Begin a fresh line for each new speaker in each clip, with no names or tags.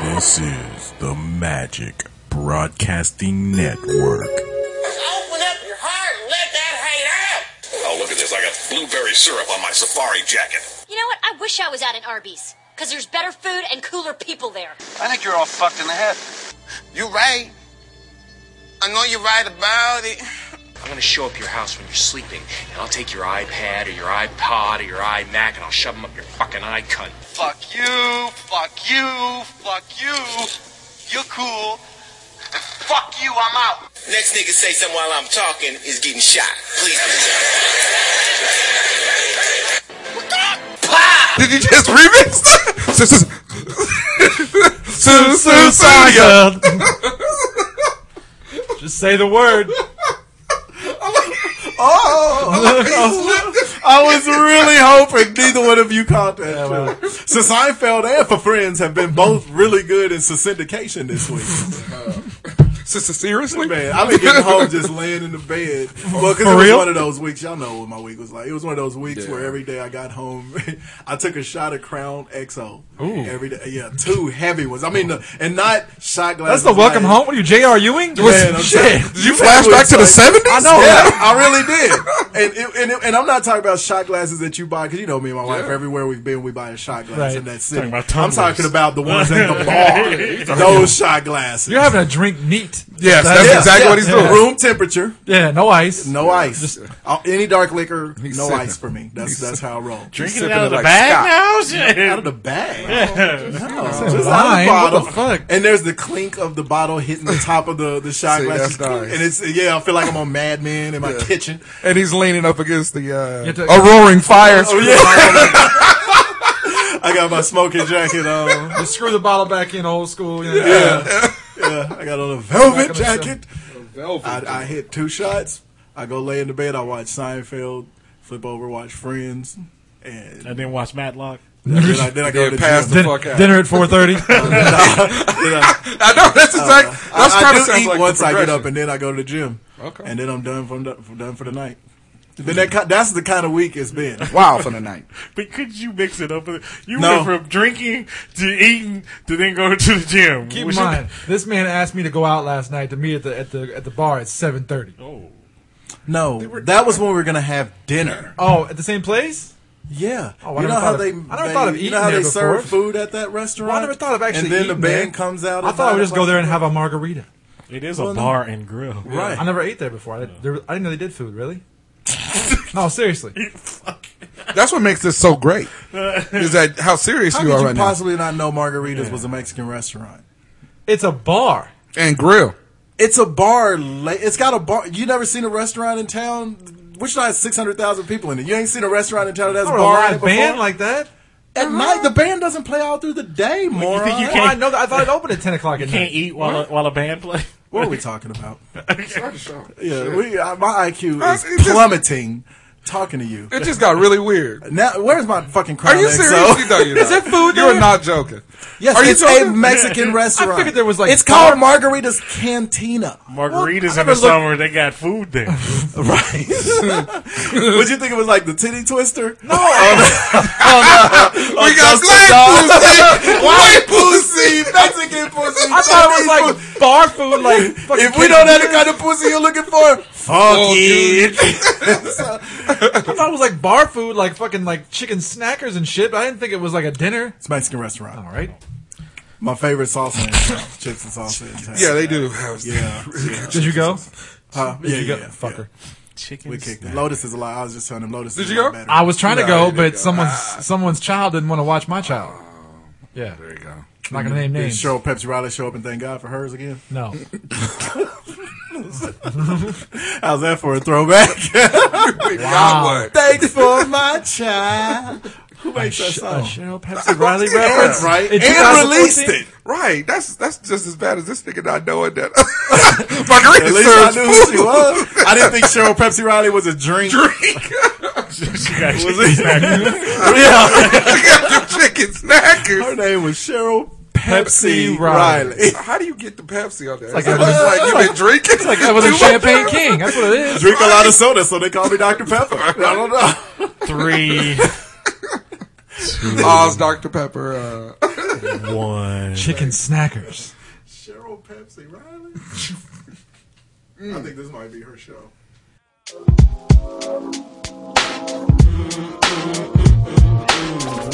This is the Magic Broadcasting Network.
Open up your heart and let that hate out.
Oh, look at this. I got blueberry syrup on my safari jacket.
You know what? I wish I was out in Arby's. Because there's better food and cooler people there.
I think you're all fucked in the head.
You right. I know you're right about it.
I'm gonna show up your house when you're sleeping, and I'll take your iPad or your iPod or your iMac, and I'll shove them up your fucking eye cunt.
Fuck you, fuck you, fuck you. You're cool. Fuck you, I'm out.
Next nigga say something while I'm talking is getting shot. Please be shot.
Did you just remix that? Suicide.
Just say the word.
I was really hoping neither one of you caught that. shit. Since Seinfeld and For Friends have been both really good in syndication this week.
Seriously?
Man, I've been getting home just laying in the bed. Well, because it
For
was
real?
one of those weeks. Y'all know what my week was like. It was one of those weeks where every day I got home, I took a shot of Crown XO. Every day, yeah, two heavy ones. I mean, the, and not shot
That's
glasses.
the welcome
like-
home. What are you, J.R. Ewing?
Man, I'm
Shit.
telling-
Did you
It
flash
was
back to the
like-
70s?
I know. I really did. And it, and, it, and I'm not talking about shot glasses that you buy because you know me and my wife. Everywhere we've been, we buy a shot glass,
Right.
and that's it.
Talking about
I'm
tumblers.
talking about the ones at the bar. Those shot glasses.
You're having a drink neat.
Yes, that's
Yeah,
exactly
yeah.
what he's doing.
Room temperature,
Yeah, no ice.
no ice. Uh, Any dark liquor,
He's
no
sipping.
ice for me. That's that's how I roll.
Drinking
sipping
it out of
it
the
like
bag
out
now?
of the bag. No, just out of
wine? What the
the bottle.
fuck?
And there's the clink of the bottle hitting the top of the, the shot
See,
glass.
that's nice.
And it's yeah, I feel like I'm on Mad Men in my kitchen.
And he's leaning up against the
You
uh,
took-
a roaring fire.
Oh yeah. I got my smoking jacket on.
Just screw the bottle back in old school. you know.
Yeah. yeah. I got on a velvet
Back on the
jacket. I, I hit two shots. I go lay in the bed. I watch Seinfeld. Flip over, watch Friends. And
And then watch Matlock.
then I, then I go
Then
to
pass
gym.
the
Din-
fuck out.
dinner at 4.30.
Then I-
I know that's exactly. That's
I, I
kind
do
of sounds
eat
like the
once I get
progression.
up, and then I go to the gym.
Okay.
And then I'm done from the, from done for the night. Then that ki- that's the kind of week it's been.
Wow for the night.
But could you mix it up? with it? You
No.
went from drinking to eating to then going to the gym.
Keep in
Which you-
mind, this man asked me to go out last night to meet at the at the at the bar at 7.30.
No, that was when we were gonna have dinner.
Oh, at the same place?
Yeah,
Oh, I
you
never
know how
thought of-
they.
I never
they-
thought of
You
eating
know how
there
they serve
before.
food at that restaurant.
Well, I never thought of actually
And then the
eating
band
there.
comes out.
I
at
thought I would just
nine
go there and
o'clock.
have a margarita.
it is a bar and grill.
Right.
I never ate there before. I, there, I didn't know they did food, really. no, seriously.
That's what makes this so great. Is that how serious
How
you
could
are
you
right
possibly not know Margaritas was a Mexican restaurant?
It's a bar.
now? And grill.
It's a bar. la- It's got a bar. You never seen a restaurant in town, which not six hundred thousand people in it. You ain't seen a restaurant in town that has
Or
a
a
bar in it
live
before.
band like that?
At night, the band doesn't play all through the day, moron.
think you
Well, I
can't-
know that. I thought it opened at 10 o'clock at
You
night.
can't eat while, while a band plays.
What are we talking about?
It
Yeah, we, uh, my
Uh,
IQ
it
is
just-
plummeting talking to you.
just got really weird.
Now, where's my fucking crown?
Are you
XO?
serious? No, you're
Is
not.
there food
You're
there?
not joking.
Yes,
Are you
it's a
joking?
Mexican restaurant.
figured there was, like,
It's called Margarita's Cantina.
Margaritas
I
in
never
the
looked-
summer, they got food there.
Right. Would you think it was like the titty twister? No.
we got black pussy, white pussy, Mexican pussy.
I thought it was like bar food, like fucking
If we don't have the kind of pussy you're looking for, fuck
Oh,
it.
I thought it was like bar food, like fucking like chicken snackers and shit. But I didn't think it was like a dinner.
It's a Mexican restaurant.
All right,
My favorite salsa in town. Chips and salsa in town.
Yeah, they do.
Yeah. yeah.
did you go?
Huh?
Did
yeah,
you go?
yeah, yeah.
Fucker.
Chicken.
We kicked it. Lotus is a lot. I was just telling him Lotus
Did
is
you
a lot
go?
better.
I was trying
No,
to
you
go, Ah. Oh.
didn't
but
go.
someone's someone's child didn't want to watch my child. Yeah,
There you go.
not gonna name
Did
names.
Cheryl Pepsi Riley show up and thank God for hers again?
No,
How's that for a throwback?
Wow.
Thanks for my child. Who makes that
Sh-
song?
uh, Cheryl Pepsi Riley reference,
That's right.
In
And
2014?
released it.
Right. That's that's just as bad as this nigga not knowing that. Margarita
At least I
serves
knew who she
food.
was. I didn't think Cheryl Pepsi Riley was a drink.
She got chicken snack.
Yeah.
You got your chicken
Her
snackers.
name was Cheryl Pepsi,
Pepsi
Riley.
Riley.
How do you get the Pepsi on there? It's
like
like,
I
you've
was-
been drinking. It's like
I was a champagne king. That's what it is.
Drink a lot of soda, so they call me Dr. Pepper. I don't know.
Three
Oz Dr. Pepper. Uh,
One.
Chicken snackers.
Cheryl Pepsi Riley. I
Mm.
think this might be her show.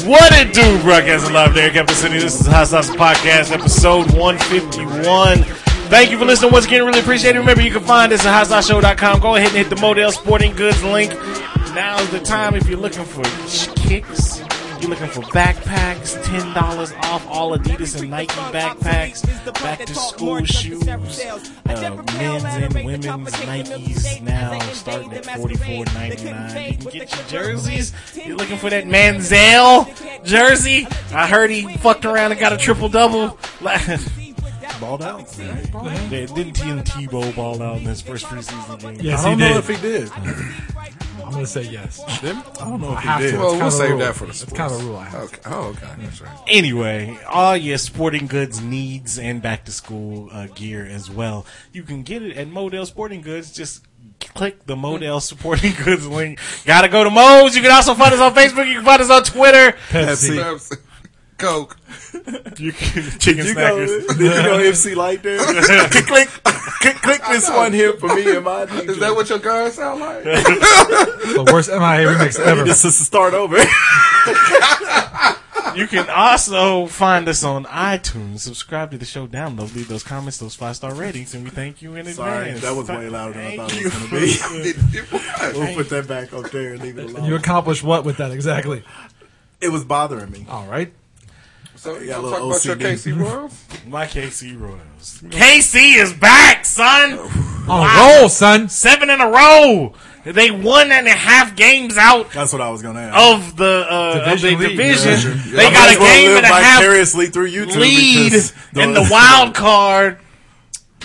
What it do, broadcasting live from Eric Capital City. This is Hot Sauce Podcast, episode 151. Thank you for listening once again. Really appreciate it. Remember, you can find us at HotSauceShow.com. Go ahead and hit the Model Sporting Goods link. Now's the time if you're looking for kicks, you're looking for backpacks, $10 off all Adidas and Nike backpacks, back to school shoes, uh, men's and women's Nikes now starting at $44.99. You can get your jerseys. You're looking for that Manziel jersey. I heard he fucked around and got a triple double.
Balled out.
Yeah, didn't Tim Tebow ball out in his first preseason game?
Yes,
I
he
don't know if
did.
he did.
I'm gonna say yes.
I don't know if
have
he did.
to.
well,
kinda
we'll
a
save
rule.
that for the
It's
sports.
kinda a rule I have.
Okay. Oh, okay. That's right.
Anyway, all your sporting goods needs and back to school uh, gear as well. You can get it at Model Sporting Goods. Just click the Model Sporting Goods link. Gotta go to Mo's. You can also find us on Facebook. You can find us on Twitter.
Pepsi.
Pepsi. Coke.
You can
Did
chicken
you go,
snackers.
did you go FC like there? click, click, click, click this one here for me and my.
Is that what your guys sound like?
The worst MIA remix ever.
This is a start over.
You can also find us on iTunes. Subscribe to the show. Download. Leave those comments, those five star ratings, and we thank you in
Sorry,
advance.
that was way louder than I
Thank
thought it
you.
was going to be.
It- it was.
We'll put that back up there and leave it
You
alone.
accomplish what with that exactly?
It was bothering me.
All right.
So you
got a
talk
little
about your
OCD.
KC Royals?
My KC Royals. KC is back, son.
On a roll, son.
Seven in a row. They one and a half games out
That's what I was going to ask.
of the uh, of the
Division lead.
division.
Yeah.
They
I
got
might
a
as well
game
live
and a half
vicariously through YouTube
lead
because
in the wild card.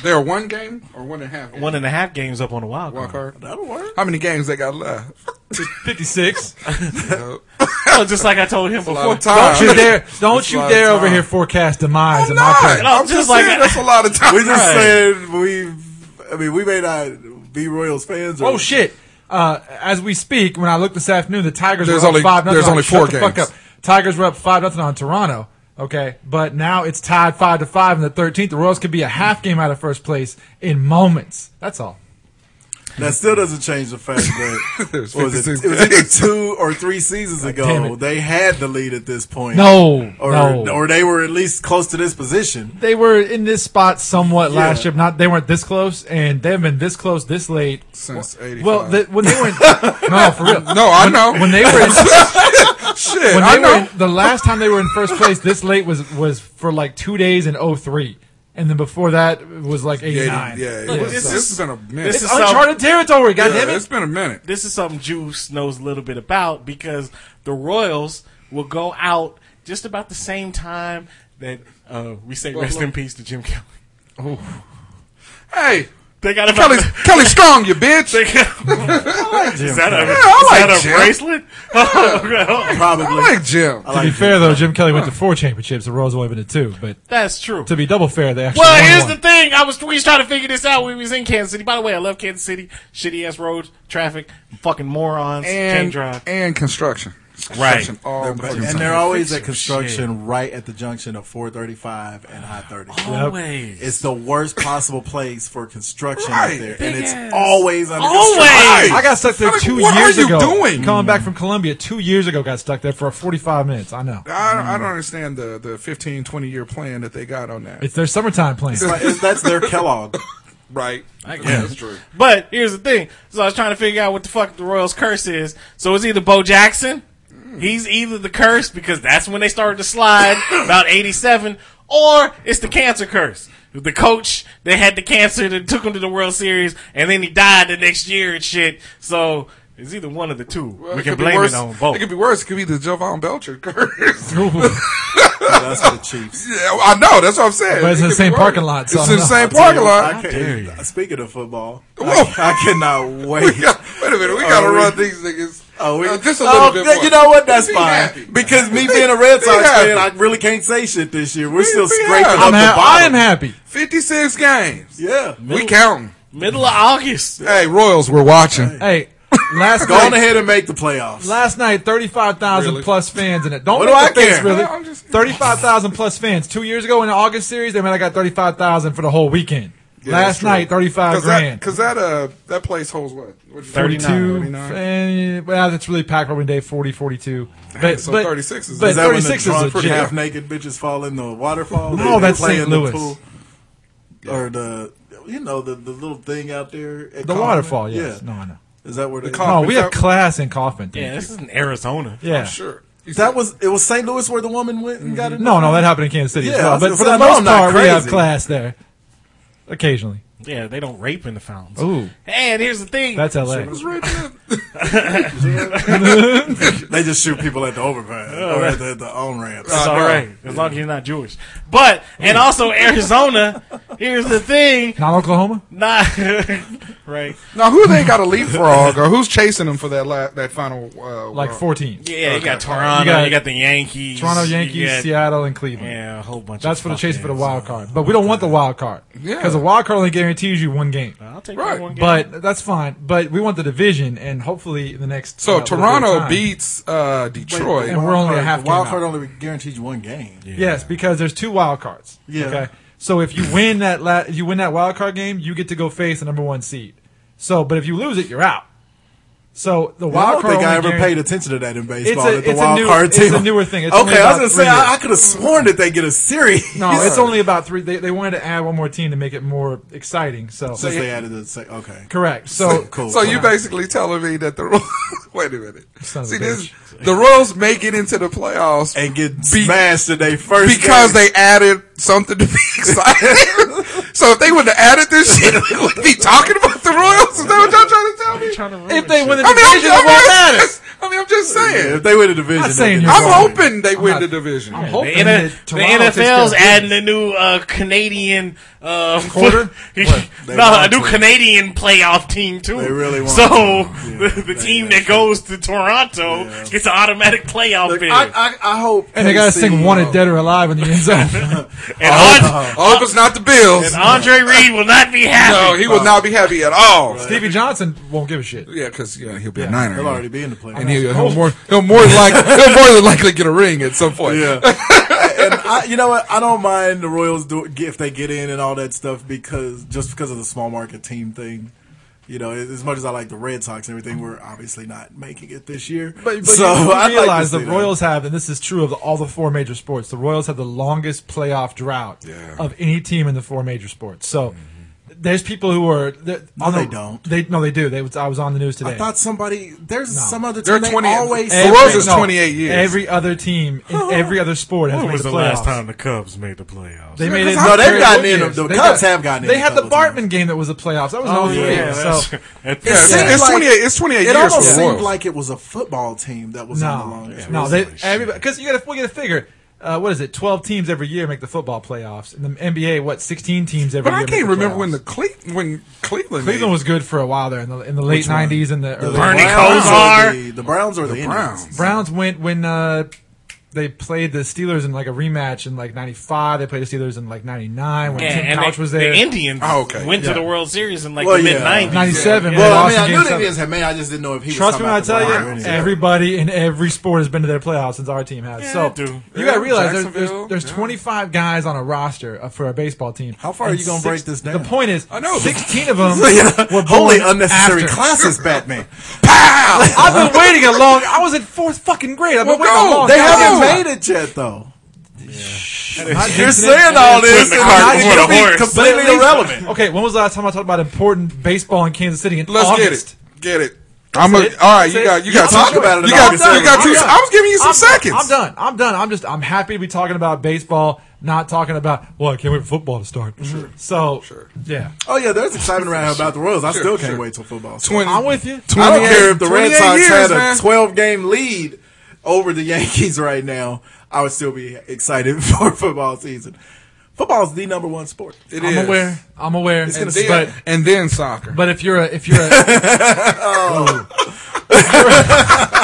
They're one game or one and a half? games?
One and a half games up on the wild
Wild
card.
card.
That'll work.
How many games they got left?
56.
Oh, just like I told him
A lot
before.
of time.
Don't you dare! Don't
That's a
you
lot
dare
of
over
time.
here forecast demise
I'm
in my
not.
presence.
No,
I'm
just
just
like-
saying that's a lot of time.
We just
Right.
said we. I mean, we may not be Royals fans. Or,
Oh shit! Uh, as we speak, when I looked this afternoon, the Tigers
There's
were
only-
up five. nothing.
there's
I'm
only
like, shut
four
the fuck
games.
up. Tigers were up five nothing on Toronto. Okay, but now it's tied five to five in the thirteenth. The Royals could be a half game out of first place in moments. That's all.
That still doesn't change the fact that
It was
what was it,
56
it was either two or three seasons
damn
ago
it.
they had the lead at this point.
No,
or
no.
or they were at least close to this position.
They were in this spot somewhat
Yeah.
last year. but Not they weren't this close, and they've been this close this late.
Since '85.
Well, the, when they were in, no, for real.
no, I know.
When they were in,
Shit,
when
I
they
know.
were in, the last time they were in first place this late was was for like two days in 03. and then before that was like eighty
yeah,
nine.
yeah, yeah.
Look,
this,
this
this
is-
has been a minute.
this
It's
is some-
uncharted territory,
yeah,
goddammit.
it's been a minute.
this is something Juice knows a little bit about because the Royals will go out just about the same time that uh, we say rest in peace to Jim Kelly.
Hey,
They got about
Kelly, Kelly Strong, you bitch.
They got, is that a,
I like
is that a
Jim.
bracelet? Oh,
Probably.
I like Jim.
to be fair, though, Jim Kelly went to four championships. The Royals only been to two. But
That's true.
to be double fair, they actually
Well,
won
here's
one.
the thing. I was we was trying to figure this out when we was in Kansas City. By the way, I love Kansas City. Shitty ass roads, traffic, fucking morons, can't
and
drive.
and construction. Construction all the fucking
And
time.
they're always at
Fix
construction right at the junction of 435 and High 30.
Always.
It's the worst possible place for construction
Right.
out there, and
Big
it's
ass.
always under construction.
Always.
I got stuck there
I mean,
two
what
years
are you
ago.
doing?
Coming back from Columbia, two years ago, got stuck there for 45 minutes. I know.
I don't, I don't understand the, the 15, 20 year plan that they got on that.
It's their summertime plan.
Like, it's- That's their Kellogg.
right. I guess. That's true.
But here's the thing. So I was trying to figure out what the fuck the Royals curse is. So it's either Bo Jackson. He's either the curse because that's when they started to slide about 87 or it's the cancer curse. The coach that had the cancer that took him to the World Series and then he died the next year and shit. So it's either one of the two. we can blame it on both.
It could be worse. It could be the Javon Belcher curse. yeah,
That's the Chiefs.
well, I know. That's what I'm saying.
But it's
It
in the
could
same
be
parking
worse.
lot, so
It's
I
in the
don't
same
know.
parking
I
lot.
dare you.
can't, speaking of football,
Whoa.
I, I cannot wait.
We got- Wait a minute. We
Are
got to
we-
run these niggas.
Oh, we,
uh, just a little
Oh,
bit.
th-
more.
You know what? That's
Be
fine.
happy.
Because me being a Red
Be
Sox fan, I
happy.
really can't say shit this year. We're
Be-
still
be
scraping
happy.
up
I'm
the
ha-
bottom.
I am happy.
56 games.
Yeah.
We counting.
Middle of August.
Hey, Royals, we're watching.
Hey, Last
Go on
night-
ahead and make the playoffs.
Last night, 35,000
Really?
plus fans in it. Don't
What
make
do
the
I
face,
care?
really.
I'm just-
35,000 plus fans. Two years ago in the August series, they might have got 35,000 for the whole weekend.
that's
Last
true.
night, 35
Cause
grand.
That, Cause that uh that place holds what? what
32.
42.
39.
And, well, that's really packed opening day, 40, 42. But,
so
but,
36 is-
but
Is
that when the
36 is
drunk,
legit.
half naked bitches fall in the waterfall?
No,
They- they
that's
play
St.
in the
Louis.
pool? Or the, you know, the, the little thing out there. At
The
Kaufman?
waterfall, yes. No, I know.
Oh, Is that where they
Kaufman.
No,
but
we have
that-
class in Coffin. dude.
Yeah, this is in Arizona.
Yeah.
Sure. You
That was, it was St. Louis where the woman went and got it?
No, Mm-hmm. no, that happened in Kansas City as
Yeah, I
well.
was
But
gonna say,
for the
I know
most
I'm not
part, we have
crazy.
class there. Occasionally.
Yeah, they don't rape in the fountains.
Ooh.
And here's the thing.
That's LA.
was raping him.
They just shoot people at the overpass
Oh,
or at the, at the on ramps.
It's all right, as long as you're not Jewish. But and also Arizona. Here's the thing.
Not Oklahoma?
Not right.
Now who they got a leapfrog or who's chasing them for that la- that final uh,
Like
round?
14.
Yeah, you got Toronto. You got,
You got-
the Yankees.
Toronto
you
Yankees,
got-
Seattle, and Cleveland.
Yeah, a whole bunch.
That's
of
for the chase for the
fuckheads.
wild card. But we don't want the wild card.
Yeah.
Because the wild card only guarantees you one game.
I'll take
Right.
that one game.
But that's fine. But we want the division, and hopefully in the next.
So
uh, little bit of
Toronto
time-
beats uh, Detroit.
And we're only a half
The wild
game
card
out.
only guarantees you one game.
Yes, because there's two wild cards.
Yeah.
Okay. So if you win that, la- if you win that wild card game, you get to go face the number one seed. So, but if you lose it, you're out. So the
I
wild
don't
card.
think I
only
ever
guaran-
paid attention to that in baseball.
a-
that the
it's a
wild
new-
card
it's
team.
a newer thing. It's only
okay, I
about
was
three
gonna say
years.
I, I could have sworn that they get a series.
No, it's only about three. They, they wanted to add one more team to make it more exciting. So
since they added the sec Okay,
correct. So
cool.
So you basically telling me that the Ro- wait a minute.
Son of
See
a
this the Royals make it into the playoffs
and get
be-
smashed in their first
because
game.
they added something to be excited. so if they would have added this shit, we would be talking about the Royals. Is that what y'all trying to tell me?
if they win the
I mean, I'm,
division, it
I'm,
won't matter.
just, I mean, I'm just saying.
if they win the division.
I'm not
they
saying
get-
you're
I'm
wrong.
hoping they win
not-
the division.
I'm
The,
hoping
N-
that
the
Toronto takes care
NFL's
of
adding
business.
a new uh, Canadian uh,
Quarter?
What? They
no, a
want
new
to.
Canadian playoff team too.
They really want
So
to. Yeah,
the, the
they-
team
they
that goes to Toronto
Yeah.
gets an automatic playoff bid.
I, I, I hope.
And they gotta
KC
sing "Wanted Dead or Alive" in the end zone.
and, An-
I Uh, hope it's not the Bills.
and Andre Reed will not be
No,
happy.
he will not be happy at all.
Stevie Johnson won't give a shit.
Yeah, because yeah, he'll be a Niner.
They'll already be in the playoffs.
and he'll, he'll more he'll more like he'll more than likely get a ring at some point.
Yeah. and I, you know what? I don't mind the Royals do if they get in and all that stuff because just because of the small market team thing. You know, as as much as I like the Red Sox and everything, we're obviously not making it this year.
But, but
so I'd
you, you
like to
realize
see
the
that.
Royals have, and this is true of the, all the four major sports. The Royals have the longest playoff drought
Yeah.
of any team in the four major sports. So there's people who are they're- on
they
the-
don't.
They no, they do. They was- I was on the news today.
I thought somebody there's some other
They're
team they
20
always
The Royals is
no,
28 years.
Every other team in every other sport has made the playoffs.
the Cubs made the playoffs?
They made
'cause
it.
I'm- No, they've
very
gotten
good
in.
years.
The
They
Cubs
got-
have gotten in
They
a
had the
couple times.
Bartman game that was a playoffs. That was oh,
yeah, that's-
So
that's-
It
Yeah,
seems
it's
like-
twenty eight. It's twenty eight
It
years for
almost
the
seemed
Royals.
like it was a football team that was on the
no,
longest.
no,
drought.
they everybody because you got to we got to figure. Uh, what is it? Twelve teams every year make the football playoffs, and the NBA what sixteen teams every
but
year.
I
make
can't
the
remember when
playoffs.
the Cle- when Cleveland made
Cleveland was good for a while there in the in the late nineties and the early
Bernie
Browns
Kosar.
or the, the Browns or the,
the
Indians?
Browns.
Browns went when uh, they played the Steelers in like a rematch in like '95. They played the Steelers in like '99 when
Yeah,
Tim
and
Couch
they-
was there.
The Indians
Oh, okay.
went to
Yeah.
the World Series in like
Well,
the
yeah.
mid nineties.
'97.
Well, I mean, I knew the Indians had made. I just didn't know if he.
Trust
was talking
me when I
about the
tell
Browns or
you,
anything.
everybody in every sport has been to their playoffs since our team has.
Yeah,
so
they do.
you got to
Yeah,
realize there's,
Jacksonville,
there's, there's
yeah.
25 guys on a roster uh, for a baseball team.
How far are
And
you gonna
six-
break this down?
The point is,
I know.
16 of them
um,
were born
Wholly unnecessary
after.
classes, Batman.
I've been waiting a long. I was in fourth fucking grade. I've
Well,
been waiting
go.
a long.
They
time.
haven't made it yet, though. You're
jinxing
saying
it.
all this,
Putting
and
the cart
not-
before
you'll
the
be
horse.
But at
completely
least-
irrelevant.
Okay, when was the last time I talked about important baseball in Kansas City? In
Let's
August.
get it. Get it. I'm a, all
it.
right, you
That's
got
it.
you got
Y'all
two,
talk about it
you
in
got
August.
you got two.
I'm done.
I was giving you some
I'm done.
seconds.
I'm done. I'm done. I'm just. I'm happy to be talking about baseball, not talking about. Well, I can't wait for football to start. Sure. So.
Sure.
Yeah.
Oh yeah, there's excitement around about the Royals. I
Sure,
still can't
sure.
wait till football. starts.
Twenty.
I'm with you.
I don't
28
care if the Red
28
Sox
years,
had a
man.
12 game lead over the Yankees right now. I would still be excited for football season. Football's the number one sport.
It
I'm
is.
aware. I'm aware.
And
It's
then,
but
and then soccer. Oh.
but if you're a if you're a, Ooh. If you're a-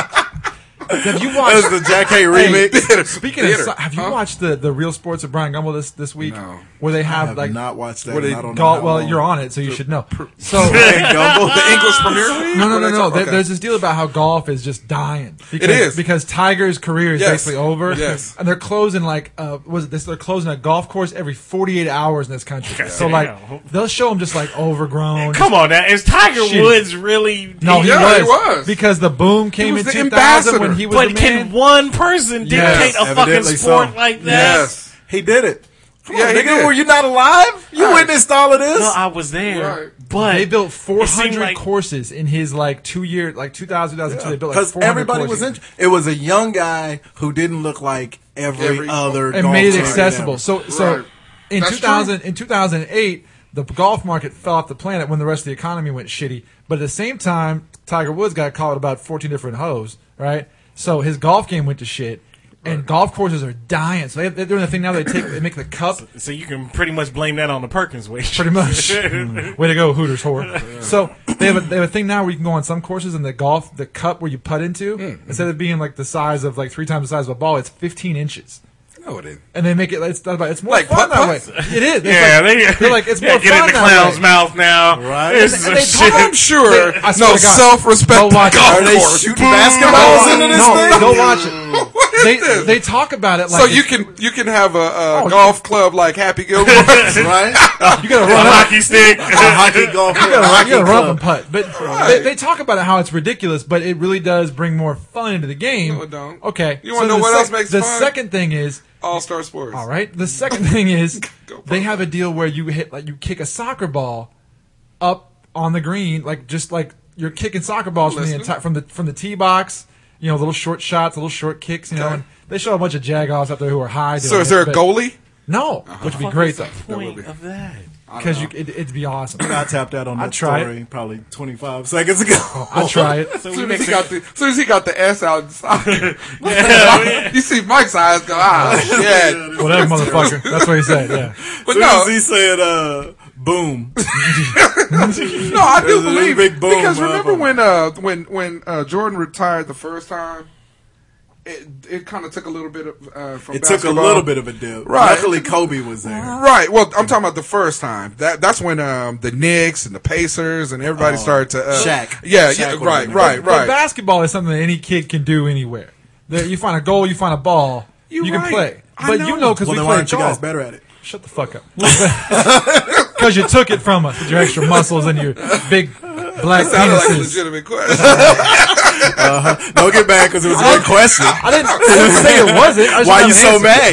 Have you
That was
watched
the Jack Hay remix.
Speaking of, so- have you watched the the Real Sports of Brian Gumbel this this week?
No.
Where they have,
have
like
not watched that,
Where
and
they
I don't know
call,
how
well,
long.
you're on it, so you should know. So
Brian Gumble, the English Premier League? What
no, no, no,
are they
no.
talking-
There-
okay.
There's this deal about how golf is just dying. Because,
is.
because Tiger's career is
Yes.
basically over.
Yes.
and they're closing like uh, was it this? They're closing a golf course every 48 hours in this country. So
damn.
like they'll show them just like overgrown.
Come on now. Is Tiger
Shitty.
Woods really.
No, he,
Yeah,
was,
he was.
because the boom came
was
in
the
2000 when he was
But
the
can
man.
one person dictate
Yes,
a fucking
evidently
sport
so.
like that?
Yes.
He did it. Come
Yeah,
on,
he
nigga,
did.
were you not alive? You
Right.
witnessed all of this.
No, I was there.
Right.
But
They built
it seemed
400
like-
courses in his like two year, like 2000, 2002. They built like
Because
400
everybody
courses.
was in. It was a young guy who didn't look like every,
Every-
other.
and
golf
made it
champion
accessible.
ever.
So so
Right.
in
That's
2000 in 2008 the golf market fell off the planet when the rest of the economy went shitty. But at the same time Tiger Woods got caught about 14 different hoes, right? So his golf game went to shit. And golf courses are dying. So they, they're doing the thing now. They take, they make the cup
So you can pretty much blame that on the Perkins wage.
pretty much. Way to go, Hooters whore. So they have, a, they have a thing now where you can go on some courses and the golf, the cup where you putt into,
Hmm.
instead of being like the size of like three times the size of a ball, it's 15 inches
No, it ain't.
and they make it. It's not about. It's more
Like
fun that way.
putt-putts?
It is. It's
yeah,
like,
they,
are like it's
yeah,
more
get
fun
in the
that
clown's
way.
mouth now.
Right.
This
And-
is
and
some
they talk-
shit.
I'm sure
They- I swear
no
to God.
self-respecting
Go watch it.
golf
Are they
course.
shooting basketballs into this
no,
thing?
Go watch it.
What is
They
this?
they talk about it Oh, like
so
it's-
you can you can have a, a golf club like Happy Gilmore.
right?
you gotta
A
run up.
hockey stick.
A hockey golf.
You gotta,
hockey
you gotta run up and
club.
putt, but they, they talk about it how it's ridiculous, but it really does bring more fun into the game.
No, it don't.
Okay,
You wanna know
the
what else makes
The
fun?
second thing is
All Star Sports.
All right. The second thing is
Go,
they
Bronco.
have a deal where you hit like you kick a soccer ball up on the green, like just like you're kicking soccer balls from the,
Listening.
entire from the from the tee box. You know, little short shots, little short kicks. You know,
Okay.
and they show a bunch of jagoffs up there who are high. doing
So is
it,
there a Uh-huh.
but-
goalie?
No, which would be great though,
Point of that.
because you it, it'd be awesome.
I tapped out on that
tried.
story probably 25 seconds ago.
I try it.
So
As
we
soon as,
mix
he
it-
got the, as soon as he got the S out, in soccer, you see Mike's eyes go, ah, shit.
Whatever, motherfucker. That's what he said. Yeah.
But
As soon as
no,
he said, uh, boom.
no, I do
There's a
believe
big boom,
because remember
motherfucker.
when uh, when when uh, Jordan retired the first time, it it kind of took a little bit of uh, from
It took a
basketball.
little bit of a dip.
Right.
Luckily, Kobe was there.
Right. Well, I'm talking about the first time. That that's when um, the Knicks and the Pacers and everybody started to uh,
Oh, Shaq.
Yeah,
Shaq
yeah,
would've
right,
been
right,
But
right.
basketball is something that any kid can do anywhere. There, you find a goal, you find a ball, you
You're
can
right.
play.
I
But
know.
you know because
Well,
we
then why
play
aren't you guys
golf.
better at it?
Shut the fuck up. Because you took it from us with your extra muscles and your big black
Sounded like a
penises.
legitimate question.
Don't get mad because it was a good question.
I didn't, I didn't say it wasn't. I just
Why
have
you
an
so
answer.
mad,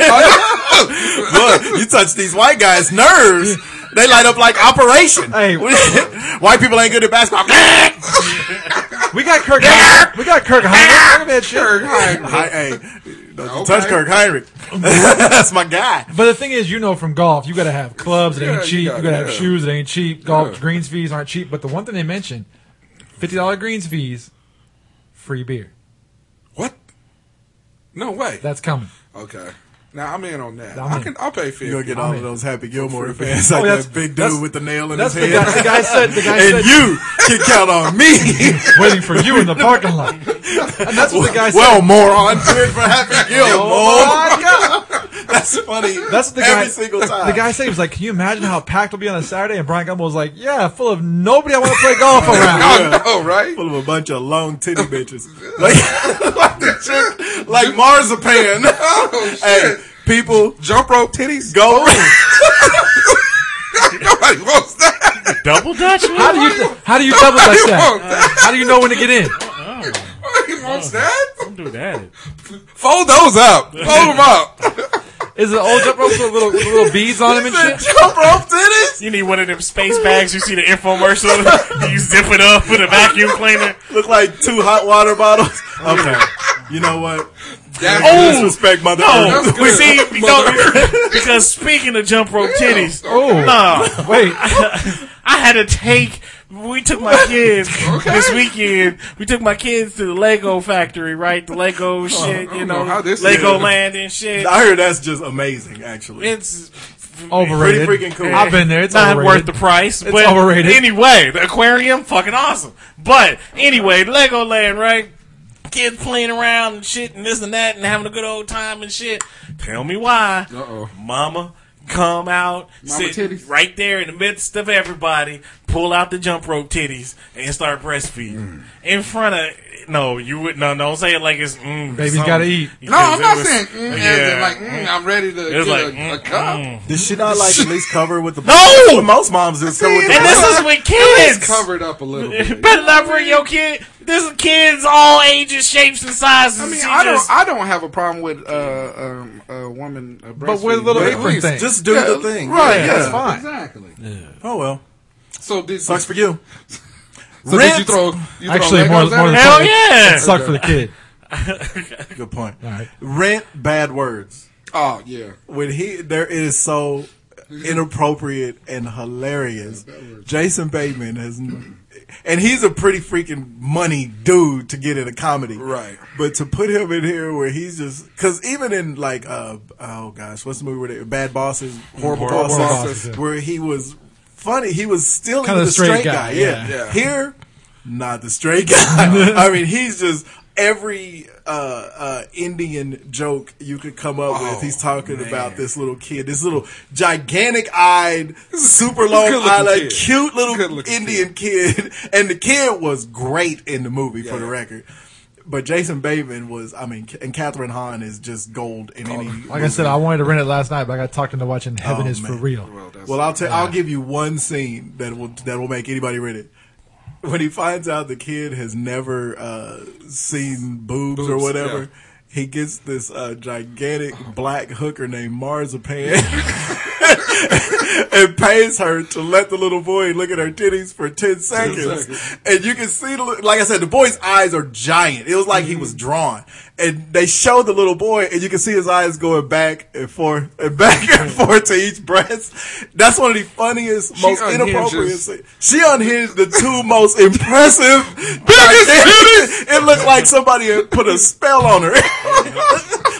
Cakes? Look, you touch these white guys' nerves. They light up like operation.
Hey.
white people ain't good at basketball.
We got Kirk. Heinrich. we got Kirk. Heinrich. Look at that shit.
Hi- hey, don't
Okay.
touch Kirk Heinrich. That's my guy.
But the thing is, you know, from golf, you got to have clubs that
Yeah,
ain't
you
cheap. You got
gotta-
to have
yeah.
shoes that ain't cheap. Golf
Yeah.
greens fees aren't cheap. But the one thing they mentioned, fifty dollar greens fees, free beer.
what? No way.
That's coming.
Okay. Now I'm in on that.
I'm
I
in.
can. I'll pay fifty.
You gonna get all of those Happy Gilmore fans
Oh,
like
that's-
that big
that's-
dude with the nail in his
That's the
head.
guy, the guy said. The guy
and
said
you can count on me.
waiting for you in the parking lot. And that's what the guy said.
well, moron, do it for Happy Gilmore.
my God.
That's funny.
That's what the
every
guy.
single time.
The guy said he was like, "Can you imagine how packed will be on a Saturday?" And Brian Gumbel was like, "Yeah, full of nobody I want to play golf around."
I know, right?
full of a bunch of long titty bitches, like like, the chick, like marzipan.
Oh shit!
hey, people,
Jump rope titties.
go.
Nobody wants that.
Double Dutch?
How do you how do you double dutch
Won't
that? How do you know when to get in?
Nobody wants that.
Don't do that.
Fold those up. Fold them up.
Is the old jump rope with little with little beads on him and shit?
Jump rope titties.
You need one of them space bags. You see the infomercial. you zip it up with a vacuum cleaner.
Look like two hot water bottles. Okay, you know what?
That's
Oh,
Disrespect mother.
No,
Earth.
That's
we
good.
see no, because speaking of jump rope titties,
Oh,
no,
wait.
I had to take. We took my kids this weekend. We took my kids to the Lego factory, right? The Lego shit, you know,
know how this
Lego Land and shit.
I heard that's just amazing. Actually,
It's
Overrated.
Pretty freaking cool.
I've been there. It's
not
overrated.
worth the price.
It's
but
overrated.
Anyway, the aquarium, fucking awesome. But anyway, Legoland, right? kids playing around and shit and this and that and having a good old time and shit. Tell me why.
Uh-oh.
Mama, come out,
Mama
sit
titties.
right there in the midst of everybody, pull out the jump rope titties and start
Mm.
breastfeeding in front of. No, you would no. Don't say it like it's. Mm,
Baby's
something.
gotta eat.
No, I'm
Because it
not
was-
saying mm, as in like mm, I'm ready to
It was
get
like
a, a
mm,
cup.
mm.
Did she not like at least cover with the
No!
Most moms do cover with
And
the
this is with kids.
It's covered up a little bit.
Better not bring your kid. This is kids all ages, shapes, and sizes.
I mean,
She
I don't,
just-
I don't have a problem with uh, um, a woman uh,
But with
breastfeeding,
little
at
apron
least-
thing.
Just do
Yeah,
the thing.
right?
Yeah,
Yeah,
that's fine.
Exactly.
Oh well,
So did
sucks for you.
So did you
Ribs.
throw? You
Actually,
throw
more,
Legos at her?
more than
Hell
it-
yeah.
It sucked for the kid.
Good point.
All right.
Rent bad words.
Oh yeah.
When he there it is so inappropriate and hilarious. Jason Bateman has, and he's a pretty freaking money dude to get in a comedy,
Right.
But to put him in here where he's just because even in like uh oh gosh what's the movie where they, Bad Bosses Horrible,
Horrible
Bosses,
Bosses, yeah.
where he was funny he was still
Kinda
even the straight, guy, Yeah.
yeah.
here not the straight guy I mean he's just every uh uh Indian joke you could come up with he's
Oh,
talking about this little kid this little gigantic eyed super long
good-looking
eyed
kid.
cute little
Good-looking
Indian kid and the kid was great in the movie for the
Yeah.
record. But Jason Bateman was, I mean, and Catherine Hahn is just gold in any.
Like I said, I wanted to rent it last night, but I got talked into watching Heaven
Oh,
is for
man.
real.
well, I'll tell, I'll give you one scene that will that will make anybody read it. When he finds out the kid has never uh, seen boobs, or
Boobs,
whatever,
yeah.
he gets this uh, gigantic black hooker named Marzipan. and pays her to let the little boy look at her titties for 10 seconds.
seconds.
And you can see, the, li- like I said, the boy's eyes are giant. It was like he
Mm-hmm.
was drawn. And they show the little boy, and you can see his eyes going back and forth and back and forth to each breast. That's one of the funniest, most
unhinges.
inappropriate. scenes. She unhinged the two most impressive. biggest titties. It looked like somebody had put a spell on her.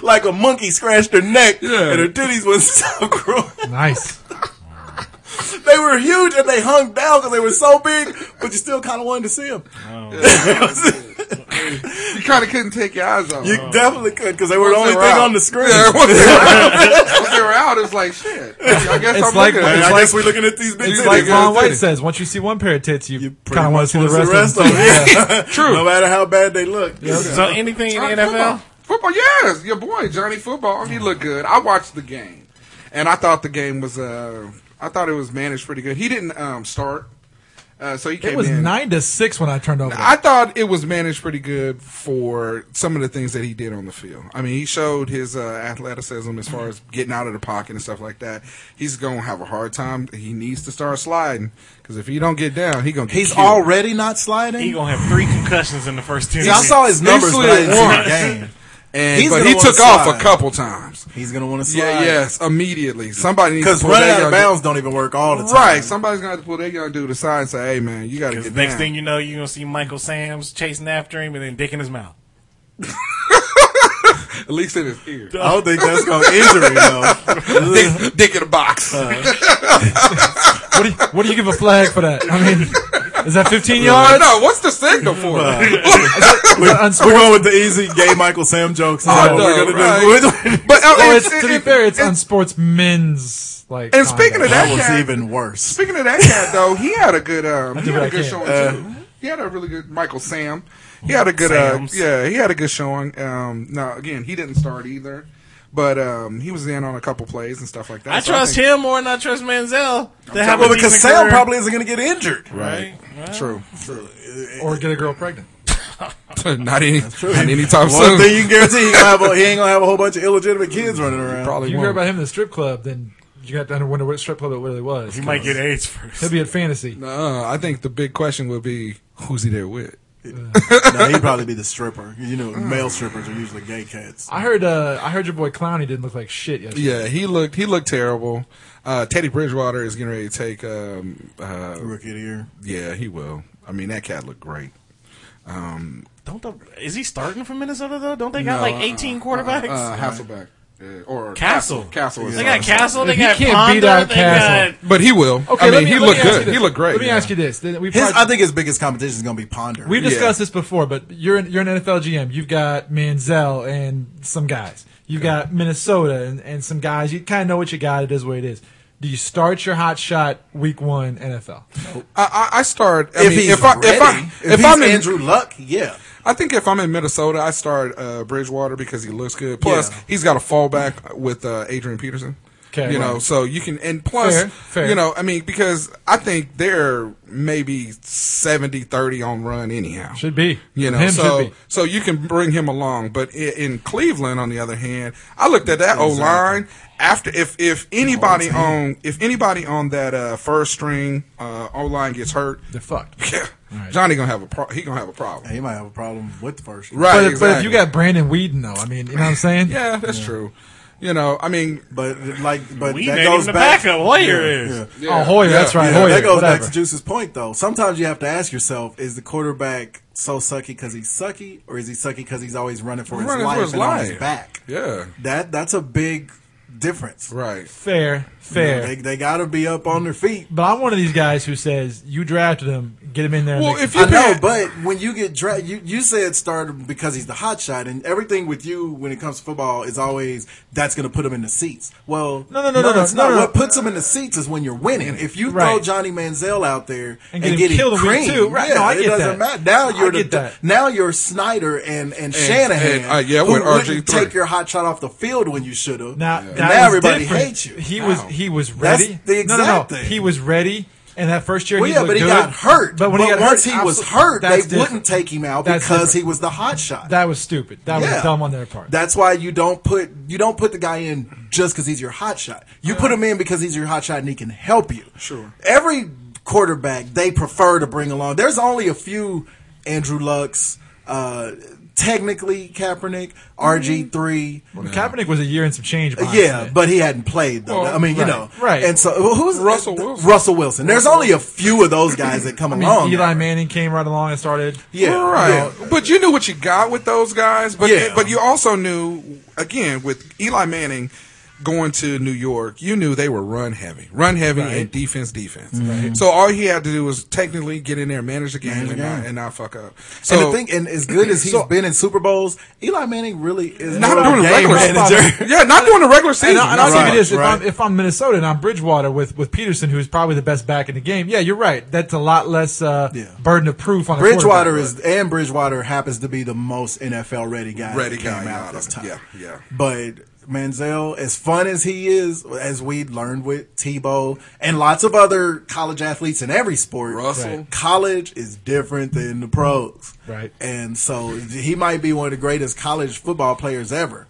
like a monkey scratched her neck,
Yeah.
and her titties was so gross.
Nice.
They were huge and they hung down because they were so big, but you still kind of wanted to see them.
Oh.
you kind of couldn't take your eyes off.
You
Oh.
them.
definitely could because they were the
Once
only
they were
thing
out.
on the screen.
Yeah, once they were out, once they were out, it was like shit. I guess
It's
I'm
like-
looking
I
at
mean,
it.
I
like-
guess we're looking at these big
It's
titties.
like
Like Ron
Ron
White
Titty.
says, once you see one pair of tits, you,
you
kind of want to see the
wanna
rest, of them.
of them.
too.
Yeah. True. No matter how bad they look.
So anything in
Johnny
the NFL?
Football. Football, yes, your boy Johnny Football. He looked good. I watched the game, and I thought the game was. Uh, I thought it was managed pretty good. He didn't um, start, uh, so he came
It was
in.
nine to six when I turned over.
I thought it was managed pretty good for some of the things that he did on the field. I mean, he showed his uh, athleticism as far as getting out of the pocket and stuff like that. He's gonna have a hard time. He needs to start sliding because if he don't get down, he gonna get
He's
killed.
already not sliding.
He gonna have three concussions in the first ten.
See, I
minutes.
saw his numbers,
Basically
but I didn't see
one.
the game.
And,
He's
but
gonna
he
wanna
took off
slide.
a couple times.
He's going to want to slide.
Yeah, yes, immediately. Somebody needs
Because
to pull
running
that
out of
young
bounds don't even work all the
dude-
time.
Right, somebody's gonna have to pull that young dude aside and say, "Hey, man, you gotta
Because
get
next
down."
thing you know, you're gonna see Michael Sam's chasing after him and then dick in his mouth.
At least in his ear,
I don't think that's going to injury,
Uh,
though.
dick, dick in a box.
what, do you, what do you give a flag for that? I mean, is that 15
I
yards?
know. What's the signal for? it?
Is that unsports-
We're going with the easy gay Michael Sam jokes. Is
I
that what
know,
we're gonna do?
right? But uh,
Or
it's-
it's, to be
it-
fair, it's
it-
unsportsmen's. Like,
And speaking of
conduct.
That
That
was
cat-
even worse.
Speaking of that cat, though, he had a good, um, he
do
had
what
a
I
good
can.
showing
Uh,
too. He had a really good Michael Sam. He had a good, uh,
Sams.
yeah, he had a good showing. Um, now again, he didn't start either, but um, he was in on a couple plays and stuff like that.
I
So
trust
think-
him more than I trust Manziel. To have
Well,
a
because
decent
Sam
career.
probably isn't going to get injured.
right.
True.
Or get a girl pregnant.
not any, not anytime
One
soon.
thing you can guarantee, he, ain't gonna have a, he ain't gonna have a whole bunch of illegitimate kids running around.
Probably
If you hear
won't.
about him in the strip club, then you got to wonder what strip club it really was.
He might get AIDS
He'll
first.
be at fantasy.
Uh, I think the big question would be who's he there with?
no, he'd probably be the stripper. You know, male strippers are usually gay cats.
I heard. Uh, I heard your boy Clowney didn't look like shit yesterday.
Yeah, he looked he looked terrible. Uh, Teddy Bridgewater is getting ready to take. Um, uh,
Rookie of the year.
yeah, he will. I mean, that cat looked great.
Don't the, is he starting for Minnesota though? Don't they got
No,
like
uh-uh,
18 quarterbacks?
Uh, Hasselback. uh, or
Castle.
Castle. is
They
what
got
I'm
Castle. They
He
got
can't
Ponder.
beat out
they
Castle.
got.
But he will.
Okay,
I mean,
let me,
he
let me
looked
ask you
good.
this.
He looked great.
Let me
yeah.
ask you this: Did we
His,
probably-
I think his biggest competition is going to be Ponder.
We've
Yeah.
discussed this before, but you're an, you're an NFL GM. You've got Manziel and some guys. You've got Minnesota and, and some guys. You kind of know what you got. It is what it is. Do you start your hot shot week one NFL?
I, I I start. I
if
mean,
he's
if I, if I,
ready.
if, I'm in,
Andrew Luck, yeah,
I think if I'm in Minnesota, I start uh, Bridgewater because he looks good. Plus,
Yeah.
he's got a fallback with uh, Adrian Peterson.
'Kay.
you know,
Right.
so you can, and plus,
Fair, fair.
you know, I mean, because I think they're maybe 70 30 on run anyhow.
Should be.
You know,
Him
so
should be.
so you can bring him along. But in, in Cleveland, on the other hand, I looked at that O line after if if anybody on if anybody on that uh, first string uh, O line gets hurt,
They're fucked.
yeah,
Right.
Johnny gonna have a pro- he gonna have a problem.
he might have a problem with the first.
Right,
But, if- but if
exactly.
you got Brandon Whedon, though, I mean, you know what I'm saying?
yeah, that's true. You know, I mean,
but like, but
We
that
named
goes
him the
back.
backup. Hoyer is.
yeah,
oh, Hoyer,
yeah,
that's right.
Yeah,
Hoyer,
that goes back
whatever.
to Juice's point, though. Sometimes you have to ask yourself: Is the quarterback so sucky because he's sucky, or is he sucky because he's always running for his
Running for
life
his
and on his
life.
back?
yeah,
That that's a big difference.
right.
fair,
You
fair.
know, they they got to be up on their feet.
but I'm one of these guys who says you drafted him, get him in there. and
Well,
make
if
him-
you
I know,
can't-
but when you get drafted, you, you said start him because he's the hot shot, and everything with you when it comes to football is always that's going to put him in the seats. Well,
No, no, no, no, no,
it's
no,
not.
no.
What puts him in the seats is when you're winning. If you throw
Right.
Johnny Manziel out there and,
And get him
get him
killed in week
creamed,
two. Right,
yeah,
no, I
it
get
doesn't matter.
that.
Now
I
you're the,
get that.
now you're Snyder and and, Shanahan,
and, uh, yeah,
who
with RG3.
wouldn't take your hot shot off the field when you should have.
Now,
and now
that was
everybody
different.
hates you.
He
Wow.
was he was
That's
ready.
the
no, no, no.
exact thing.
He was ready, and that first year,
Well,
he
yeah,
looked
but he
good.
got hurt.
But when he got
once
hurt,
he was
absol-
hurt, they
that's different.
wouldn't take him out
That's
because he
different.
was the hot shot.
That was stupid. That
Yeah.
was dumb on their part.
That's why you don't put you don't put the guy in just because he's your hot shot. You
Uh-huh.
put him in because he's your hot shot and he can help you.
Sure.
Every quarterback they prefer to bring along. There's only a few Andrew Lux, uh, technically Kaepernick,
Mm-hmm.
RG three. Uh,
Kaepernick was a year and some change. behind
Yeah,
it.
but he hadn't played though.
Well,
I mean, you
right,
know,
right.
And so well, who's
Russell Wilson.
Russell Wilson. There's only a few of those guys that come
I mean,
along.
Eli Manning came right along and started.
Yeah,
right.
yeah.
But you knew what you got with those guys. But
Yeah.
but you also knew again with Eli Manning going to New York, you knew they were run heavy, run heavy and defense, defense. So all he had to do was technically get in there, manage the game, and, Not, and not fuck up. So
and the thing, and as good as he's
So-
been in Super Bowls, Eli Manning really is
not
more of a
during the
game
regular
manager.
Yeah, not during the regular season.
And, I, and I'll
Right.
give you this: if,
right.
I'm, if I'm Minnesota and I'm Bridgewater with, with Peterson, who is probably the best back in the game, yeah, you're right. That's a lot less uh,
Yeah.
burden of proof on a
Bridgewater
quarterback.
is, and Bridgewater happens to be the most NFL ready guy.
Ready
that came
guy,
out
yeah,
this time.
yeah, yeah.
But Manziel, as fun as he is, as we learned with Tebow and lots of other college athletes in every sport,
Russell. Right.
college is different than the pros.
Right.
and so he might be one of the greatest college football players ever.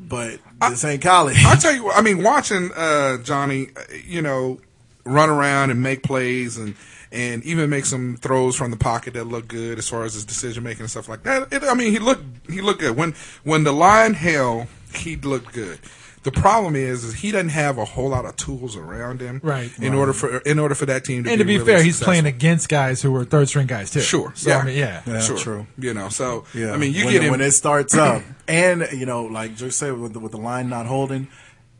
But this ain't college.
I tell you, what, I mean, watching uh, Johnny, uh, you know, run around and make plays and and even make some throws from the pocket that look good as far as his decision making and stuff like that. It, I mean, he looked he looked good when when the line held, he looked good. The problem is, is he doesn't have a whole lot of tools around him,
Right.
In order for in order for that team to
and to be
really
fair, he's
successful.
playing against guys who were third string guys too.
Sure,
so
yeah.
I mean, yeah.
Yeah,
sure,
true.
You know, so
Yeah,
I mean, you
when,
get him
when it starts up, and you know, like Drew said, with the, with the line not holding,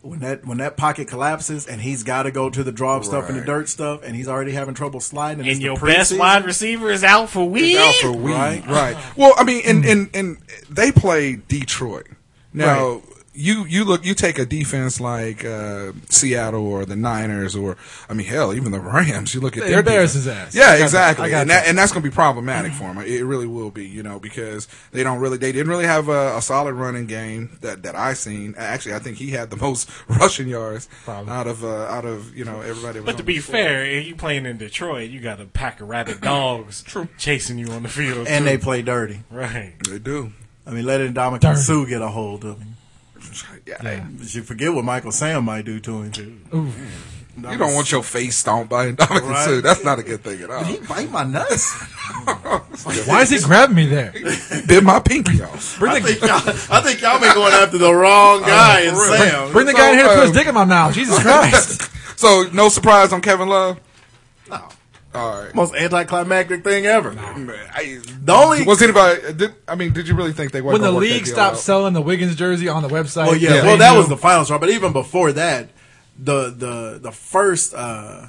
when that when that pocket collapses and he's got to go to the drop stuff and the
Right.
dirt stuff, and he's already having trouble sliding. it's
And
the
your best
preseason.
wide receiver is out for week.
out for weed.
Right.
Right. Well, I mean, and, and, and they play Detroit. Now, you, you look, you take a defense like uh, Seattle or the Niners or, I mean, hell, even the Rams, you look at
They
their
embarrass
defense.
his ass. I
Yeah,
got that.
exactly.
I got
and, that,
that.
and that's going to be problematic for them. It really will be, you know, because they don't really, they didn't really have a, a solid running game that, that I seen. Actually, I think he had the most rushing yards
Probably.
out of, uh, out of, you know, everybody. that was
But to
on
be
the floor.
fair, if you playing in Detroit, you got a pack of rabid dogs chasing you on the field.
and
too.
they play dirty.
right.
they do.
I mean, let
Dirty.
Indominus Sue get a hold of him.
yeah.
You forget what Michael Sam might do to him. Too.
You don't want your face stomped by Indominus
Right.
Sue. That's not a good thing at all.
He bite my nuts.
Why is he grabbing me there?
bit my pinky off.
Bring the,
y'all, I think y'all been going after the
Oh,
wrong guy and Sam.
bring the guy in here to
So,
put his
um,
dick in my mouth. Jesus Christ.
so no surprise on Kevin Love.
No.
All right.
Most anticlimactic thing ever.
I,
The only
was anybody? Did, I mean, did you really think they were
when the
gonna work that
league
deal
stopped
out?
selling the Wiggins jersey on the website.
Well, yeah.
Yeah.
Well,
they
that
knew-
was the finals round, but even before that, the the the first uh,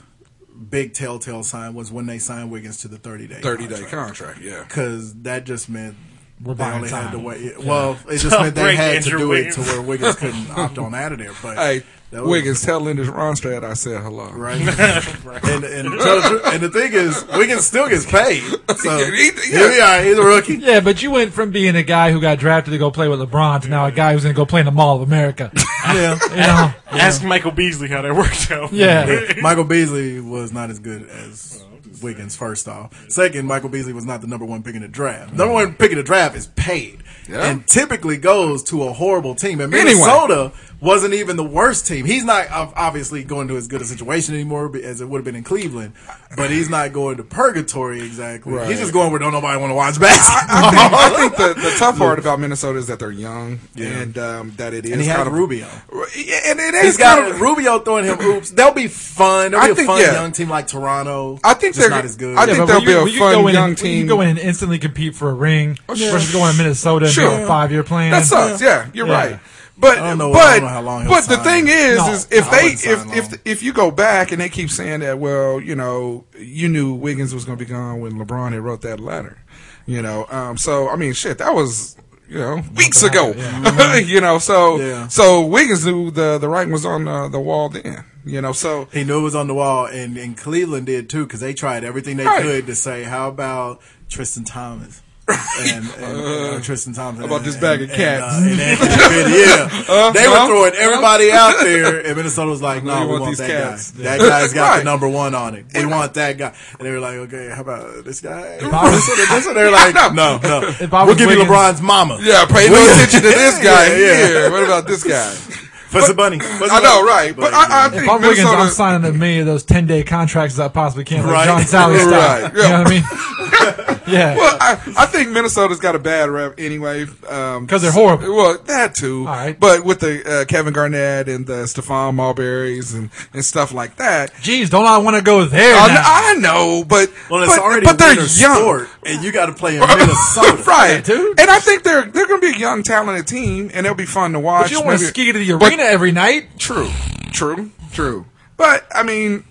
big telltale sign was when they signed Wiggins to the thirty day
thirty day contract? Yeah.
because that just meant
We're
they
buying
only had
time.
to wait. Well, it just meant they
break,
had to
Andrew
do it
Wiggins.
to where Wiggins couldn't opt on out of there. But
Hey,
that was-
Wiggins, tell Linda Ronstadt I said hello.
Right. and, and, tell the truth- and the thing is, Wiggins still gets paid. So
He- he-
here we are. He's a rookie.
Yeah, but you went from being a guy who got drafted to go play with LeBron to now a guy who's going to go play in the Mall of America.
Yeah.
You know?
Ask Michael Beasley how that worked out.
Yeah.
Michael Beasley was not as good as Wiggins, first off. Second, Michael Beasley was not the number one pick in the draft. Number one pick in the draft is paid
Yeah.
and typically goes to a horrible team. And
Anyway.
Minnesota wasn't even the worst team. He's not ob- obviously going to as good a situation anymore be- as it would have been in Cleveland, but he's not going to purgatory exactly.
Right.
He's just going where don't nobody want to watch
I
basketball.
think, I think the, the tough part about Minnesota is that they're young and um, that it is
and he
kind
has
of
Rubio.
Yeah, and it
He's
is
got
kind of
Rubio throwing him oops. They'll be fun. They'll
I
be a
think,
fun
yeah.
young team like Toronto.
I think
just
they're-
not as good.
I think
but
they'll
when
be
you-
a
when you
fun
go in
young
and, when
team. Oh,
You go in and instantly compete for a ring
sure.
versus going to Minnesota and
Sure.
doing a five year plan.
That sucks. Yeah, you're
Yeah.
right. But
I don't know-
but
I don't know how long he'll
but the
sign.
thing is,
No,
is if
I
they
wouldn't sign
if if
long.
if you go back and they keep saying that, well, you know, you knew Wiggins was going to be gone when LeBron had wrote that letter, you know. Um, so I mean, shit, that was you know weeks ago, you know. So
Yeah.
so Wiggins knew the the writing was on uh, the, the wall then, you know. So
He knew it was on the wall, and, and Cleveland did too because they tried everything they
Right.
could to say, "How about Tristan Thomas?" and, and, uh, Tristan Thomas
about
and-
this bag of
and,
cats? Uh-huh.
uh, and Anthony Kidd, yeah, they
no,
were throwing everybody out there, and Minnesota was like, "No,
We
we
want
want,
these
that
cats."
guy. That guy's got
Right.
the number one on it. We want that guy." And they were like, "Okay, how about this guy?"
I was-
That's what they were like. No, no,
If I
we'll
was
give you
Wiggins-
LeBron's mama.
yeah, pay no attention to this guy
Yeah, yeah.
here. What about this guy?
for some money.
I know, right? But I, I think
If I'm Wiggins,
Minnesota.
I'm signing as many of those 10 day contracts as I possibly can. Like
Right.
John Sally style.
Right.
You know what I mean? yeah.
Well, I, I think Minnesota's got a bad rep anyway. Because
'Cause they're horrible.
Well, that too.
All right.
But with the uh, Kevin Garnett and the Stephon Marbury's and, and stuff like that.
Geez, don't I want to go there?
I,
now?
I know, but
Well, it's
but,
already
but they're
winter
young,
sport, and you got to play in Minnesota,
right?
dude.
And I think they're they're going to be a young, talented team, and they'll be fun to watch.
but you don't want to
Maybe-
ski to the
but-
arena every night.
True, true, true. But I mean,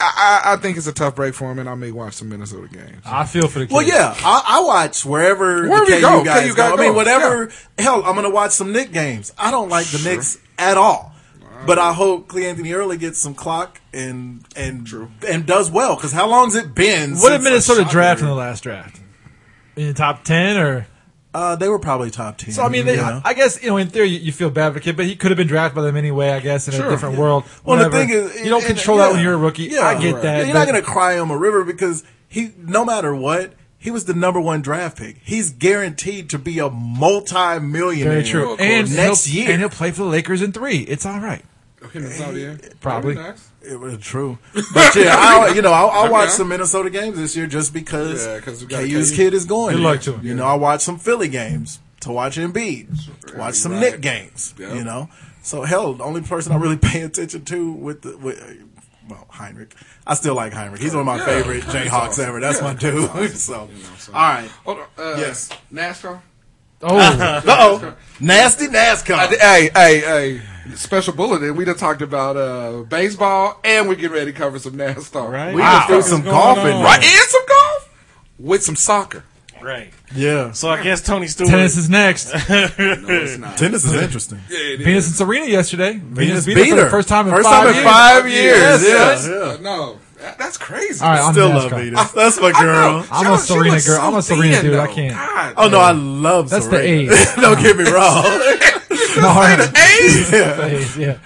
I, I I think it's a tough break for him, and I may watch some Minnesota games.
I feel for the kids.
Well, yeah, I, I watch wherever
Wherever
the
you
KU
go,
guys
KU
go.
gotta
I mean,
go,
whatever. Hell, I'm gonna watch some Nick games. I don't like the Knicks at all, but I hope Cle Anthony Early gets some clock and and and does well. Because how long's it been?
What
since
did
a
Minnesota
shot
draft in
there?
the last draft? In the top 10 or?
Uh, they were probably top ten.
So I mean, they,
you know?
I guess you know, in theory, you, you feel bad for the kid, but he could have been drafted by them anyway. I guess in a different world.
Well, the
whatever.
thing is,
you don't
and-
control
yeah.
that when you're a rookie.
Yeah,
I get that.
You're not
but-
gonna cry him a river because he, no matter what, he was the number one draft pick. He's guaranteed to be a multi-millionaire.
Very true.
And next
he'll,
year,
and he'll play for the Lakers in three. It's all right. Probably.
It was true, but yeah, I, you know, I'll, I'll watch
Okay.
some Minnesota games this year just because
Yeah, 'cause we got
KU's
KU.
kid is going.
Good
there.
luck to him.
You know, I watch some Philly games to watch Embiid, watch some Nick
right.
games.
Yep.
You know, so hell, the only person I really pay attention to with the with. Well, Heinrich. I still like Heinrich. He's one of my favorite Jayhawks ever. That's my dude. so, all right.
Hold on, uh,
Yes.
NASCAR.
Oh,
Uh oh. Nasty NASCAR.
I- Hey, hey, hey! Special bulletin. We done talked about uh, baseball, and we get ready to cover some NASCAR.
Right.
We
Wow.
just
Ah,
threw
What's
some
going
golf
on?
in there.
right and some golf with some soccer.
Right.
Yeah.
So I guess Tony Stewart.
tennis is next.
Tennis is interesting.
Venus and Serena yesterday.
Venus
Venus, beat her for
beat
the
her.
first time in
First
five
time in
years.
five years.
Yes,
Yeah,
yes.
yeah.
No, that- that's crazy.
All right, on
Still
NASCAR.
love Venus. That's my girl.
I'm
She
a
was- she
Serena
was
girl. I'm a Serena
thin,
dude. I
though.
can't.
God.
Oh no, I love
That's the
Serena.
age.
Don't get me wrong.
No, her-
Hey,
Hey, yeah.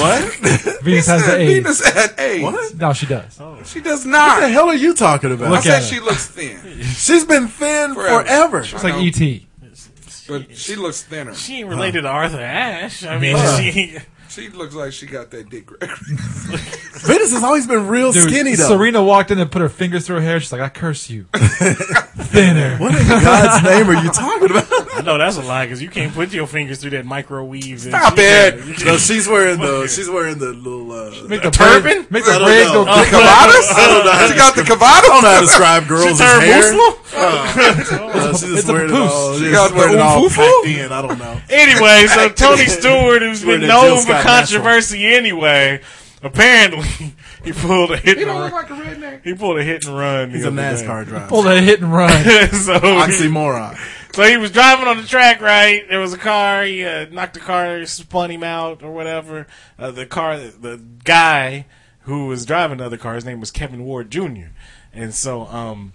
what?
Venus has the age.
Venus had AIDS.
What?
No, she does.
Oh,
She does
What the
not.
hell are you talking about?
I
Look
said
at her.
she looks thin,
She's been thin
Forever.
forever.
It's like E ET.
but she looks thinner.
She ain't related to Arthur Ashe. I mean, she.
She looks like she got that dick.
Venus has always been real
Dude,
skinny though.
Serena walked in and put her fingers through her hair. She's like, "I curse you, thinner."
What in God's name are you talking about?
No, that's a lie because you can't put your fingers through that microwave. and
Stop
shit.
it.
You
no,
can't-
she's wearing the she's wearing the little. Uh,
Make the
turban?
braid- Make
I
the
don't
braid
know.
go.
Uh,
Cavadas?
I don't know how
She
to-
got the
I don't know how to
cavadas?
describe girls'
turned
hair.
Muslim?
Uh, she just
It's a
wearing it
papoose.
all.
She
She
got
just wearing
the
it all
umfufu?
packed in. I don't know.
Anyway, so Tony Stewart, who's
Wearing
been
that
known
Jill
for
Scott
controversy anyway, apparently he pulled a hit.
He
and
don't
run.
look like a redneck.
He pulled a hit and run. the
He's a
other day.
NASCAR driver.
Pull that hit and run.
so, he,
Oxymoron.
so he was driving on the track, right? There was a car. He uh, knocked the car, spun him out, or whatever. Uh, the car, the guy who was driving the other car, his name was Kevin Ward Jr. And so, um,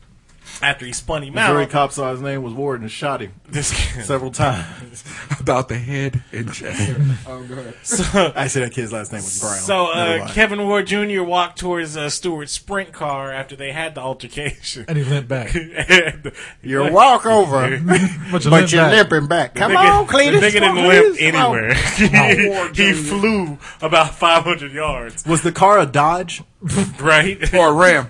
after he spun him
Missouri
out,
cop saw his name was Ward and shot him
this
several times.
About the head and chest. oh, go ahead.
Actually, that kid's last name was Brown.
So
Never
uh,
mind.
Kevin Ward Jr. walked towards uh, Stewart's sprint car after they had the altercation.
and he limped back.
And
Your walk over,
But you
but
limped
you're
back.
limping back. Come
nigga-
on, Cletus.
The nigga
come
didn't
on,
limp
Cletus, come on.
anywhere. he, he flew about 500 yards,
was the car a Dodge?
right?
Or a ram.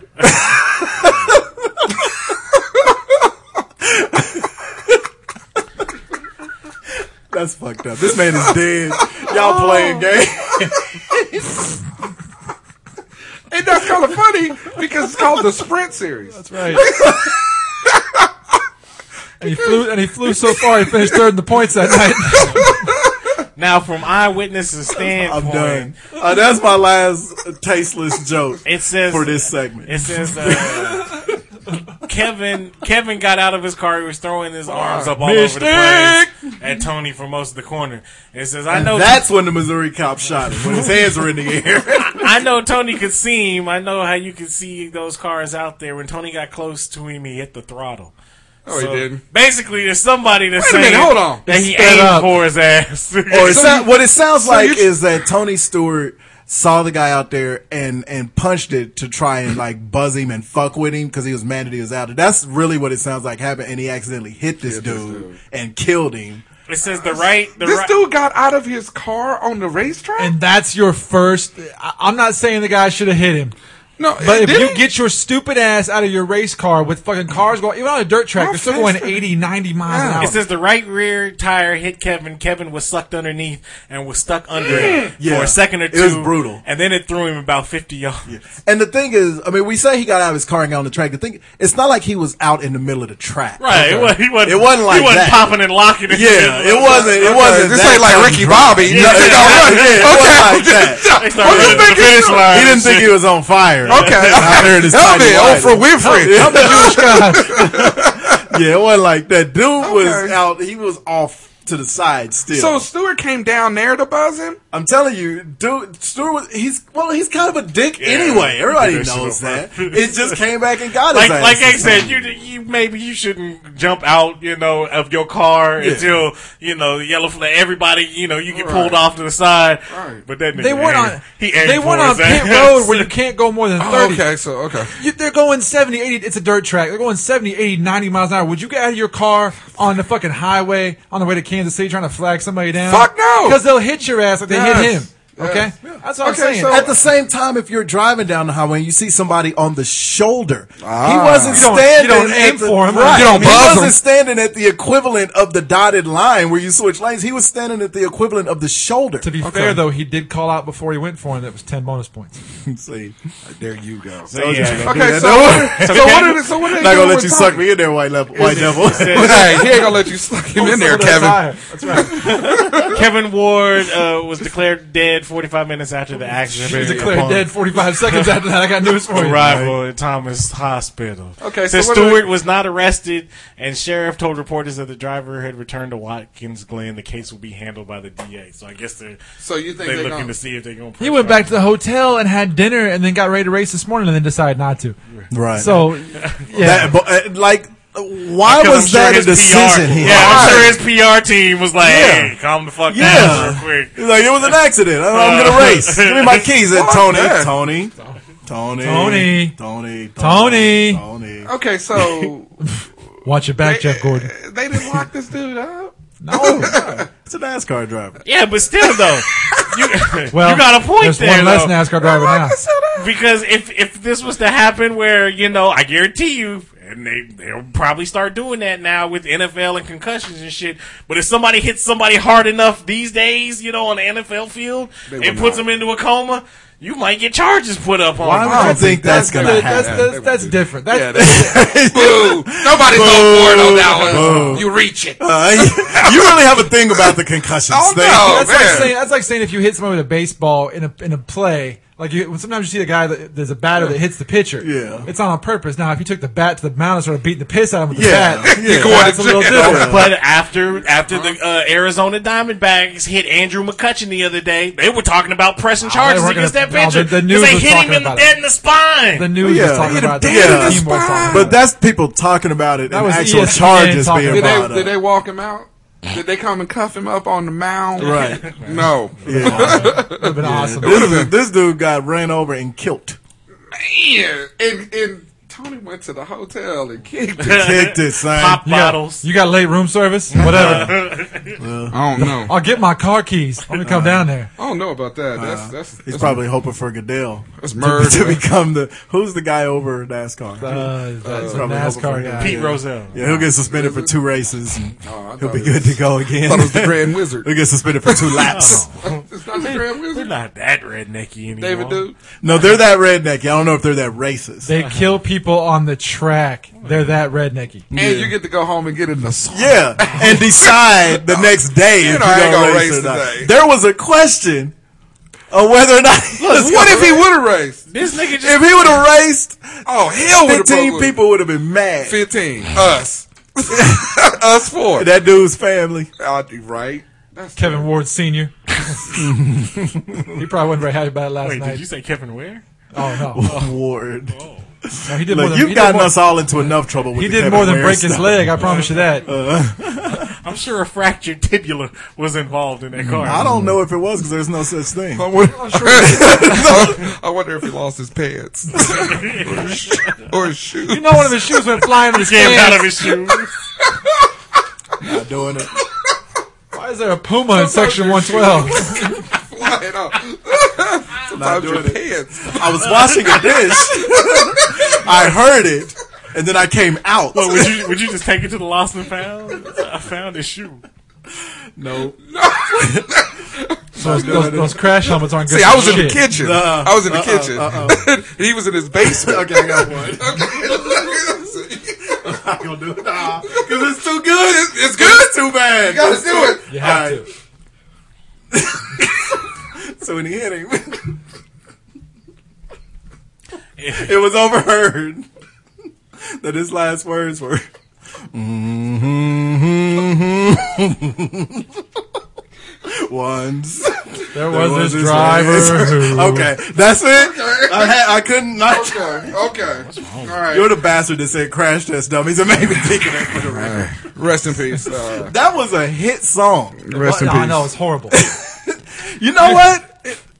That's fucked up. This man is dead. Y'all
Oh.
playing games.
And that's kind of funny because it's called the Sprint Series.
That's right. and he flew. And he flew so far, he finished third in the points that night.
now, from eyewitnesses'
I'm
standpoint,
done. Uh, that's my last tasteless joke
it says
for this segment.
It says uh, Kevin Kevin got out of his car. He was throwing his arms up all over the place at Tony for most of the corner. It says, "I know
That's when the Missouri cop shot him when his hands were in the air.
I know Tony could see him. I know how you could see those cars out there. When Tony got close to him, he hit the throttle.
Oh, he didn't.
Basically, there's somebody that's
Wait a
saying
minute, hold on.
that he
Sped
aimed
up.
for his ass.
Or it
So
sou-
you-
what it sounds
so
like
you're-
is that Tony Stewart saw the guy out there and and punched it to try and like buzz him and fuck with him because he was mad that he was out there. That's really what it sounds like happened, and he accidentally hit this, dude, and killed him.
it says the right, the
This
right.
dude got out of his car on the racetrack?
and that's your first. I, I'm not saying the guy should have hit him.
no,
But if
did
you
he?
get your stupid ass out of your race car with fucking cars going, even on a dirt track,
How
they're still
fast
going
are-
80, 90 miles an hour.
It says the right rear tire hit Kevin. Kevin was sucked underneath and was stuck under it
Mm. Yeah.
for a second or
It
two.
was brutal.
And then it threw him about 50 yards.
And the thing is, I mean, we say he got out of his car and got on the track. The thing, it's not like he was out in the middle of the track.
Right. It, wasn't, he wasn't,
It wasn't like
he wasn't
that.
popping and locking. it.
Yeah, it wasn't. It
Okay,
wasn't.
this
that
ain't like
kind of
Ricky
drama.
Bobby.
Yeah,
This ain't all
yeah,
right.
yeah, it wasn't like that.
They started
Well,
at the
this nigga-
finish line.
He didn't think he was on fire.
Okay.
Out there in his
Help
tiny
me,
lighter.
Oprah Winfrey.
Yeah. Yeah, it wasn't like that. Dude was
Okay.
out. He was off to the side still.
So Stewart came down there to buzz him?
I'm telling you, dude, Stewart was. He's well. He's kind of a dick
Yeah.
anyway. Everybody
Traditional
knows that.
purpose.
It just came back and got his
like
ass.
like I
this
said,
time.
you you maybe you shouldn't jump out, you know, of your car until you know the yellow flag. Everybody, you know, you get pulled off to the side.
Right.
But that nigga
they weren't
aimed-
on.
He eh? aimed
They weren't
for
on
his
pit
ass.
road where you can't go more than
Oh,
30.
okay, so, okay.
You, they're going 70, 80. It's a dirt track. They're going 70, 80, 90 miles an hour. Would you get out of your car on the fucking highway on the way to Kansas City trying to flag somebody down?
Fuck no.
Because they'll hit your ass like they hit
Yes.
him. Okay?
Yes.
That's
Okay,
what I'm saying.
so-
At the same time, if you're driving down the highway and you see somebody on the shoulder, he
Ah.
wasn't
You don't- you
standing.
don't
at
aim
the-
for him.
right.
You don't
he
buzz
wasn't
him.
standing at the equivalent of the dotted line where you switch lanes. He was standing at the equivalent of the shoulder.
to be fair, though, he did call out before he went for him. That was 10 bonus points.
see,
There you go.
So, yeah.
Okay, so, what- so what did so what did
not
they
gonna
do
let
with
you
Tommy?
suck me in there, white level, white devil.
Hey, he ain't gonna let you suck him in there,
Look at that
Kevin.
tire. That's right.
Kevin Ward uh, was declared dead 45 minutes after the accident.
He was
upon
declared dead 45 seconds after that. I got news for you.
Arrival at Thomas Hospital.
Okay,
so
so what do
Stewart
we-
was not arrested, and sheriff told reporters that the driver had returned to Watkins Glen. The case will be handled by the DA. So I guess they're
So you think
they're
they
looking
gonna-
to see if they're going.
He went back to the hotel and had dinner and then got ready to race this morning and then decided not to.
right.
So, yeah.
That- but, uh, like, why
Because
was
I'm sure
that a
his
decision?
PR,
here?
Yeah, I'm
Why?
sure his PR team was like,
Yeah.
"Hey, calm the fuck
Yeah.
down real quick."
He's like, it was an accident. I'm, I'm gonna race. Give me my keys, and
Fuck
Tony,
that.
Tony, Tony,
Tony.
Tony,
Tony.
Tony.
Okay, so eh,
Watch your back, Jeff Gordon.
they didn't lock this dude up.
It's a NASCAR driver.
Yeah, but still though, you,
Well,
you got a point
there's
there.
one less
though.
NASCAR driver now.
Lock this dude
because if if this was to happen, where you know, I guarantee you, and they they'll probably start doing that now with NFL and concussions and shit. But if somebody hits somebody hard enough these days, you know, on the NFL field,
They
and
will
puts
not.
them into a coma, you might get charges put up on.
Why
you.
would I don't think that's gonna
that's,
happen.
That's, that's, that's different. That's,
Yeah, they- Boo. Nobody's on board on that one.
Boo.
You reach it.
Uh, you really have a thing about the concussions.
Oh,
thing.
no.
that's like
man.
saying that's like saying if you hit someone with a baseball in a in a play, like you, when sometimes you see the guy that there's a batter that hits the pitcher.
Yeah.
it's not on purpose. Now if you took the bat to the mound and started beating the piss out of him with the
Yeah.
bat,
You're
going
that's a
to
little
jail.
different.
But after after the uh, Arizona Diamondbacks hit Andrew McCutcheon the other day, they were talking about pressing charges
weren't
against
gonna-
that
no,
pitcher
the- the
because
news
they
was
hit
talking
him in,
about
dead
it.
in the spine.
The news
Yeah.
was talking
Yeah,
about
the
that.
damn
The team was
spine.
talking
But
about
that's people talking about it, and
was
actual
ESPN
charges
talking
being
Did
brought
they, did they
up.
walk him out? Did they come and cuff him up on the mound?
Right.
No.
it. Would've been awesome.
This, dude- this dude got ran over and killed.
Man. And, and Tony went to the hotel and kicked him.
Kicked it, son.
Pop
You got-
bottles.
You got late room service? Whatever.
I don't know.
I'll get my car keys. Let me
Uh,
come down there.
I don't know about that. That's that's,
He's
that's
probably hoping for Goodell
That's
to-
murder.
to become the who's the guy over NASCAR.
Uh, that's a
probably
NASCAR
hoping for
guy.
Pete
yeah.
Rozelle.
yeah, he'll get suspended for two races. And
Oh, I
he'll
thought
be
it
good to go again.
thought it was the Grand Wizard. Oh.
he'll get suspended for two laps.
It's not the Grand
They're
Wizard.
not that rednecky anymore.
David Dude.
no, they're that redneck. I don't know if they're that racist.
They kill people on the track. They're that rednecky.
And you get to go home and get in the sauna.
Yeah, and decide the next day
You
if
know
you're
I
gonna,
ain't gonna
race,
race
or not.
today.
There was a question of whether or not
What if he would have raced?
This nigga just
if he would have raced,
Oh, hell would have
fifteen people would have been mad.
15. Us. Us four.
That dude's family.
I'll be right. That's
Kevin Ward Senior. he probably wasn't very happy about it last
wait.
night.
Did you say Kevin Ware?
Oh no.
Ward.
no, he did more
Look,
than
you've
he
gotten
did more,
us all into enough trouble. With
He
the
did
Kevin
more than
Ware
break his
stuff.
leg. I promise you that.
I'm sure a fractured tibula was involved in that car.
I don't know if it was because there's no such thing.
I wonder, I wonder if he lost his pants or his shoes.
you know, one of his shoes went flying in the
Damn, out
stands.
of his shoes.
Not doing it.
Why is there a puma in section one twelve?
flying off. Sometimes your
doing
pants.
I was washing a dish. I heard it, and then I came out.
What, would you would you just take it to the lost and found? I found his shoe.
no,
Those, those, those crash helmets aren't good.
See,
for
I was in the
shit.
kitchen.
Uh-uh.
I was in the kitchen. he was in his basement.
okay, I got one. I'm gonna do it. Nah, because it's too good. It's,
it's good.
too bad.
You gotta do it.
You have to.
So when he hit him, it was overheard that his last words were. "Mm-hmm, mm-hmm." Once.
There was
was
this
this
driver.
one.
who-
Okay, that's it. I had, I couldn't. Not,
Okay. Okay. All right.
You're the bastard that said crash test dummies and made me think of that for the record.
Rest in peace. Uh,
That was a hit song.
rest in
No,
peace.
I know it's horrible.
You know what?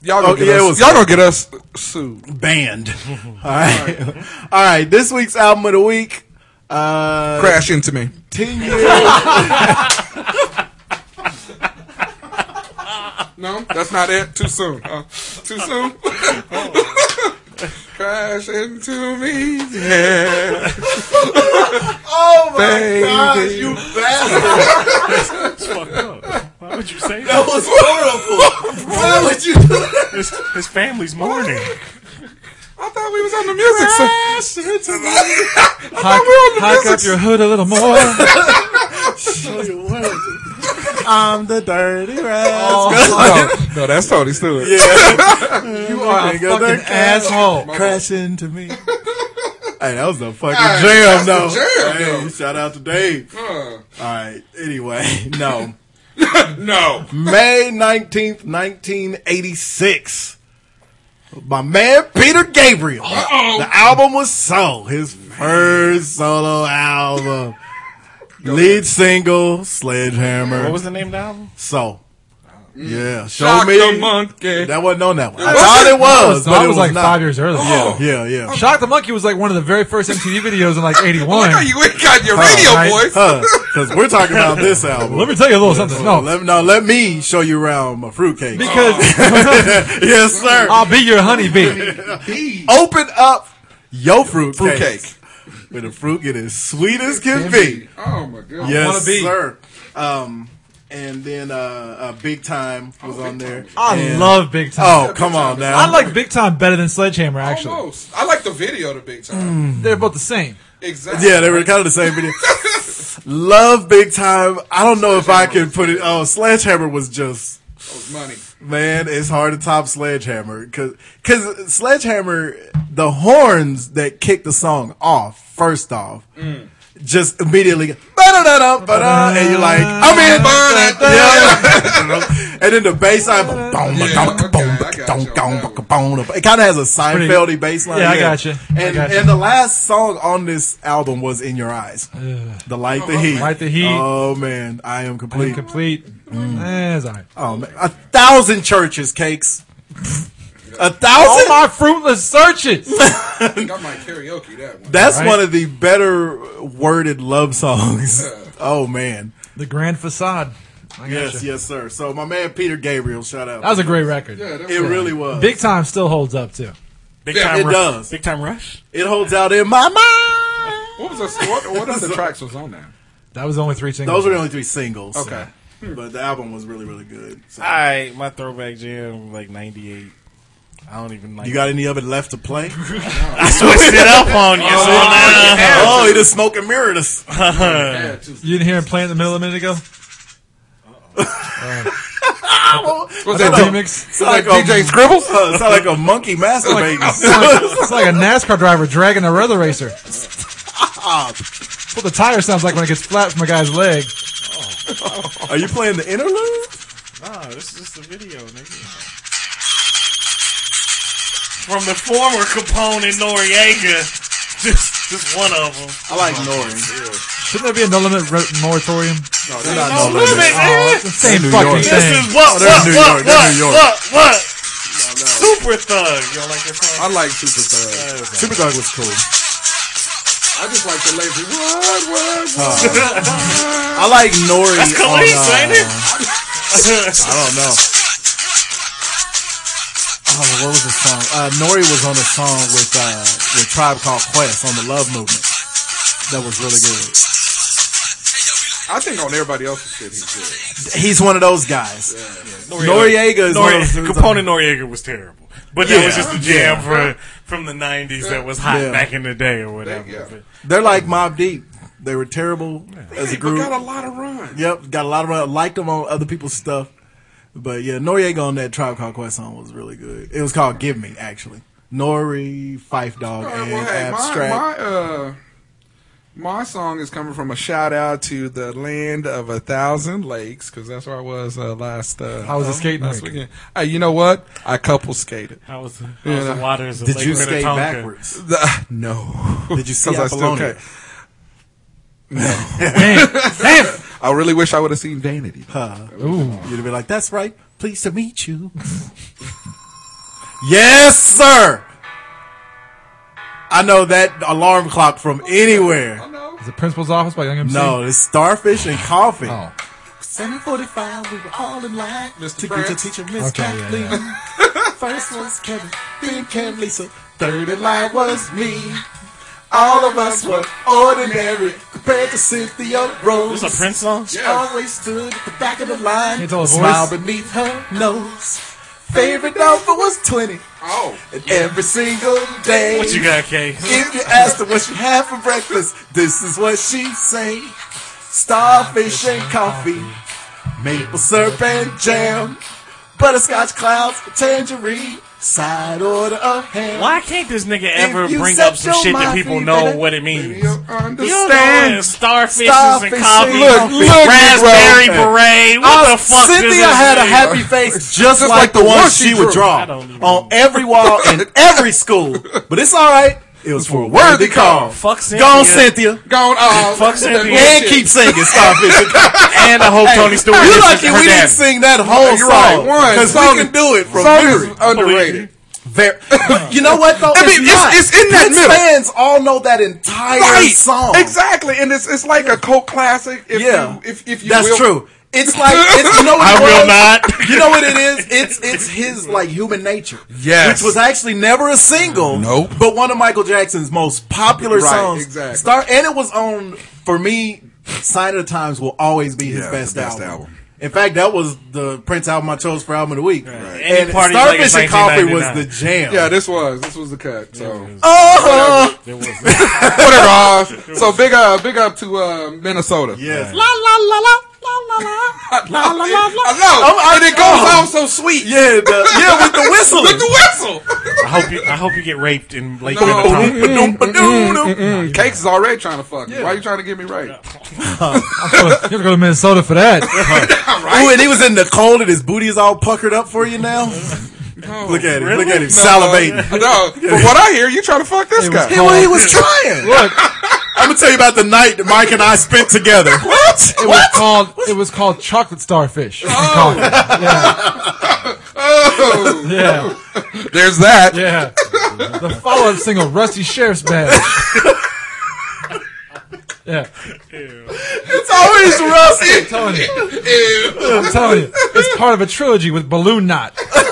Y'all gonna
Okay,
get
Oh, yeah, it
us.
was-
Y'all gonna get us sued.
Banned. All right. All right. This week's album of the week. Uh,
Crash into me.
10 years.
No, that's not it. Too soon. Uh, too soon. Crash into me. Yeah.
oh my
Baby.
gosh, you bastard.
It's fucked up. Why would you say
That
that?
was horrible. Why would you do that?
His, his family's mourning.
I thought we was on the music. se-
Hike, hike up your hood a little more.
I'm the dirty rascal.
No, no, that's Tony Stewart. Yeah.
You are a
Nigga, the
fucking
crash-
asshole.
Crash into me. hey, that was a fucking jam, though.
that's the jam,
hey,
though.
shout out to Dave.
Uh,
All right. Anyway, no.
no.
May 19th, 1986. My man Peter Gabriel. The album was Soul, his first solo album. Lead single, Sledgehammer.
What was the name of the album?
Soul. Yeah, show
Shock
me.
the monkey.
That wasn't on that one. I thought it
I
was,
was,
but it was
like
not.
five years earlier. Yeah.
Yeah, yeah.
Shock the Monkey was like one of the very first MTV videos in like
Look how
'81.
you ain't got your radio
right?
voice.
Huh. because we're talking about this album.
Let me tell you a little something. No,
Let, no, let me show you around my fruitcake.
because Oh,
yes, sir.
I'll be your honeybee.
Open up your fruitcake.
Fruitcake.
With a fruit get as sweet as can be.
Oh my god.
Yes,
be.
sir. Um, and then uh, uh, Big Time was on there.
Oh, I
And-
love Big Time.
Oh, come on now.
I like Big Time better than Sledgehammer. Actually,
Almost. I like the video the big time.
they're both the same.
Exactly.
Mm. Yeah, they were kind of the same video. Love Big Time. I don't know if I can put it. Oh, Sledgehammer was just
That was money.
man. It's hard to top Sledgehammer because because Sledgehammer the horns that kick the song off first off. Just immediately, ba-da-da-da, ba-da, and you're like, I'm in. Yeah. and then the bass line, boom,
Yeah,
boom,
okay, I got you
boom, boom,
on that
boom, boom, boom. it kind of has a Seinfeldy bass line.
Yeah, I got you. I
And
got you.
and the last song on this album was "In Your Eyes," the light, the heat,
Light the Heat.
Oh Mm. man, I am complete.
Complete. Eh, it's all right.
Oh man, a thousand churches, cakes. A
All
thousand.
Oh my fruitless searches.
I think I might karaoke that one.
That's
Right.
one of the better worded love songs. Oh man.
the Grand Facade. I
Yes,
gotcha.
yes, sir. So my man Peter Gabriel, shout out.
That was a great record.
Yeah, that
it
was-
really was.
Big Time still holds up too.
Big
Yeah,
time
it
rush.
does.
Big time rush.
It holds out in my mind.
What was us? What, what other tracks was on there?
That was the only three singles.
Those are the only three singles.
Okay.
But the album was really, really good. So.
All right, my throwback jam like '98. I don't even like.
You got any of it left to play?
I switched it up on you. so now-
oh, he just smoking mirrored us.
Yeah, just-
you didn't hear him play in the middle a minute ago.
Was
That
that the-
remix.
It's like, a,
DJ Scribbles?
uh, it's like a monkey masturbating.
It's like a NASCAR driver dragging a roller racer. That's what the tire sounds like when it gets flat from a guy's leg.
Are you playing the interlude?
Nah, this is just a video, nigga. From the former Capone and Noriega, just just one of them.
I like Nori.
Shouldn't there be a no limit ro- moratorium?
No, they're not
No
no
limit,
limit.
nigga.
It's the same
New
fucking
York.
eh? This
thing.
is what,
they're in Oh,
what,
New York,
what,
they're
what,
in New York.
what, what? Super Thug. Y'all like that
I
song?
like Super Thug.
Super Dog was
I
cool.
just like the lazy. What? What? What?
I like Nori.
That's
on,
Khalees,
uh,
ain't it?
I don't know. Oh, what was the song? Uh, Nori was on a song with uh, with Tribe Called Quest on the Love Movement. That was really good.
I think on everybody else's shit he's good.
He's one of those guys. Noriega is one of
Noriega.
those-
Capone and Noriega was terrible, but that was
Yeah.
just a jam for, from the '90s that was hot
Yeah.
back in the day or whatever.
Yeah.
But-
They're like Mob Deep. They were terrible as a
Hey, but
group.
got a lot of run.
Yep, got a lot of I liked them on other people's stuff. But yeah, Noriega on that Tribe Called Quest song was really good. It was called Give Me, actually. Nori, Fife Dog,
All right,
and
well, hey, my,
Abstract.
my, uh, my song is coming from a shout out to the land of a thousand lakes because that's where I was uh, last. Uh,
How was the skating
last
rink?
weekend? Hey, you know what? I couple skated.
How was, how
Yeah.
was the waters of
Did
Lake
you skate
Minnetonka?
backwards?
The- no,
uh, Did you see
'Cause I still
Apollonia?
can't. I really wish I would have seen Vanity.
You'd be like, that's right. Pleased to meet you. yes, sir. I know that alarm clock from anywhere.
know.
Is it Principal's Office by Young MC?
No, it's starfish and coffee.
Oh.
745, we were all in line.
Mr.
To greet your
Prince.
teacher, Miss
Okay, yeah,
Kathleen. First was Kevin, then Ken Lisa. Third in line was me. All of us were ordinary compared to Cynthia Rose.
This is a Prince song.
She always stood at the back of the line.
Can't tell her
smile
voice.
beneath her nose. Favorite number was 20.
Oh,
And every single day.
What you got, Kay?
If you asked her what she had for breakfast, this is what she'd say. Starfish and coffee, maple syrup and jam, butterscotch clouds, tangerine, side order of ham.
Why can't this nigga ever
you
bring
set
up some
your
shit that
mind
people
free,
know
baby,
what it means?
you
You don't know
understand?
what starfishes
Starfish
and
and
coffee,
look, look,
raspberry
bro.
beret. What the fuck? does
Cynthia
this
had a
mean?
happy face just,
like
like,
the
the one
one
she,
she
would
drew.
draw
I don't even
on every wall in every school. But it's all right. It was for a worthy cause.
Fuck
Go on,
Cynthia.
Cynthia.
Gone off.
Fuck Cynthia.
And keep singing Starfish and Coffee.
And I hope Tony Stewart.
You
is
lucky
her
we
daddy.
didn't sing that whole
You're right.
song
One
because
song
we
is-
can do it from
Song is
memory.
underrated.
Very, but you know what though?
I mean, it's-
not.
it's in that
Prince
middle.
Fans all know that entire song.
Exactly, and it's it's like a cult classic. If
Yeah.
you, if if you
That's
will.
true. It's like it's, you know what
I
it
will
was?
not.
You know what it is? It's it's his like human nature.
Yes.
which was actually never a single.
Nope.
but one of Michael Jackson's most popular
Right,
songs.
exactly.
Star and it was on for me. Sign of the Times will always be his
Yeah,
best,
the best
album.
album.
In fact, that was the Prince album I chose for album of the week.
Any
And
party like
Starfish
it's
and Coffee was the
1999.
jam.
Yeah, this was this was the cut. So
oh,
whatever. Oz. So big up, big up to uh, Minnesota.
Yes.
La la la la la la la la la la. I know, and it goes off so sweet.
yeah, the, yeah, with the whistle.
With the whistle.
I hope you. I hope you get raped in Lake
No.
Minnetonka.
Cakes is already trying to fuck. me. Why you trying to get me right?
you have to go to Minnesota for that.
Ooh, and he was in the cold, and his booty is all puckered up for you now. look at him! Look at him salivating.
No, from what I hear, you trying to fuck this
It was
guy.
Hey, well, he was trying.
Look,
I'm gonna tell you about the night that Mike and I spent together. what?
it was called it was called chocolate starfish. in college.
Oh,
Yeah,
there's that.
yeah. The follow-up single, "Rusty Sheriff's Badge." yeah,
It's always rusty.
telling you, I'm telling you, it's part of a trilogy with Balloon Knot.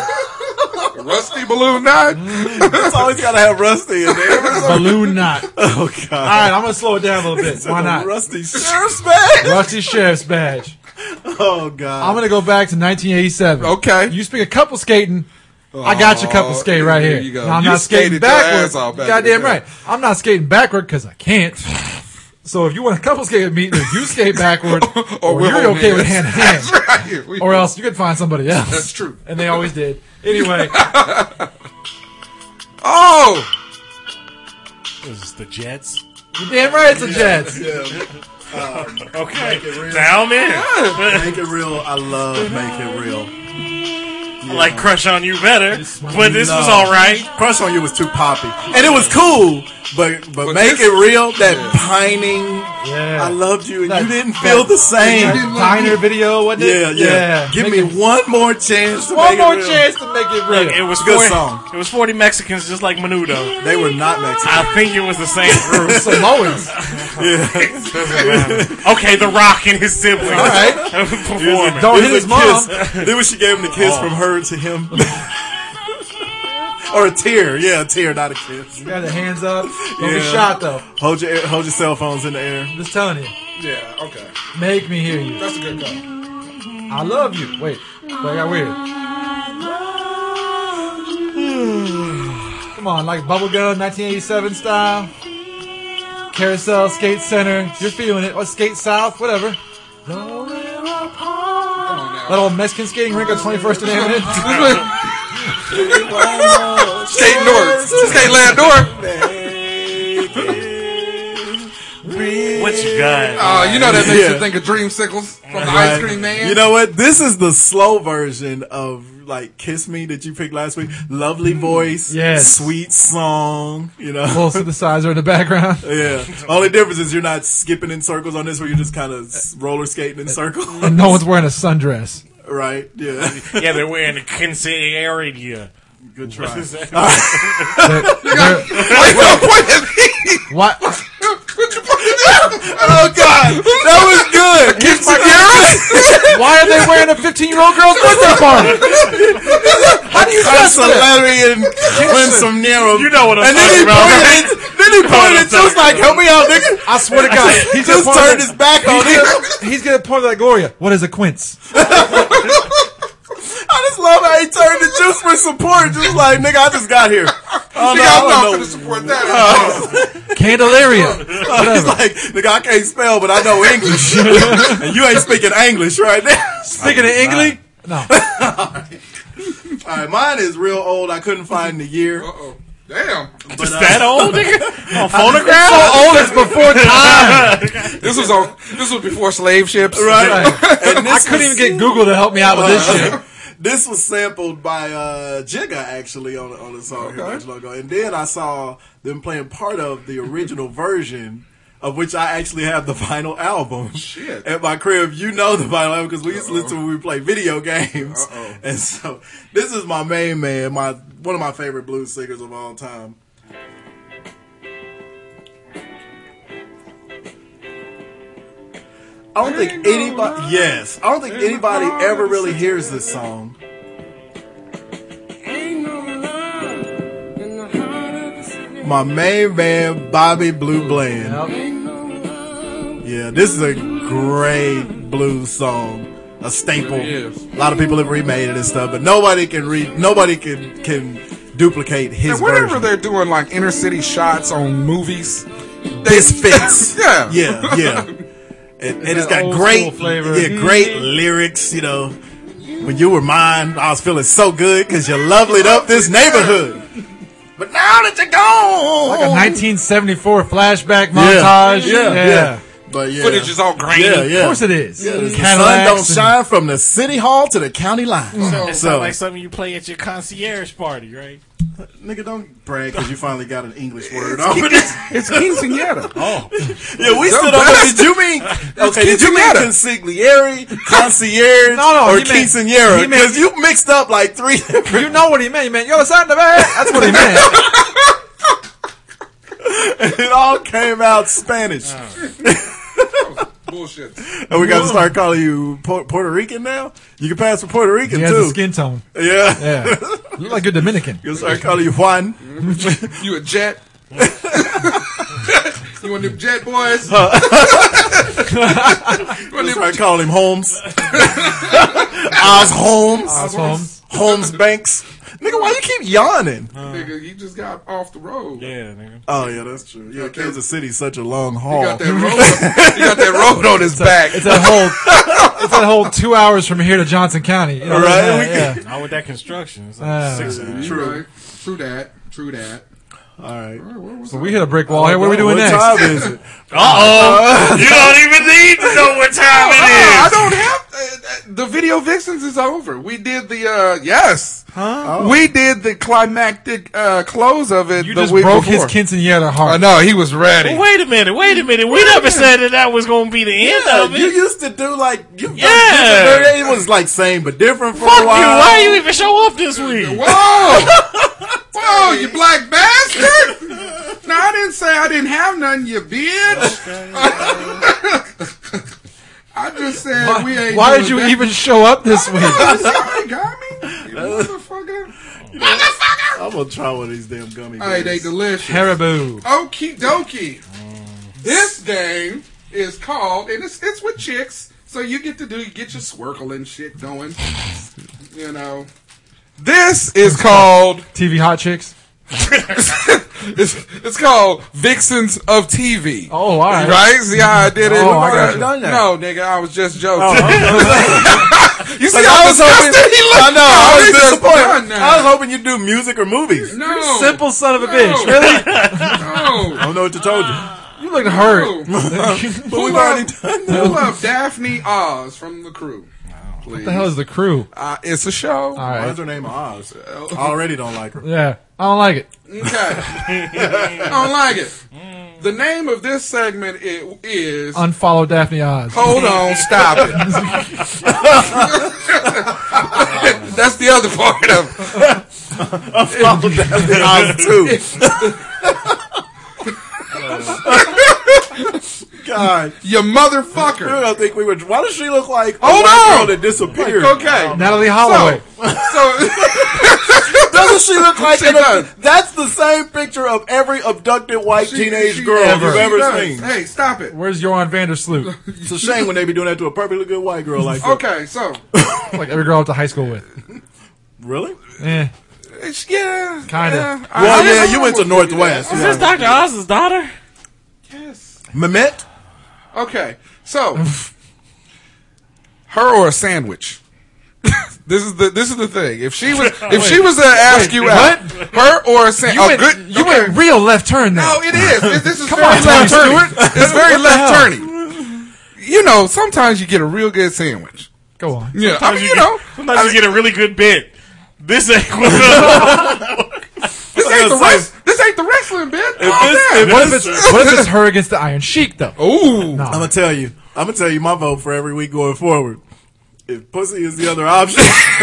Rusty balloon knot.
It's always gotta have Rusty in there.
Balloon Knot. All
Oh God!
right, I'm gonna slow it down a little bit. Why not?
Rusty sheriff's badge.
Rusty Sheriff's Badge.
Oh
I'm
God!
gonna go back to 1987.
Okay.
You speak a couple skating. I got your couple
Oh,
skate right
there
here.
you go.
No, I'm
You
not skating
skated your
backward.
ass off back
Goddamn
in the day.
right. I'm not skating backward because I can't. So if you want a couple skate with me, either you skate backward or,
we're
you're
holding
okay with hand
hands.
to hand.
Right here. We-
Or else you could find somebody else.
That's true.
And they always did. Anyway,
Oh.
This is the Jets.
you're damn right it's the Jets.
Okay, now I'm in.
Make it real. I love make it real.
I like crush on you better, but this was
No.
all right.
Crush on you was too poppy, and it was cool. But but,
But
make
this-
it real. That pining. I loved you, and
That-
you didn't feel the same.
That diner video, wasn't
Yeah, yeah.
it?
Give
Make
me
it-
one more chance. To
one
make it
more
real.
chance to make it real.
It was
Good
40,
song.
It was forty Mexicans, just like Menudo.
They were not Mexican.
I think it was the same group.
Samoans.
okay, The Rock and his siblings. All
right.
performing.
Don't hit
It was a
his mom.
kiss. Then when she gave him the kiss from her to him, or a tear, yeah, a tear, not a kiss.
Got the hands up. Don't be
Yeah.
shot though.
Hold your hold your cell phones in the air.
I'm just telling you.
Yeah. Okay.
Make me hear you.
That's a good call.
I love you. Wait, wait, I got weird. Come on, like bubblegum, 1987 style. Carousel, Skate Center. You're feeling it. Or Skate South, whatever.
Come on now.
That old Mexican skating rink on 21st and Avenue.
Skate north. Skate land north.
What you got?
Uh, you know that makes
Yeah.
you think of dreamsicles from the ice cream man.
You know what? This is the slow version of like "Kiss Me" that you picked last week.
Mm.
Lovely voice,
Yes.
sweet song. You know,
Little synthesizer in the background.
yeah. Only difference is you're not skipping in circles on this, where you're just kind of roller skating in circles,
And no one's wearing a sundress.
right? Yeah,
Yeah, they're wearing a Kinsey area.
good try.
They're- they're-
Wait, no, point at me.
why,
What you pointing at?
oh God, that was good.
Kiss my girl.
why are they wearing a 15 year old girl's birthday party?
How do you cuss a Larry and Quinceanera?
You know what I'm
And then he
talking about.
pointed. Then he pointed. Just like, help me out, nigga.
I swear to God.
He
he's
just
gonna point
turned
at-
his back on
he's
him.
gonna- He's going to point at Gloria. What is a quince?
I just love how he turned to just for support. Just like, nigga, I just got here. Oh, no,
Nigga, I'm not
I don't
gonna
know.
support that.
Candelaria.
He's like, nigga, I can't spell, but I know English. and you ain't speaking English right now.
Speaking of English, no.
All right, mine is real old. I couldn't find the year.
Uh oh. Damn.
Is that old nigga? On phonograph?
so old it's before time.
This was on. This was before slave ships.
Right? And
I
this
couldn't even
was-
get Google to help me out with this shit.
Uh, This was sampled by uh, Jigga actually on on the song here not too long ago, and then I saw them playing part of the original version of which I actually have the vinyl album
Shit.
at my crib. You know the vinyl album because we used to listen when we play video games. And so this is my main man, my one of my favorite blues singers of all time. I don't think anybody. Yes, I don't think anybody ever really hears this song. My main man, Bobby Blue Bland.
Yep.
Yeah, this is a great blues song, a staple.
is.
A lot of people have remade it and stuff, but nobody can read. Nobody can can duplicate his
And whenever
version.
they're doing like inner city shots on movies,
This fits.
Yeah.
yeah, yeah. And, and it's
that
got
old
great,
school flavor.
yeah, great lyrics. You know, when you were mine, I was feeling so good because you lovelied up this neighborhood. But now that you're gone,
Like a 1974
yeah,
flashback montage.
yeah, yeah, But yeah,
footage is all grainy.
Yeah, yeah.
Of course it is.
Yeah, the sun
Cadillacs
don't
and- Mm.
shine from the city hall to the county line.
It sounds like something you play at your concierge party, right?
Nigga, don't brag because you finally got an English word off of this.
It's quinceanera.
Oh,
Yeah, we stood up.
best.
Did you mean okay? Did you mean consigliere, concierge,
No, no,
or
he meant-
quinceanera?
he meant-
Because you mixed up like three different.
You know what he meant. He meant, yo, sign the bag. That's what he meant.
It all came out Spanish,
Uh,
Bullshit.
and we got to start calling you Pu- Puerto Rican now. You can pass for Puerto Rican
He has a
too.
skin tone.
Yeah,
Yeah. you look like a Dominican.
you start calling you Juan.
Mm.
You a jet? you want them jet boys? you want
You
them
start calling him Holmes. Oz Holmes,
That's home.
Holmes Banks. Nigga, why you keep yawning?
nigga? You just got off the road.
yeah, nigga.
Oh yeah, that's true. Yeah, Kansas City's such a long
He
haul.
got that road. he got that road on his back.
It's that whole. It's that whole two hours from here to Johnson County. You know,
Right?
yeah,
We
yeah.
Not with that construction. It's like
Uh,
six of them.
True. True that. True that.
All right.
So we hit a brick wall here. What are we doing
what
next?
time is it?
Uh-oh. you don't even need to know what time
Oh, I
it is.
don't have uh, uh, the video vixens is over. We did the uh yes. Huh? We did the climactic uh close of it.
You
the
just
week
broke
before.
his quinceanera
I
heart.
know he was ready.
Well, wait a minute. Wait a minute. We never said that that was going to be the end
Yeah,
of it.
you used to do like you. Yeah, it
Yeah.
was like same but different for
Fuck
a
you.
while.
Why you even show up this week?
Whoa! Whoa, you black bastard! No, I didn't say I didn't have none, you bitch! I just said we ain't.
Why
doing
did you
that.
even show up this week?
I'm sorry, got me? You motherfucker. Motherfucker!
I'm gonna try one of these damn gummy
Hey,
bears.
they delicious.
Caribou.
Okie dokie. This game is called, and it's it's with chicks, so you get to do get your swirkle and shit going. You know. This is called
TV hot chicks.
it's, it's called Vixens of TV.
Oh, all right.
Right? See how I did it?
Oh, I
Look at
got
that.
you. Oh,
Done that.
No, nigga, I was just joking. you see how I was
hoping.
disgusted? He looked-
I know. I
Oh,
was
he just done
disappointed.
that.
I was hoping you'd do music or movies.
No.
Simple son of a
No.
bitch. Really?
I
No.
don't know what you told you.
You look hurt.
No.
But we've already done that.
Pull up Daphne Oz from the crew. Please.
the hell is the crew?
uh, it's a show.
All
Why
right.
is her name Oz? I already don't like her.
Yeah. I don't like it.
Okay. I don't like it.
Mm.
The name of this segment i- is.
Unfollow Daphne Oz.
Hold on, stop it. That's the other part of
Oz too. God,
it. You motherfucker.
I think we were. Why does she look like a
Hold
white
on.
girl that disappeared?
Oh, Okay.
Natalie Holloway.
So,
Doesn't she look like
She
an
does.
That's the same picture of every abducted white teenage girl you've ever
does.
seen.
Hey, stop it.
Where's Johan Vandersloot?
It's a shame when they be doing that to a perfectly good white girl like that.
Okay, so
like every girl I went to high school with.
Really?
Eh.
it's- yeah,
Kinda.
yeah, I-
Well,
I-
yeah,
I
you went to
would-
Northwest.
Is this Dr. Oz's daughter?
Yes.
Mehmet?
Okay, so her or a sandwich. this is the this is the thing. If she was if she was to ask you out, her or a sandwich.
You,
a
went,
Oh, good,
you
okay.
went real left turn there.
No, it is. It- this is
Come
very
on, Tony
left turny.
Stewart.
It's very
What the
left
hell?
turny. You know, sometimes you get a real good sandwich.
Go on.
Yeah, I mean, you, know,
sometimes
I
you get a really good bit. This ain't.
this ain't the
Sometimes-
rest. This This ain't the wrestling, bitch.
this-
Calm
What if it's what if it's her against the Iron Sheik though?
Oh. down. Ooh.
I'm gonna tell you. I'm gonna tell you my vote for every week going forward. If pussy is the other option,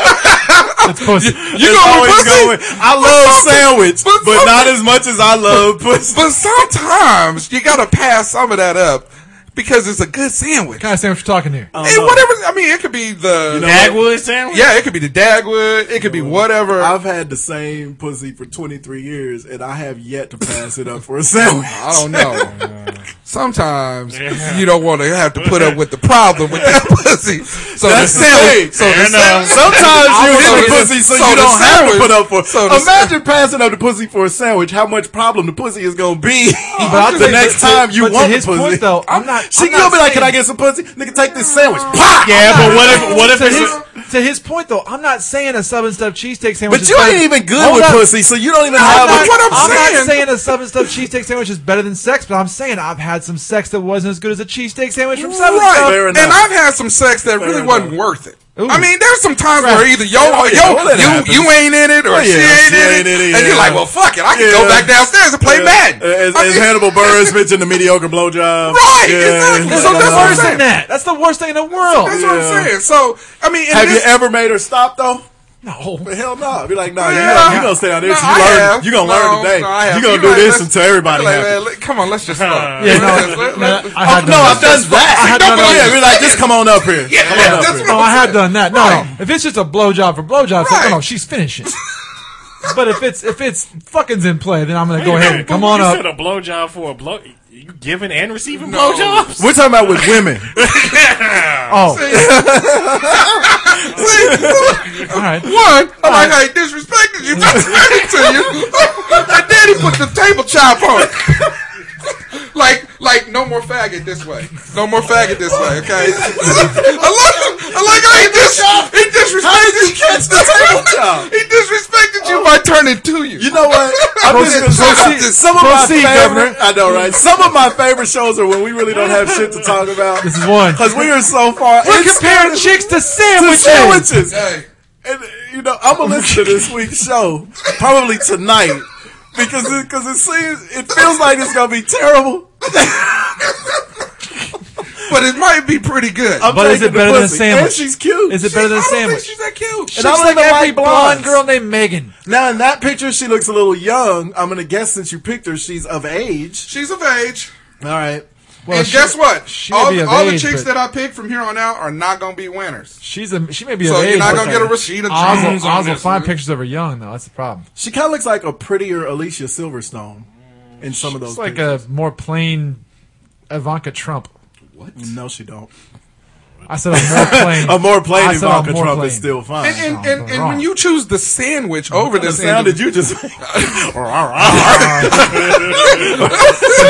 It's pussy.
You
it's
know
always
pussy?
going. I love sandwich,
but
but not
something-
as much as I love pussy.
But sometimes you gotta pass some of that up because it's a good sandwich.
Kind of sandwich you're talking here.
Hey, whatever. I mean, it could be the.
Dagwood sandwich?
yeah, it could be the Dagwood. It could be whatever.
I've had the same pussy for 23 years, and I have yet to pass it up for a sandwich.
I don't know. Sometimes you don't want to have to put up with the problem with that pussy. So
That's
the
the
sandwich.
thing.
So the
Fair enough.
sandwich.
Sometimes
I
you're
was
in the
like,
pussy, so,
so
you
the
don't have to
sandwich-
put up for.
so the
Imagine passing up the pussy for a sandwich. How much problem the pussy is gonna be
I'm
the
just-
next
but-
time you
but to
want
his
the pussy.
point, though, I'm not-
She
I'm
gonna
not
be like, "Can I
saying-
get some pussy? Nigga, take this sandwich." Pop.
Yeah, but what if what if
to
it's
his,
a-
to his point though, I'm not saying a sub and stuffed cheesesteak
But
sandwich. is
you
better-
ain't even good
Hold
with
up.
pussy, so you don't even
I'm,
have.
not,
That's what I'm
I'm not
saying.
saying a sub and stuffed cheesesteak sandwich is better than sex, but I'm saying I've had some sex that wasn't as good as a cheesesteak sandwich from Sub and Stuffed.
Fair
Right. And
enough.
I've had some sex that really
enough.
wasn't worth it.
Ooh.
I mean, there's some times where either yo,
Yeah, oh, yeah,
yo,
well, that
you,
happens.
you ain't in it, or
Oh,
she
yeah,
ain't in it, and you're
yeah.
like, well, fuck it, I can
Yeah.
go back downstairs and play Madden.
As,
I
as
mean-
Hannibal Burris mentioned the mediocre blowjob.
Right, exactly.
That's
So
the
that's what I'm
worst
saying.
thing that. That's the worst thing in the world.
That's what I'm saying. So, I mean, in
Have
this,
you ever made her stop though?
No.
But hell no. I'd be like, no,
Yeah.
you, gonna, you gonna stay out there.
No,
till
I
you learn,
have.
you gonna
No,
learn today.
no, I have.
you gonna
You
do
like,
this
let's-
until everybody
like,
happy. Oh,
man, let- come on, let's just stop.
Yeah,
Let's- let-
Oh, no,
let-
I had
no, I've
done that.
done that.
I had done
yeah,
that.
be like, just come on up here.
Yeah,
come on up
that's
here.
what
No,
I'm
I had
saying.
done that. No,
Right.
no. If it's just a blowjob for blowjob,
Right.
sake, no, no, she's finishing. but if it's if it's fucking's in play, then I'm gonna go ahead and come on
you
up.
said uh, a blowjob for a blow. You giving and receiving
No.
blowjobs?
We're talking about with women.
Oh,
See?
all right.
One, I'm like, I ain't disrespected you. I said it to you. My daddy put the table chop on it. Like, like, no more faggot this way. No more faggot this way, okay? I like, I like, I ain't dis- he disrespected you.
catch the table chop?
He disrespected you by turning to you.
You know what? I'm just gonna
Proceed-
say some of my
proceed,
favorite.
Governor.
I know, right? Some of my favorite shows are when we really don't have shit to talk about.
This is one.
because we are so far.
We're
It's
comparing chicks to
to
sandwiches.
sandwiches.
Hey.
And you know, I'm gonna listen to this week's show probably tonight because it, cause it seems it feels like it's gonna be terrible.
But it might be pretty good.
I'm
But is
taking
it
the
better than
pussy.
sandwich?
And she's cute.
Is it better than
I
a
don't think
sandwich?
she's that cute.
And I don't
like
even
every
like
blonde
blondes.
girl named Megan.
now in that picture she looks a little young. I'm gonna guess since you picked her, she's of age.
She's of age.
All right.
Well,
and
she-
guess what?
she may
All,
be
the-
of
all the
age,
chicks
but-
that I pick from here on out are not going to be winners.
She's a she may be
So
of
you're
age,
not
but
going to get a Rashida
Oz
Jones
will,
on
Oz will
this
find
one.
pictures of her young though. That's the problem.
She kind of looks like a prettier Alicia Silverstone in some of those.
It's like
pictures.
a more plain Ivanka Trump.
no, she don't.
I said a more plain.
Oh.
A more plain
I said a
Ivanka
more
Trump
plain.
is still fine.
And, and,
No,
and,
you're
and
wrong.
when you choose the sandwich over
the
this
sound did you just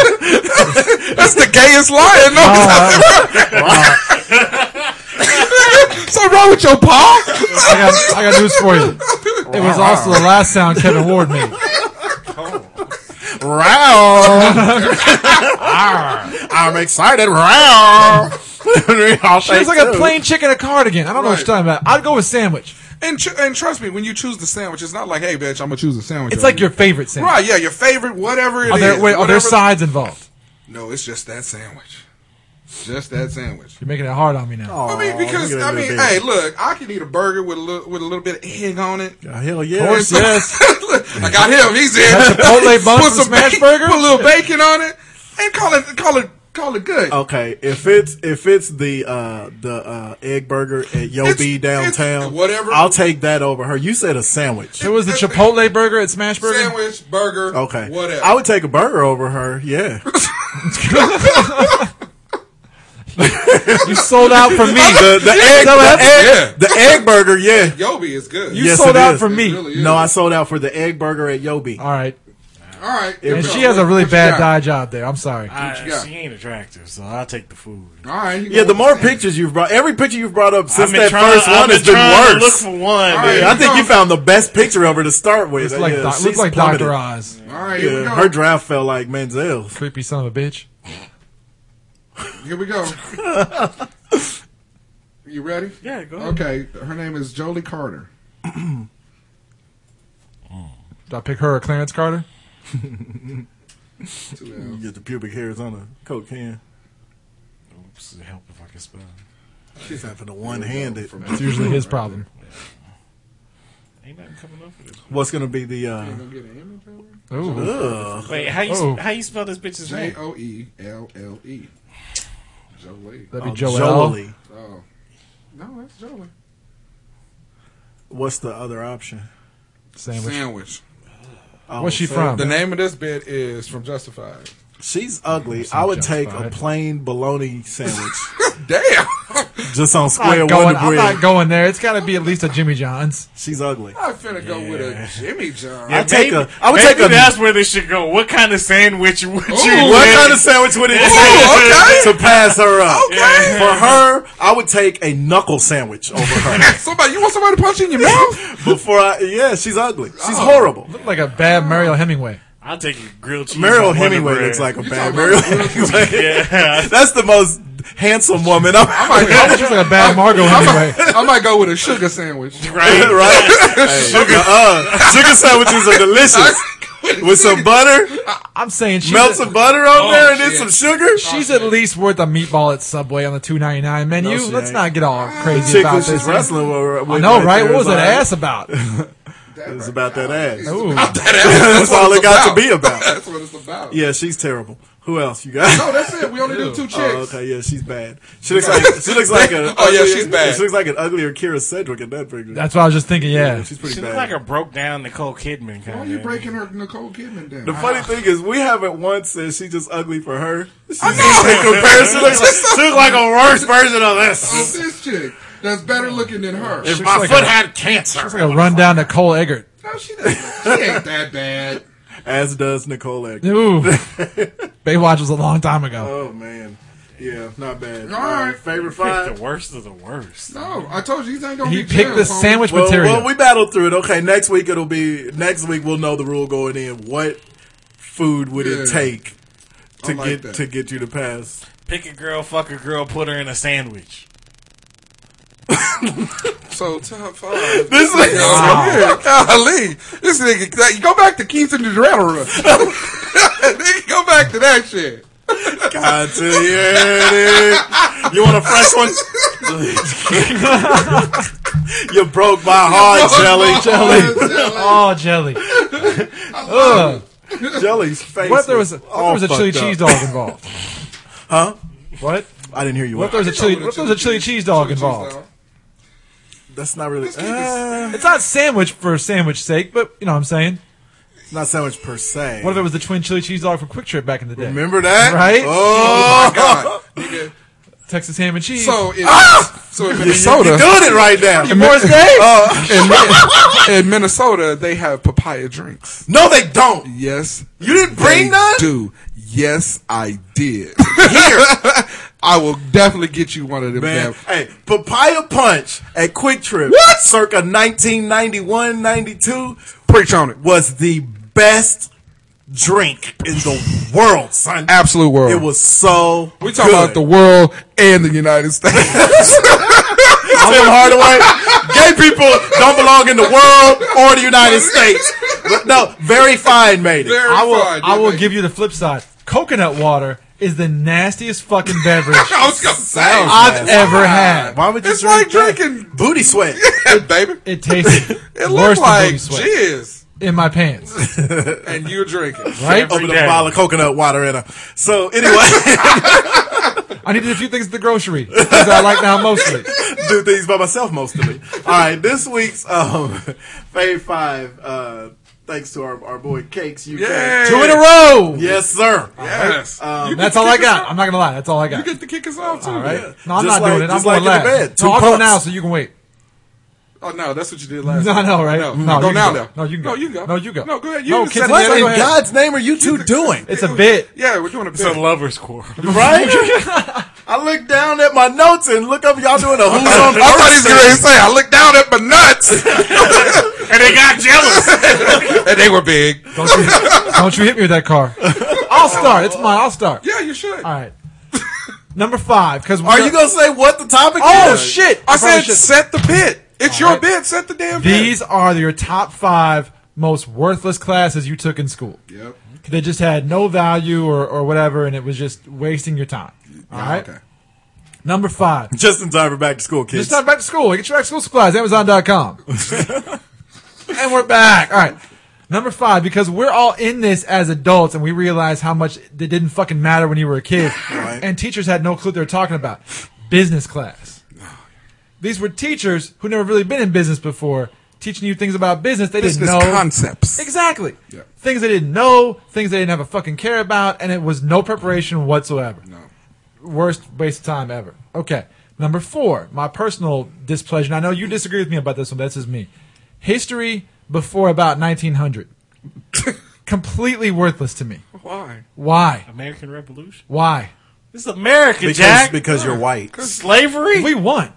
that's the gayest lion. No,
Uh,
so wrong with your paw?
I got, I got news for you. It was also the last sound Kevin Ward made.
round? I'm excited. Round.
She looks like a plain chicken a cardigan. I don't know what
Right.
you're talking about. I'd go with sandwich.
And tr- and trust me, when you choose the sandwich, it's not like, hey, bitch, I'm gonna choose a sandwich.
It's
over
like
you.
your favorite sandwich.
right, yeah, your favorite, whatever it is.
Are there, wait, are there
whatever-
sides involved?
No, it's just that sandwich. Just that sandwich.
You're making it hard on me now.
I mean, because
look at
I
that
mean,
little
hey, look, I can eat a burger with a little with a little bit of egg on it.
Hell yeah.
Oh,
course, yes.
I got him. He's in.
Chipotle buns
put
and
some
smash
bacon,
burger?
Put a little bacon on it, and call it call it call it good.
Oh,
Okay, if it's if it's the uh the uh egg burger at Yo
It's-
B downtown,
it's whatever.
I'll take that over her. You said a sandwich.
It was the Chipotle burger at Smash Burger.
Sandwich, burger,
Okay,
whatever.
I would take a burger over her. Yeah,
You sold out for me.
the, the egg,
that
the egg,
what
the egg burger. Yeah,
Yobi is good.
You
Yes,
sold
it
out
is.
for
It
me.
really
no, I sold out for the egg burger at Yobi.
All right.
All right,
And she has a really bad dye job there. I'm sorry.
I,
you got?
she ain't attractive, so I'll take the food.
All right,
Yeah, the
Oh,
more pictures you've brought, every picture you've brought up since
I've been
that
trying-
first
I've
one
been
has been
trying to
worse.
Look for one.
All right.
dude.
Yeah, I think you found the best picture of her to start with. Uh,
Looks like,
yeah,
doc-
she's
looks like
plummeted.
Dr. Oz.
All right, here we
Yeah,
go.
her draft fell like Manziel's.
Creepy son of a bitch.
Here we go. you ready?
Yeah, go ahead.
Okay, her name is Jolie Carter.
Do I pick her or Clarence Carter?
You get the pubic hairs on a Coke can.
Oops, help if I can spell.
She's having a one handed.
It's usually his problem.
Ain't nothing coming up for this.
What's going to be the. Uh,
Ooh.
ugh.
Wait, how you
Oh.
how you spell this bitch's
J
name?
O E L L E. Jolie.
That'd be
Oh,
Joel.
Jolie.
Oh. No, that's Jolie.
What's the other option?
Sandwich.
Sandwich.
Oh,
What's she
so-
from?
The name of this bit is from Justified.
She's ugly. I would take a
justified.
plain bologna sandwich
Damn.
just on
I'm
square
not, going,
Wonder
Oh I'm
bread.
not going there. It's got to be at least a Jimmy John's.
She's ugly.
I'm finna go with a Jimmy John.
I take
Maybe-
a. I would
maybe
take a.
that's where this should go. What kind of sandwich would you?
Ooh,
What
wear?
kind of sandwich would it
Oh,
okay.
take to pass her up?
Okay.
For her, I would take a knuckle sandwich over her.
Somebody, you want somebody to punch you in your mouth?
Before I, yeah, she's ugly. She's horrible.
Oh. Look like a bad Mariel Hemingway.
I'll take a grilled cheese.
Meryl
on Wonder
Hemingway
Bread.
looks like a bad
talking
Meryl
about
Hemingway.
Yeah.
That's the most handsome woman I've
She's like a bad Margot Hemingway.
I might go with a sugar sandwich.
right.
right? sugar, uh, sugar sandwiches are delicious with some butter.
I'm saying she's
Melt some butter
Oh,
on there and
shit.
then some sugar.
She's at least worth a meatball at Subway on the two ninety nine menu.
No, she
Let's
ain't.
not get all
The
crazy
chick
about
who
this.
she's wrestling with,
I know, right?
there
What was
is
that
like-
ass about?
It was about that ass.
Ooh.
That's all it got to be about. Oh,
That's what it's about.
Yeah, she's terrible. Who else you got?
No, that's it. We only do two chicks.
Oh, okay, yeah, she's bad. She looks like she looks like a.
Oh, yeah,
uglier-
she's bad.
She looks like an uglier Kira Sedgwick in that picture.
That's what I was just thinking.
yeah,
Yeah,
she's pretty
She
bad.
looks like a broke down Nicole Kidman kind
Why are
of.
you breaking her Nicole Kidman down?
The funny thing is, we haven't once said she's just ugly for her. She's just in comparison, looks like, she looks like a worse version of
Who's
this.
this chick that's better looking than her.
If my
like
foot
a-
had cancer,
it's like a rundown to Cole Eggert.
No, she, doesn't- she ain't that bad.
As does Nicole Eggert.
Ooh, Baywatch was a long time ago.
Oh man, yeah, not bad.
All right.
favorite
pick
five.
the worst of the worst.
No, Oh, I told you these ain't gonna
He
be.
picked the
gems, homie.
sandwich
Well,
material.
well, we battled through it. Okay, next week it'll be next week. We'll know the rule going in. What food would it
Yeah.
take
I
to
like
get
that.
to get you to pass?
Pick a girl, fuck a girl, put her in a sandwich.
So top five.
This is
Wow. Golly, this nigga, that- go back to Keith and the Drama. Nigga, go back to that shit.
God, yeah, dude. You want a fresh one? you broke my heart, Jelly.
Jelly.
Oh, jelly. Ugh.
Jelly's face.
What if there was, what if there
all
was a chili
fucked up.
cheese dog involved?
Huh?
What?
I didn't hear you.
What if there was a chili? What if there was a chili cheese dog involved?
That's not really.
kid is-
Uh,
It's not sandwich for sandwich sake, but you know what I'm saying.
it's not sandwich per se.
What if it was the twin chili cheese dog from Quick Trip back in the day?
Remember that?
Right?
Oh,
God, nigga.
Texas ham and cheese.
So in,
Ah!
so in Minnesota,
You're doing it right now.
Morris Day.
in, Mi- in Minnesota, they have papaya drinks.
No, they don't.
Yes,
You didn't
they
bring none.
Do yes, I did.
Here,
I will definitely get you one of them.
man.
damn-
Hey, papaya punch at Quick Trip,
What?
circa 1991, 92,
Preach on it.
was the best drink in the world, son.
Absolute world.
It was so.
We talking
good.
about the world and the United States.
Tim Hardaway. Gay people don't belong in the world or the United States. But no, very fine, mate.
Very
I will.
fine,
I will
didn't
give you the flip side. Coconut water is the nastiest fucking beverage
they? I was gonna say,
I've ever had.
Why would you
It's
drink
like
that?
drinking-
booty sweat?
baby,
It tasted
it looked
worse than
like
booty sweat
jizz,
in my pants.
and you're drinking.
Right?
Open
day.
a bottle of coconut water in her. So anyway,
I needed a few things at the grocery things I like now mostly.
do things by myself mostly. All right, this week's um, Fave Five. Uh, thanks to our, our boy Cakes UK.
Yay.
Two in a row.
Yes, sir.
Yes,
And That's all I got. I'm not gonna lie. That's all I got.
you get the kick us off too.
Uh, All right.
man.
No, I'm
Just
not
like-
doing it. I'm
just
going
like in the
last.
bed.
No,
Two
I'll go
pumps.
now, so you can wait.
Oh no, that's what you did last.
No, I
time.
know, right?
No,
No,
go
you
now,
go.
now.
No, you can go.
No, you go.
No, you go.
No, go ahead. You
No,
just
kids
said
in
What
the
it.
go
in
ahead.
God's name are you two doing?
It's a bit.
Yeah, we're doing a
It's a
bit.
lover's quarrel.
Right? I look down at my notes and look up y'all doing a who's
I
on first.
thought he was going to say, I looked down at my nuts,
and they got jealous.
and they were big.
Don't you, don't you hit me with that car. I'll start. It's mine. I'll start.
Yeah, you should.
All right. Number five. Because
Are you gonna say what the topic
Oh
is?
shit!
I said,
Probably should-
set the bit. It's your
right.
bit. Set the damn bit.
these are your top five most worthless classes you took in school.
Yep.
They just had no value or, or whatever, and it was just wasting your time. All
Ah,
right.
Okay.
Number five.
Just in time for back to school, kids.
Just not back to school. Get your back to school supplies. Amazon.com. and we're back. All right. Number five, because we're all in this as adults and we realize how much it didn't fucking matter when you were a kid.
Right.
And teachers had no clue what they were talking about. Business class. These were teachers who never really been in business before teaching you things about business they
Business
didn't know.
concepts.
Exactly.
Yeah.
Things they didn't know, things they didn't have a fucking care about, and it was no preparation whatsoever.
No.
Worst waste of time ever. Okay. Number four, my personal displeasure. and I know you disagree with me about this one, but this is me. History before about 1900. Completely worthless to me.
Why?
Why?
American Revolution.
Why?
This is America,
because
Jack.
because you're white.
Slavery.
We won.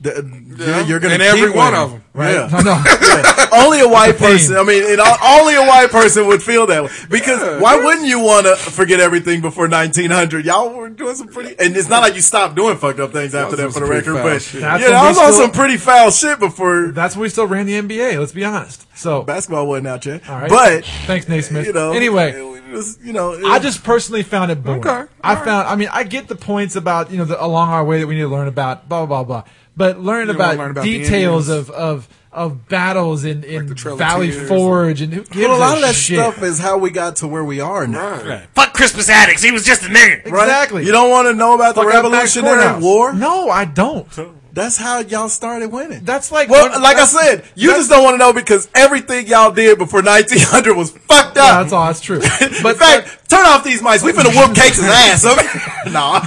The- yeah, you're gonna
And
keep
every one
winning.
of 'em,
Right?
Yeah.
No, no.
only a white
theme.
person. I mean, it, only a white person would feel that way. Because why wouldn't you want to forget everything before 1900? Y'all were doing some pretty, and it's not like you stopped doing fucked up things after
was
that for the
some pretty
record.
foul
But
shit.
yeah,
That's
you know, I
when we
was on
still-
some pretty foul shit before
That's when we still ran the NBA, let's be honest. So,
basketball wasn't out yet.
all right.
But
thanks, Naismith.
you know,
anyway,
it was, you know, it-
I just personally found it boring.
Okay.
I found. I mean, I get the points about you know the, along our way that we need to learn about blah blah blah, blah. but learn
You
about,
wanna learn about the
details
Indians.
of of of battles in in
the Trail of
Valley
Tears.
Forge and who
well, a lot of that
shit.
stuff is how we got to where we are now.
Fuck Christmas addicts. He was just a nigga.
Right?
Exactly.
You don't want to know about the
Fuck out back
Revolutionary
courthouse.
War.
No, I don't.
That's how y'all started winning.
That's like
Well,
one-
like I
that's-
said, you just don't want to know because everything y'all did before 1900 was fucked up.
Yeah, that's all. That's true.
But
But
In fact, turn off these mics. We finna whoop Cakes' ass. I mean, nah.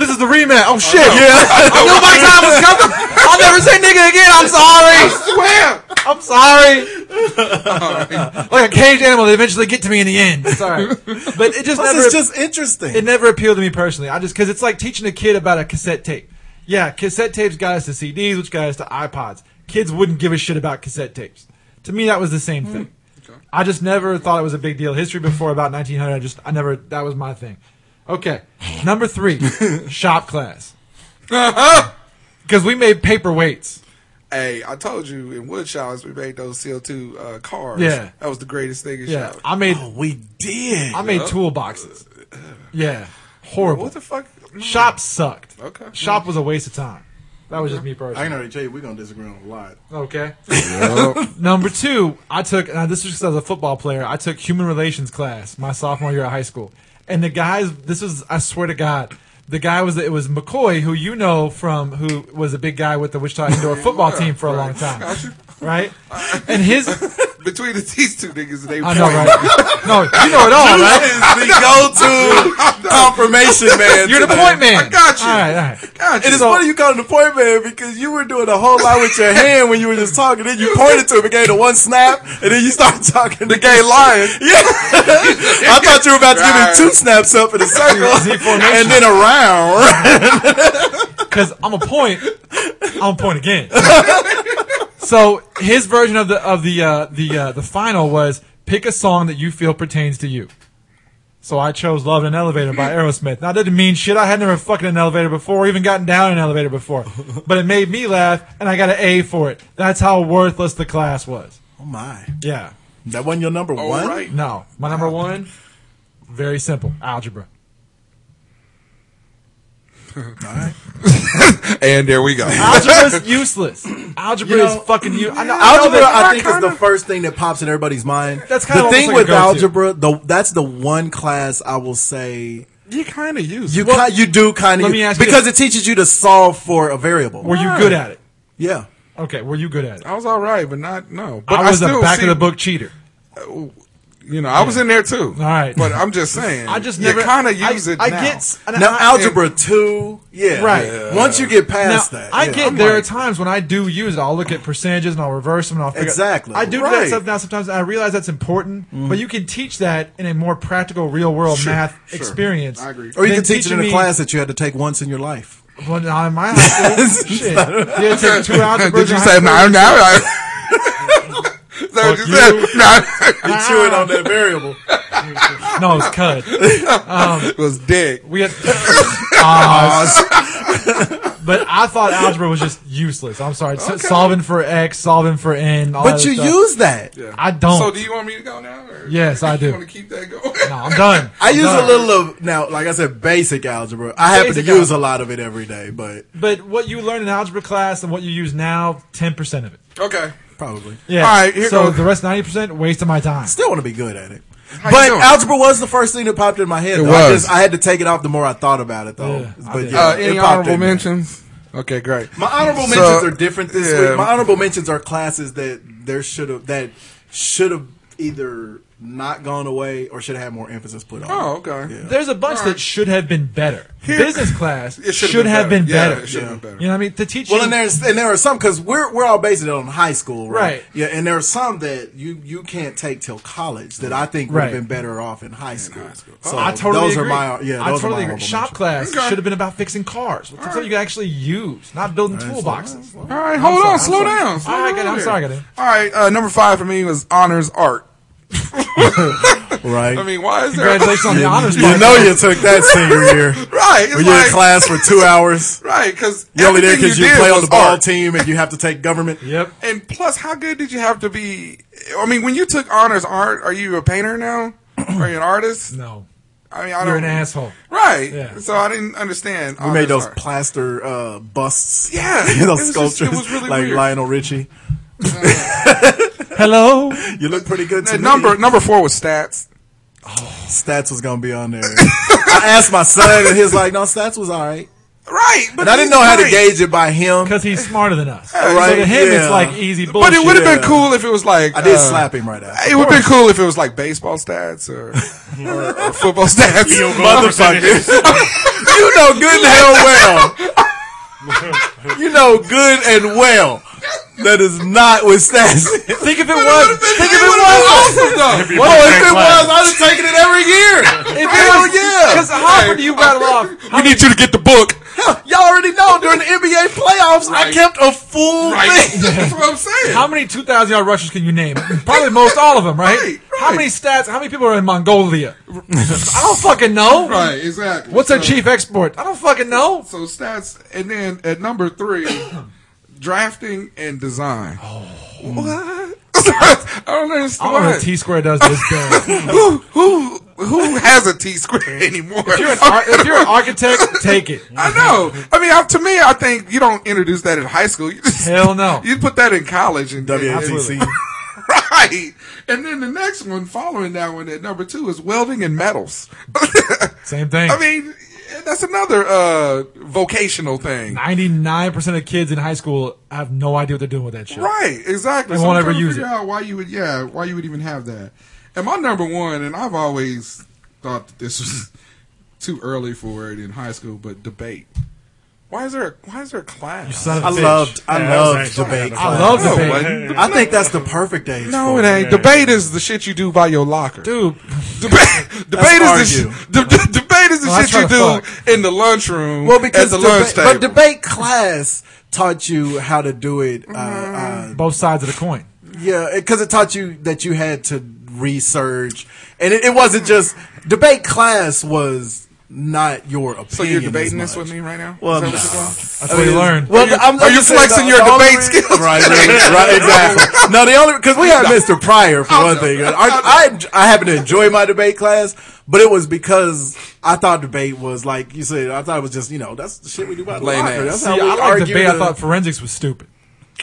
this is the rematch. Oh
Yeah.
shit! I knew my time was coming. I'll never say nigga again. I'm sorry.
Swear.
I'm sorry. like a caged animal, they eventually get to me in the end. Sorry, but it just
Plus,
never
it's just interesting.
it never appealed to me personally. I just because it's like teaching a kid about a cassette tape. Yeah, cassette tapes got us to CDs, which got us to iPods. Kids wouldn't give a shit about cassette tapes. To me, that was the same thing.
Hmm.
I just never thought it was a big deal. History before about 1900, I just I never that was my thing. Okay, number three, shop class because we made paper weights.
Hey, I told you in wood shops we made those CO2 uh, cars.
Yeah.
That was the greatest thing in
Yeah,
shop.
I made
Oh, we did.
I made toolboxes. Yeah, horrible.
What the fuck?
Shop sucked.
Okay.
Shop was a waste of time. That was just me personally.
I can already tell you, we're gonna disagree on a lot.
Okay. Number two, I took, and this was because I was a football player, I took human relations class my sophomore year of high school. And the guys, this was, I swear to God, the guy was, it was McCoy, who you know from, who was a big guy with the Wichita Indoor football team for a long time. Right? And his,
Between the, these two niggas, they
I know, right? No, you know it all,
That
right?
is the go-to confirmation man.
You're the
today.
point
I
man.
got you.
All right, all right.
God,
It is
you-
funny you called him the point man because you were doing a whole lot with your hand when you were just talking. Then you pointed to him, it gave the one snap, and then you started talking. The gay lion. Yeah. I thought you were about to give him
Right.
two snaps up in a circle
Z formation.
and then around.
because I'm a point. I'm a point again. so his version of the of the uh, the uh, the final was pick a song that you feel pertains to you. So I chose "Love in an Elevator" by Aerosmith. Now that didn't mean shit. I had never fucking in an elevator before, or even gotten down in an elevator before. But it made me laugh, and I got an A for it. That's how worthless the class was.
Oh my.
Yeah.
That wasn't your number
All
one?
right.
No, my number one. Very simple, algebra.
And there we go.
Algebra's useless. Algebra
You know-
is fucking you. I know, I know
algebra,
that-
I think, is the first thing that pops in everybody's mind.
That's kinda
the
almost
thing
like a
with
go-to.
algebra. The that's the one class I will say
you kind of used.
you ki- you do kind
let me
of
ask you
because
this.
it teaches you to solve for a variable.
Were you good at it?
yeah,
Okay, were you good at it?
I was all right, but not no. But
I was a
still
back
see-
of the book cheater.
You know, I was in there too.
All right.
but I'm just saying.
I just
you
never
kind of use
I,
it.
I
now.
get and
now
I,
algebra two. Yeah,
Right.
Yeah. Once you get
now,
past that,
I
yeah.
get there are times when I do use it. I'll look at percentages and I'll reverse them and I'll figure
Exactly.
I do do that
Right.
stuff now sometimes. and I realize that's important, but you can teach that in a more practical, real world math experience.
I agree.
Or you
than
can teach it in
teaching
a
me-
class that you had to take once in your life.
Well, not in my high school. Shit, yeah, take two algebra.
Did you say no? No. no. Is that what
Fuck
you said? No.
You chewing on that variable.
No, it's cud.
it was dick.
We had. Oz. But I thought algebra was just useless. I'm sorry. So- Solving for X, solving for N. All
But
that
you
stuff.
use that.
Yeah.
I don't.
So do you want me to go now? Or
Yes, I do.
You want to keep that going?
No, I'm done.
I
I'm
use
done.
a little of now, like I said, basic algebra. I happen
Basic
to use
algebra.
a lot of it every day, but
But what you learn in algebra class and what you use now, ten percent of it.
Okay.
probably
Yeah.
All right, here
so
goes.
the rest ninety percent waste of my time.
still want to be good at it.
How you
but
doing?
algebra was the first thing that popped in my head.
It
though. I
was.
just I had to take it off the more I thought about it though.
Yeah, I
but
did.
yeah,
Uh,
it
any
popped
honorable
in there.
mentions? Okay, great.
My honorable
So,
mentions are different this
yeah.
week. My honorable mentions are classes that there should have that should have either not gone away or should have had more emphasis put on.
Oh,
it.
okay.
Yeah.
There's a bunch that should have been better. Business class
It
should,
should've
have been better.
Yeah, it should have been
You
better.
know what I mean? To teach
Well,
you
and there's and there are some because we're we're all basing it on high school, right?
Right.
Yeah, and there are some that you you can't take till college that I think would have
Right.
been better off in high school. So
Oh, I totally
Um, those
agree.
are my yeah.
I
those
totally
are my
agree. Shop class
Okay.
should have been about fixing cars. What's something you can actually use, not building toolboxes.
All right, hold on, slow down. slow
All right, I got it.
down
I'm
here.
sorry, I got it.
All right, uh, number five for me was honors art.
Right.
I mean, why is there?
Congratulations on the honors.
you
part.
know you took that senior year.
right, it's
When you're in
like,
class for two hours,
right, because
you're only there because
because
you, play on the ball
art.
team and you have to take government.
Yep.
And plus, how good did you have to be? I mean, when you took honors art, are you a painter now? Are you an artist?
No,
I mean, I
you're an
don't-
asshole.
Right.
Yeah.
So I didn't understand.
We made those
art.
plaster uh, busts.
Yeah, it
those
was just- it
sculptures.
was really
like
weird.
Lionel Richie.
Hello.
You look pretty good to
That
me.
number number four was stats.
Stats was gonna be on there. I asked my son, and he was like, "No, stats was all right."
Right, but
And I didn't know
he's
how to
great.
gauge it by him.
Because he's smarter than us. So
Right,
to him,
yeah.
it's like easy bullshit.
But it would have been
Yeah.
cool if it was like
I did
uh,
slap him right after.
It would have been cool if it was like baseball stats or, or, or football stats. you
Motherfucker.
You know good and hell well. you know good and well that is not with stats.
Think if it was. Think if it was.
awesome though.
Oh, if it
Great class.
was, I'd have taken it every year.
If
Hell
it was,
yeah.
Because how often do you rattle off?
We need you to get the book.
Y'all already know during the NBA playoffs, I
Right.
kept a full thing.
That's what I'm saying.
How many 2,000 yard rushers can you name? Probably most all of them, right?
Right,
How
right.
many stats? How many people are in Mongolia? I don't fucking know.
right, exactly.
What's their
So-
chief export? I don't fucking know.
So stats, and then at number three, drafting and design.
Oh.
What? I don't
I
understand.
don't know what T Square does to this day.
who who who has a T square anymore?
If you're, an ar- if you're an architect, take it.
I know. I mean, I, to me, I think you don't introduce that in high school. You just,
Hell no.
You put that in college and
WATC.
and- right? And then the next one following that one at number two is welding and metals.
Same thing.
I mean, that's another uh, vocational thing.
99% of kids in high school have no idea what they're doing with that shit.
Right, exactly.
They
I'm
won't ever
trying to
use
figure
it.
out why you would, yeah, why you would even have that. And my number one, and I've always thought that this was too early for it in high school, but debate. Why is there a why is there a class?
Son of a
I
bitch.
loved, I
Yeah, that was
loved
actually
debate.
kinda
class.
I love
No,
the
it
baby.
wasn't.
I think that's the perfect age.
No,
for
it ain't. Debate is the shit you do by your locker.
Dude,
Debate, debate is the
argue.
sh- de- de- debate is the
Well, that's
shit you
trying to
do in the lunchroom.
Well, because
at the
deba-
lunch table.
but debate class taught you how to do it. Uh,
Mm-hmm.
uh,
both sides of the coin.
yeah, because it taught you that you had to research, and it, it wasn't just debate class was not your opinion.
so you're debating this with me right now? Well,
no.
That's what you learn.
Well, I'm,
are you
just saying
flexing
the-
your
the only
debate
reason-
skills?
Right, right, right, exactly. No, the only because we had Mr. Pryor for one thing. I, I I happen to enjoy my debate class, but it was because I thought debate was like you said. I thought it was just you know that's the shit we do by the
Lame
locker.
ass.
That's
See,
how we
I like
argue.
debate. I
the-
thought forensics was stupid.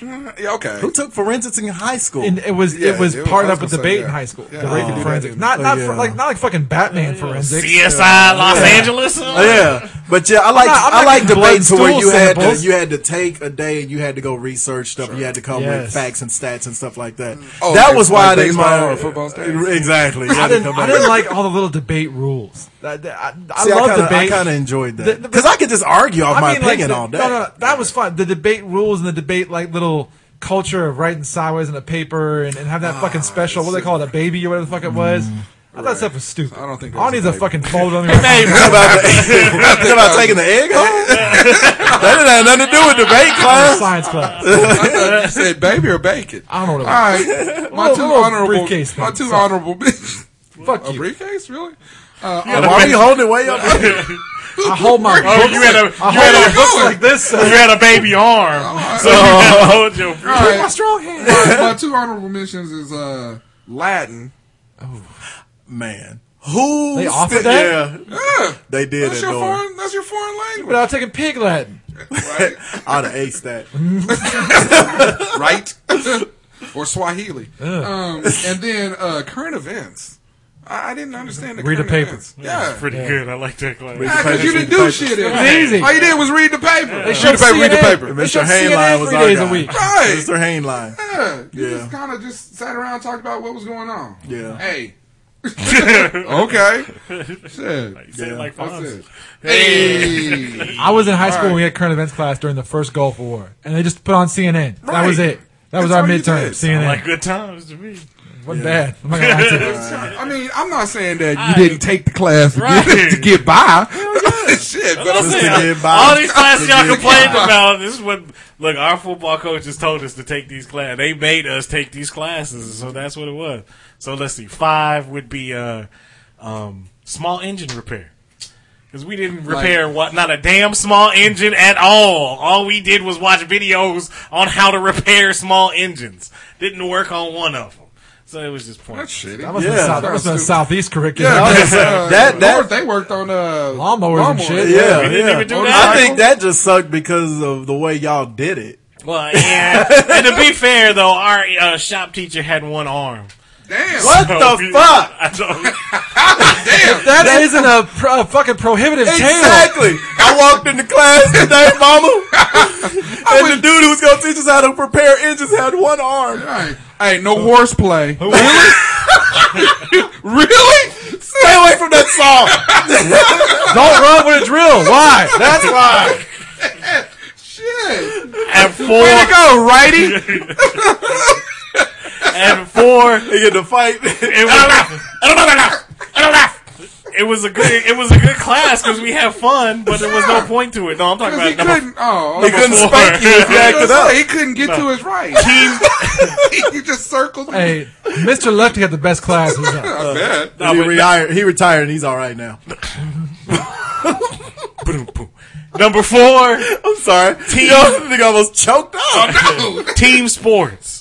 Uh, Yeah, okay.
who took forensics in high school?
And it was
Yeah,
it was
dude,
part
I was
of a
gonna say,
debate
yeah.
in high school.
Yeah,
debate
oh,
and
yeah,
forensics,
dude.
not not
Yeah.
for, like not like fucking Batman forensics.
CSI Los Angeles.
Oh, yeah, but yeah, I like
not- I'm
I
not
like
getting
debate to
blood
where you
stool
had to,
samples.
you had to take a day and you had to go research stuff. You had to come with
Yes.
facts and stats and stuff like that.
Oh,
that
like-
was why
like
they
baseball
my
or football stats?
exactly. You
I
had to
didn't,
come
I
up
didn't
with-
like all the little debate rules. I, I, I
See, I
love
kinda,
debate.
I kind of enjoyed that
The-
because I could just argue off
I
my
mean, like,
opinion
the-
all day.
No, no, no, that was fun. The debate rules and the debate like little culture of writing sideways in a paper and, and have
Ah,
that fucking special. What do they call it? A baby or whatever the fuck it was. I thought that stuff was stupid.
Mm-hmm. I don't think
I
there was
need
a
a
baby.
fucking folder on me. right now.
Talking about, the- talking about taking the egg home? that didn't have nothing to do with debate class.
Science class.
I thought you said baby or bacon.
I don't know. What it was.
All right, my
Little-
two
little
honorable,
briefcase
my
thing.
two
Sorry.
honorable.
Fuck
a
you.
briefcase, really? Uh,
Why are you holding it way up?
I hold my
Oh, you had a you had a
books like this. uh,
you had a baby arm,
Oh.
so you had to hold your.
All right.
my strong hand.
my, my two honorable mentions is uh, Latin.
Man, who
They offered that?
Yeah,
Yeah,
they did.
that's
That's
your
door.
foreign. That's your foreign language,
But I'll take a pig Latin.
right?
I'd have aced that.
right? or Swahili. Um, and then uh, current events. I, I didn't understand the
Read the
current
paper.
events. Yeah,
Pretty good. I like that. Class.
Read the
because you
papers,
didn't
read the
do
papers.
shit. in
was
it.
easy.
All you did was read the paper.
They
Read the
showed
paper. Read the
CNN.
paper.
They
Mr.
showed
Hainline
CNN
was
three
our
days
guy.
a week.
Right.
Mr. Hainline.
Yeah, you
Yeah.
just kind of just sat around and talked about what was going on.
Yeah.
Hey. okay. Shit.
Say it like
That's
Fonz.
it. Hey.
I was in high school when we had current events class during the first Gulf War, and they just put on CNN. That was
Right.
it. That was
That's
our
all you
midterm.
did.
CNN.
Like good times to me.
Wasn't bad. I'm not gonna lie to you.
I mean, I'm not saying that you didn't take the class to, get, to get by. Shit, but I'm
That's
to
it.
get by.
All these classes
To
y'all
get
complained about, this is what look our football coaches told us to take these classes. They made us take these classes, so that's what it was. So let's see, five would be uh, um, small engine repair. Because we didn't repair what, not a damn small engine at all. All we did was watch videos on how to repair small engines. Didn't work on one of them, so it was just
That's
pointless.
shitty.
That must have
Yeah.
been, south, that must have been
Sounds
southeast curriculum.
Yeah,
was gonna
uh,
say, that- that-
Lord, they worked on uh,
Lawnmowers and shit.
Yeah,
We didn't
yeah.
even do
I
that.
think that just sucked because of the way y'all did it.
Well, yeah. and to be fair though, our uh, shop teacher had one arm.
Damn,
What
So
the
we-
fuck?
I don't,
damn.
That isn't a, pr- a fucking prohibitive tale.
Exactly. I walked into class today, mama, and the dude who was going to teach us how to prepare engines had one arm.
Hey, hey, no horseplay. Really? really?
Stay away from that song.
Don't run with a drill. Why?
That's why.
Shit. Way
at
to
four,
go, righty.
at four, it
They get to fight.
was, it was a good, it was a good class because we had fun, but there was no point to it. No, I'm talking
Because he
about number
couldn't. Oh,
He
okay.
couldn't spank you if
I
you
was
acted
gonna say,
up.
he couldn't get to his right.
team.
he just circled.
Hey, Mr. Lefty had the best class. He's like,
I bet.
No,
he,
but-
retired, he retired and he's all right now.
number four,
I'm sorry. Yo, I think I almost choked up.
team sports.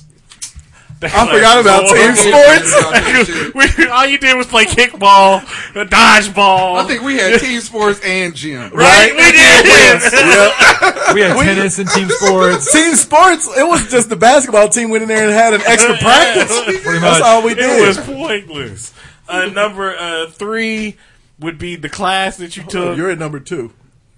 I forgot about team sports.
we, all you did was play kickball, dodgeball.
I think we had team sports and gym.
right? We did.
Yep.
we had tennis and team sports.
Team sports, it was just the basketball team went in there and had an extra practice.
Pretty
That's
much.
all we
It was
did.
pointless. Uh, number uh, three would be the class that you took.
You're at number two.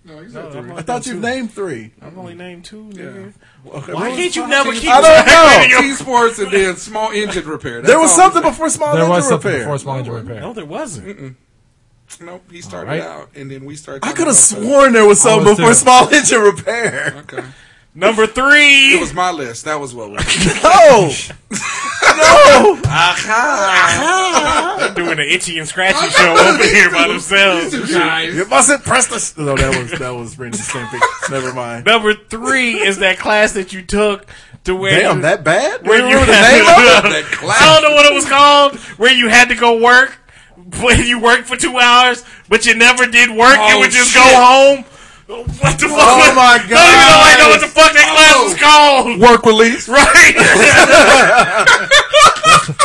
I'm
I thought you named three.
I've only named two. nigga.
Okay,
Why
what
can't you never keep
I don't
track of
know.
your-
Team sports and then small engine repair. That's
There was
all.
something before small
There
engine
was something
repair.
before small engine repair.
No, there wasn't.
Nope, he started
All right.
out and then we started.
I
talking
could have
about
sworn there was something
Almost
before
there.
small engine repair.
that. Okay.
Number
It
three.
was my list. That was what was.
No, no.
They're doing an itchy and scratchy show over here by themselves.
You mustn't press the. s- No, that was that was Randy Stampy. Never mind.
Number three is that class that you took to where.
Damn,
you-
that bad.
where
Where
you
you the name of it?
had
that
I
class.
don't know what it was called, where you had to go work. When you worked for two hours, but you never did work, you
Oh,
would just
shit.
go home. What the fuck?
Oh,
was-
my
Don't even know, I know what the fuck that class
Oh.
was called.
Work release.
Right?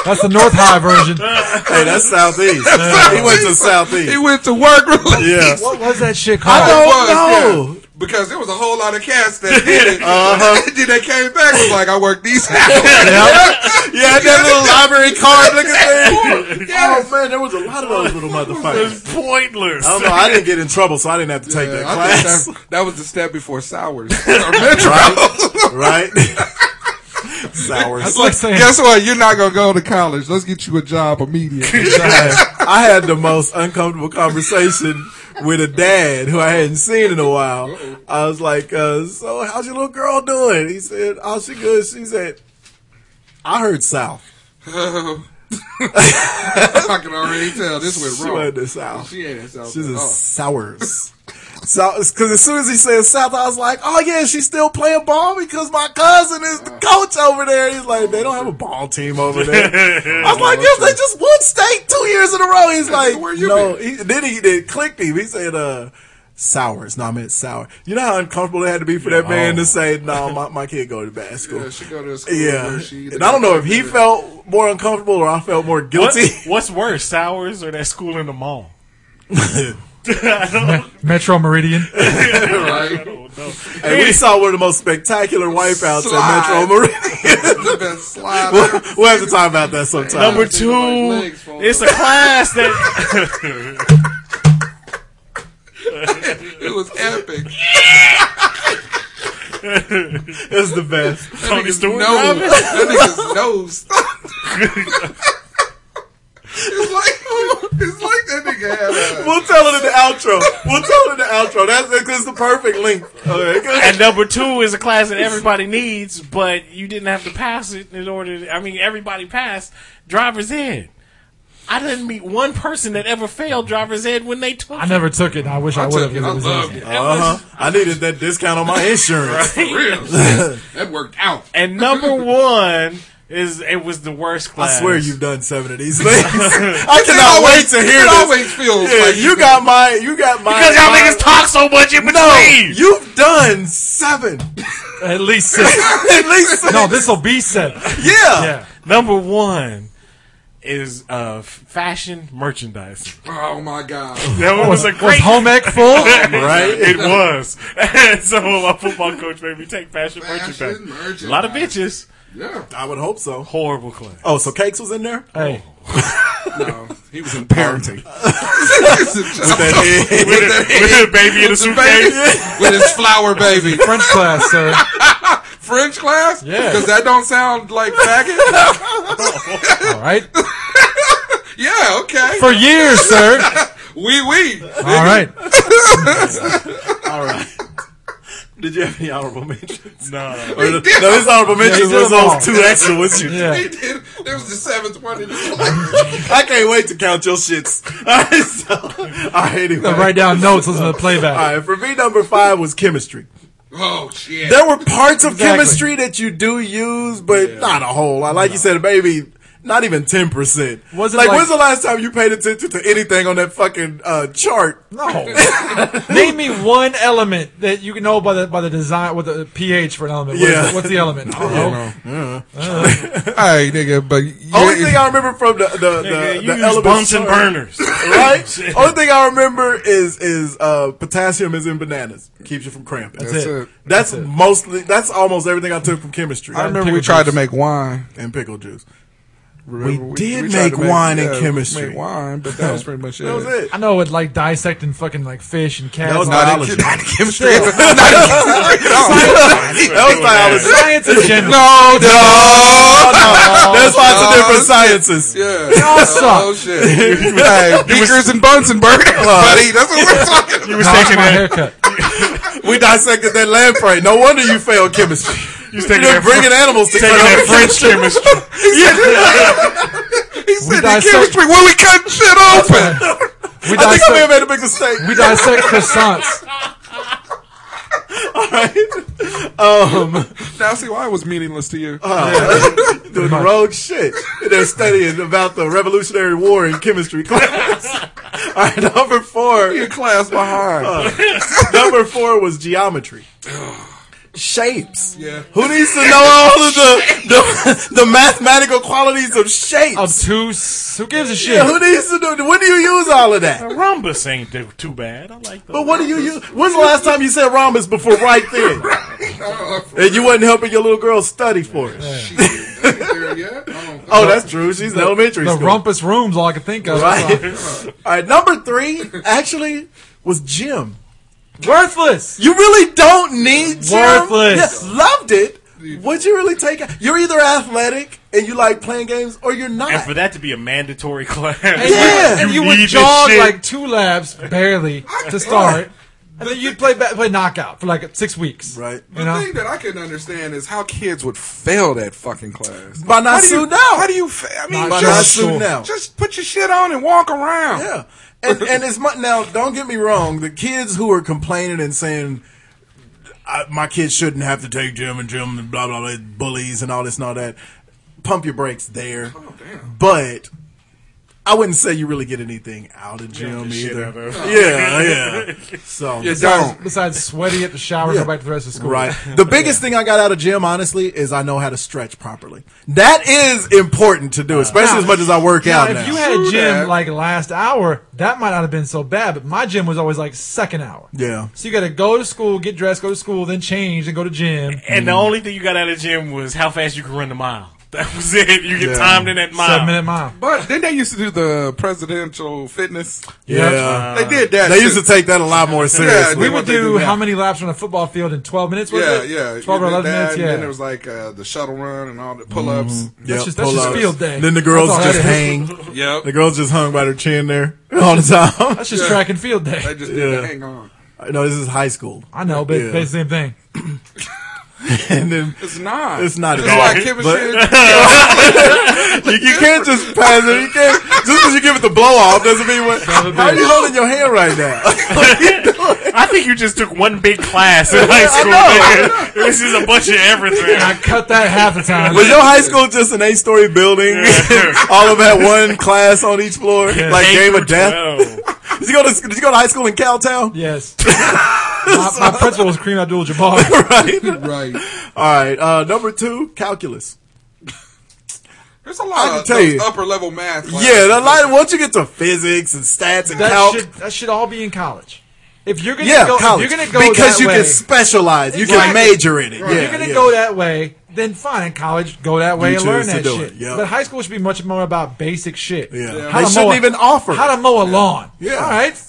That's the North High version.
Hey, that's southeast. he went to southeast.
He went to work release.
yeah.
What was that shit
I
called?
don't
was,
know.
yeah. Because there was a whole lot of cats that did it.
Uh-huh.
And then they came back and was like, I worked these hours.
Yeah, that little library card looking thing.
Yes.
Oh man, there was a lot of those little
it was
motherfuckers.
pointless.
I don't know. I didn't get in trouble, so I didn't have to take
Yeah,
that
I think
class,
that, that was the step before sours. Or Metro.
right? Sour.
That's like saying
Guess what? You're not gonna go to college. Let's get you a job immediately.
I had the most uncomfortable conversation with a dad who I hadn't seen in a while. I was like, uh, "So, how's your little girl doing?" He said, "Oh, she good." She said, "I heard South.
I can already tell this went
She
wrong.
went to South.
She Oh. ain't in South
She's
at
a
all.
sours." Because as soon as he said South, I was like, "Oh yeah, she's still playing ball because my cousin is the coach over there." He's like, "They don't have a ball team over there." I was like, yes, they just won state two years in a row. He's like,
Where you
no. He, then he it clicked him. He said, uh, sours. No, I meant sour. You know how uncomfortable it had to be for that man to say, "No, my, my kid go to bad school."
oh. Yeah, she go to a school
Yeah,
where she.
and I don't know if he felt more uncomfortable or I felt more guilty.
What's, what's worse, sours or that school in the mall? I don't,
Metro Meridian.
I
Right?
don't know.
Hey, we saw one of the most spectacular wipeouts
Slide.
at Metro Meridian.
the best slide.
we'll, we'll have to talk about that sometime.
Number
It seems
two,
like legs falling
it's a
off.
class that
It was epic.
is the best.
Tony Stewart.
No, that nigga's nose. it's like it's like that nigga had a.
We'll tell it in the outro. We'll tell it in the outro. That's it's the perfect link. Okay, good.
And number two is a class that everybody needs, but you didn't have to pass it in order. To, I mean, everybody passed. Driver's Ed. I didn't meet one person that ever failed driver's ed when they took.
I never took it. and I wish I, would have.
took it. I
because
loved
easy.
it.
Uh-huh. I needed that discount on my insurance.
For real, that worked out.
And number one is it was the worst class.
I swear you've done seven of these things. I cannot
always-
wait to hear
it
this.
always feels
yeah,
like
you got my, you got my.
because y'all
my-
niggas talk so much in between.
No, you've done seven.
At least six.
At least six.
no, this will be seven.
yeah.
Yeah.
Number one is uh, fashion merchandising.
Oh my god.
That was, a
Was
great.
home ec full?
Right, it was. And so my football coach made me take fashion,
Fashion
merchandising.
merchandise.
A lot of bitches.
Yeah.
I would hope so.
Horrible class.
Oh, so cakes was in there.
Hey,
No, he was in parenting.
With
with,
that head.
with, a, with a baby in a
the
suitcase.
baby, with his flower baby.
French class, sir.
French class?
Yeah.
Because that don't sound like faggot.
All right.
yeah, okay.
For years, sir.
Wee wee.
All right.
All right. Did you have any honorable mentions?
No.
Or the- no, his honorable mentions
he did
was
them all.
those two extra ones. You
Yeah.
He did. There was the seventh one in his life.
I can't wait to count your shits. All right, so, all right, anyway.
I write down notes, listen to the
All
playback.
right, for me, number five was chemistry.
Oh shit.
There were parts of
Exactly.
chemistry that you do use, but not a whole lot. Like you said, maybe not even ten percent.
Was
Like,
it like-
when's the last time you paid attention to anything on that fucking uh, chart?
No. Name me one element that you can know by the by the design with the pH for an element. What is
Yeah.
it? What's the element? I don't know.
Oh. Hey nigga, but you,
Only thing I remember from the the, the,
Nigga, you
the
use
element
bumps and
chart-
burners.
right?
Oh,
Only thing I remember is is uh, potassium is in bananas. Keeps you from cramping. That's,
that's
it.
it.
mostly. That's almost everything I took from chemistry
I remember
pickle
we tried
juice.
to make wine.
and pickle juice.
Remember,
We did
tried
make
to
wine and
we
chemistry.
Make wine, but that was pretty much it.
That was it.
I know it like dissecting fucking like fish and cats.
was
and
not
all
in
that
chemistry.
Not in chemistry. Not in chemistry at all.
that was biology.
Science in general.
No, no.
There's lots of
no,
different
that's
sciences.
Yeah.
suck.
Oh shit. hey, Beakers and Bunsen burgers, buddy. That's what we're talking about.
You was
How's
taking
my
that.
haircut.
We dissected that lamprey. No wonder you failed chemistry.
You was
You're
taking that, French-
bringing animals to
taking that
chemistry.
French chemistry.
He said the
dissect-
chemistry when we cut shit open.
We
I think I may have made
dissect,
a big mistake.
we dissect croissants.
Now see why it was meaningless to you.
doing the rogue shit. And They're studying about the Revolutionary War in chemistry class. All right, number four.
Your class behind.
Number four was geometry. Shapes.
Yeah.
Who needs to know all of the, the the mathematical qualities of shapes?
Obtuse. Who gives a shit?
Yeah, who needs to do? When do you use all of that?
Rhombus ain't too- too bad. I like that.
But what do you use? When's the last time you said rhombus before right then? and you wasn't helping your little girl study for it.
yeah. Oh,
Oh, that's true. She's in elementary
the
school.
rumpus rooms, all I can think of.
Right. All right, number three actually was Jim.
Worthless.
You really don't need Jim.
Worthless.
Yeah, loved it. Would you really take it? You're either athletic and you like playing games, or you're not.
And for that to be a mandatory class.
Yeah.
and you,
need
would
this
jog
shit.
like two laps barely to start, and then you'd play ba- play knockout for like six weeks.
Right.
You
the
know.
thing that I couldn't understand is how kids would fail that fucking class.
By not
How do you,
soon now.
How do you? Fa- I mean,
By not
just,
soon now.
just put your shit on and walk around.
Yeah, and and it's mu- now. Don't get me wrong. The kids who are complaining and saying I, my kids shouldn't have to take gym and gym and blah blah blah
Oh,
bullies and all this and all that. Pump your brakes there, but I wouldn't say you really get anything out of
Yeah,
gym
the shit
either.
out of him.
yeah, yeah. So
You
Besides,
don't.
besides sweaty at the shower,
Yeah.
go back to the rest of school.
Right. The biggest thing I got out of gym, honestly, is I know how to stretch properly. That is important to do, especially as much as I work
Uh, Now,
out
if
now.
you had
True
gym
that.
like last hour, that might not have been so bad. But my gym was always like second hour.
Yeah.
So you got to go to school, get dressed, go to school, then change, and go to gym.
And the
Mm.
only thing you got out of the gym was how fast you could run the mile. That was it. You get
Yeah.
timed in that mile.
Seven minute mile.
But then they used to do the presidential fitness.
yeah.
they did that.
they
shit.
used to take that a lot more seriously.
We
what
would
they do
do
now.
how many laps on a football field in twelve minutes? was
Yeah,
it?
yeah.
twelve or
You did
eleven
that,
minutes.
and
Yeah.
then there was like uh, the shuttle run and all the pull ups.
Yep,
just- that's just
pull-ups.
field day.
Then the girls
That's all
just
that is.
hang.
Yep.
The girls just hung by their chin there all the time.
That's just track and field day.
They just did
Yeah.
the hang on.
no, this is high school,
I know, but
Yeah.
it's basically the same thing.
and then
It's not.
it's not
It's
at all.
like chemistry.
you, you can't just pass it. You can't just because you give it the blow off doesn't mean what. How are you holding your hand right now?
I think you just took one big class in high school. nigga. This is a bunch of everything.
I cut that half the time.
Was your high school just an eight-story building? All of that one class on each floor, like
Eight
game
through
of death.
12.
Did you go to Did you go to high school in Cowtown?
yes. my, my principal was Kareem Abdul-Jabbar.
Right.
right.
All right. Uh, number two, calculus.
There's a
I
lot
can
of
tell
those
you.
upper level math. classes.
Yeah, the light, once you get to physics and stats and
That
calc,
should that should all be in college. If you're gonna
yeah,
go, if
college.
you're gonna go
because
that
you
way,
can specialize, you can
Exactly.
major in it. Yeah,
if you're gonna
yeah.
go that way, then fine. In college, go that way
You
and learn
choose to
that
do
shit.
it, yeah.
But high school should be much more about basic shit.
Yeah. Yeah.
How
They
to
shouldn't
mow a-
even offer
how to mow a lawn.
Yeah.
All right,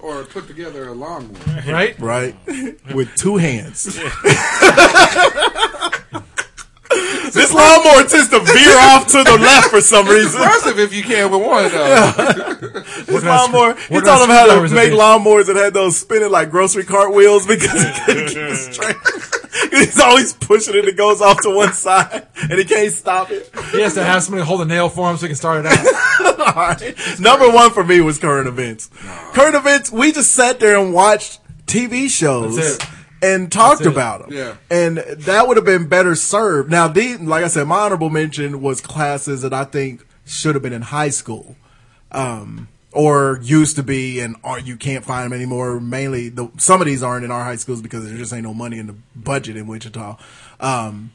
Or put together a lawnmower.
right.
right with two hands. this lawnmower tends to veer off to the left for some reason.
Impressive if you can with one, though.
This lawnmower, he
what
taught him how
about screwdrivers
to
and
make
things?
lawnmowers that had those spinning like grocery cart wheels because he couldn't keep it straight. He's always pushing it; it goes off to one side, and he can't stop it.
He has to have somebody hold a nail for him so he can start it out.
Number one for me was current events. Current events, we just sat there and watched TV shows
That's it.
and talked
That's it.
about them.
Yeah.
And that would have been better served. Now, the, like I said, my honorable mention was classes that I think should have been in high school. Um, or used to be and are you can't find them anymore. Mainly, the, some of these aren't in our high schools because there just ain't no money in the budget in Wichita. Um,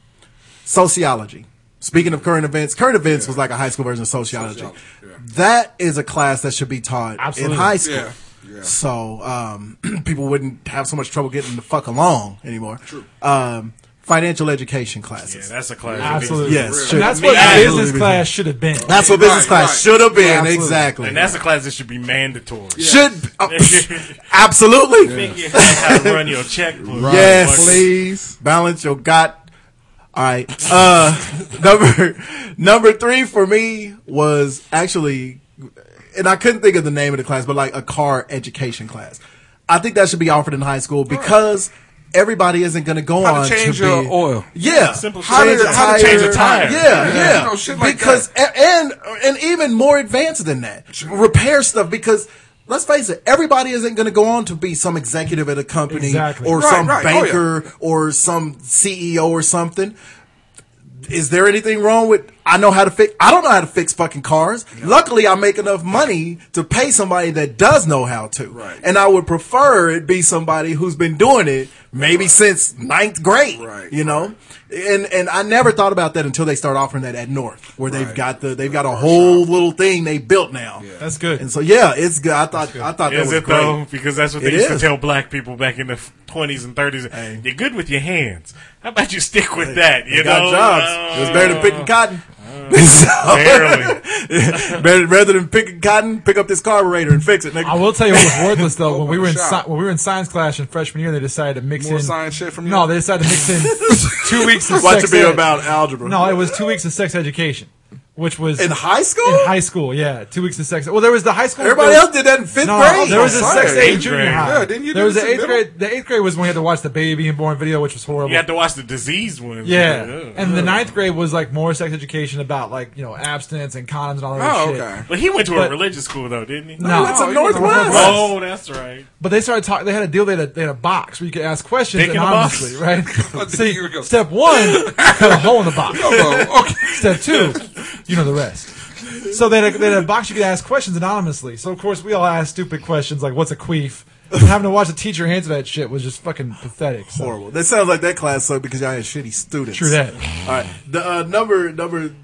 sociology. Speaking of current events, current events was like a high school version of sociology.
Sociology, yeah.
That is a class that should be taught
Absolutely.
in high school.
Yeah, yeah.
So um, people wouldn't have so much trouble getting the fuck along anymore. True. Um, financial education
Yeah,
classes.
that's a class.
Absolutely.
Yes,
And
should-
that's what
Absolutely.
business class should have been.
that's what business
Right,
class
right.
should have been.
absolutely.
exactly.
And that's a class that should be mandatory.
should uh, absolutely.
Figure out how to run your checkbook.
Yes.
Fuck.
Please.
balance your gut. All right. Uh, number number three for me was actually, and I couldn't think of the name of the class, but like a car education class. I think that should be offered in high school because everybody isn't going to go
How to
on
change
to
your
be,
oil.
Yeah,
Simple shit.
how, to,
How to change a tire.
Yeah, yeah.
Yeah, you know, shit like
because a- and and even more advanced than that, repair stuff. Because let's face it, everybody isn't going to go on to be some executive at a company
Exactly.
or
Right,
some
right. Oh, yeah.
banker or some CEO or something. Is there anything wrong with I know how to fix I don't know how to fix fucking cars. Luckily I make enough money to pay somebody that does know how to.
Right.
And I would prefer it be somebody who's been doing it maybe since ninth grade.
Right.
You know? And and I never thought about that until they start offering that at North, where they've
Right.
got the they've got a whole little thing they built now.
That's good.
And so yeah, it's good. I thought I thought that
Is
was
it
great.
though? Because that's what they
It
used to
is.
tell black people back in the twenties and thirties.
Hey.
You're good with your hands. How about you stick with that? You
They got
know,
jobs.
Uh,
it was better than picking cotton. So-
barely.
better, rather than picking cotton, pick up this carburetor and fix it, nigga.
I will tell you what was worthless though when we were in
Open
sci-
shop.
when we were in science class in freshman year they decided to mix
More
in
science shit from you?
no they decided to mix in two weeks of
Watch
sex
it be
ed.
about algebra.
no it was two weeks of sex education which was
in high school,
in high school yeah two weeks of sex well there was the high school
everybody
there-
else did that in fifth
no,
grade. Oh,
there was a
Science.
sex ed
Eighth
junior
grade.
high
Yeah, didn't you
there
do
was
this
the
in
eighth
middle?
grade the eighth grade was when we had to watch the baby being born video which was horrible
You have to watch the diseased ones.
yeah. and the ninth grade was like more sex education about like you know abstinence and condoms and all that
Oh,
shit
okay.
But he went to a
But-
religious school though, didn't he?
no
That's a
Oh, you
Northwest.
remember that.
Oh, that's right.
But they started talking. They had a deal. They had a, they had a box where you could ask questions
Dick in a box?
anonymously, right? See,
Oh, Here we go.
step one, cut a hole in the box.
Oh, okay.
Step two, you know the rest. So they had, a, they had a box you could ask questions anonymously. So of course we all asked stupid questions like "What's a queef?" And having to watch a teacher answer that shit was just fucking pathetic. So.
Horrible. That sounds like that class sucked because y'all had shitty students.
True that.
All right. The uh, number number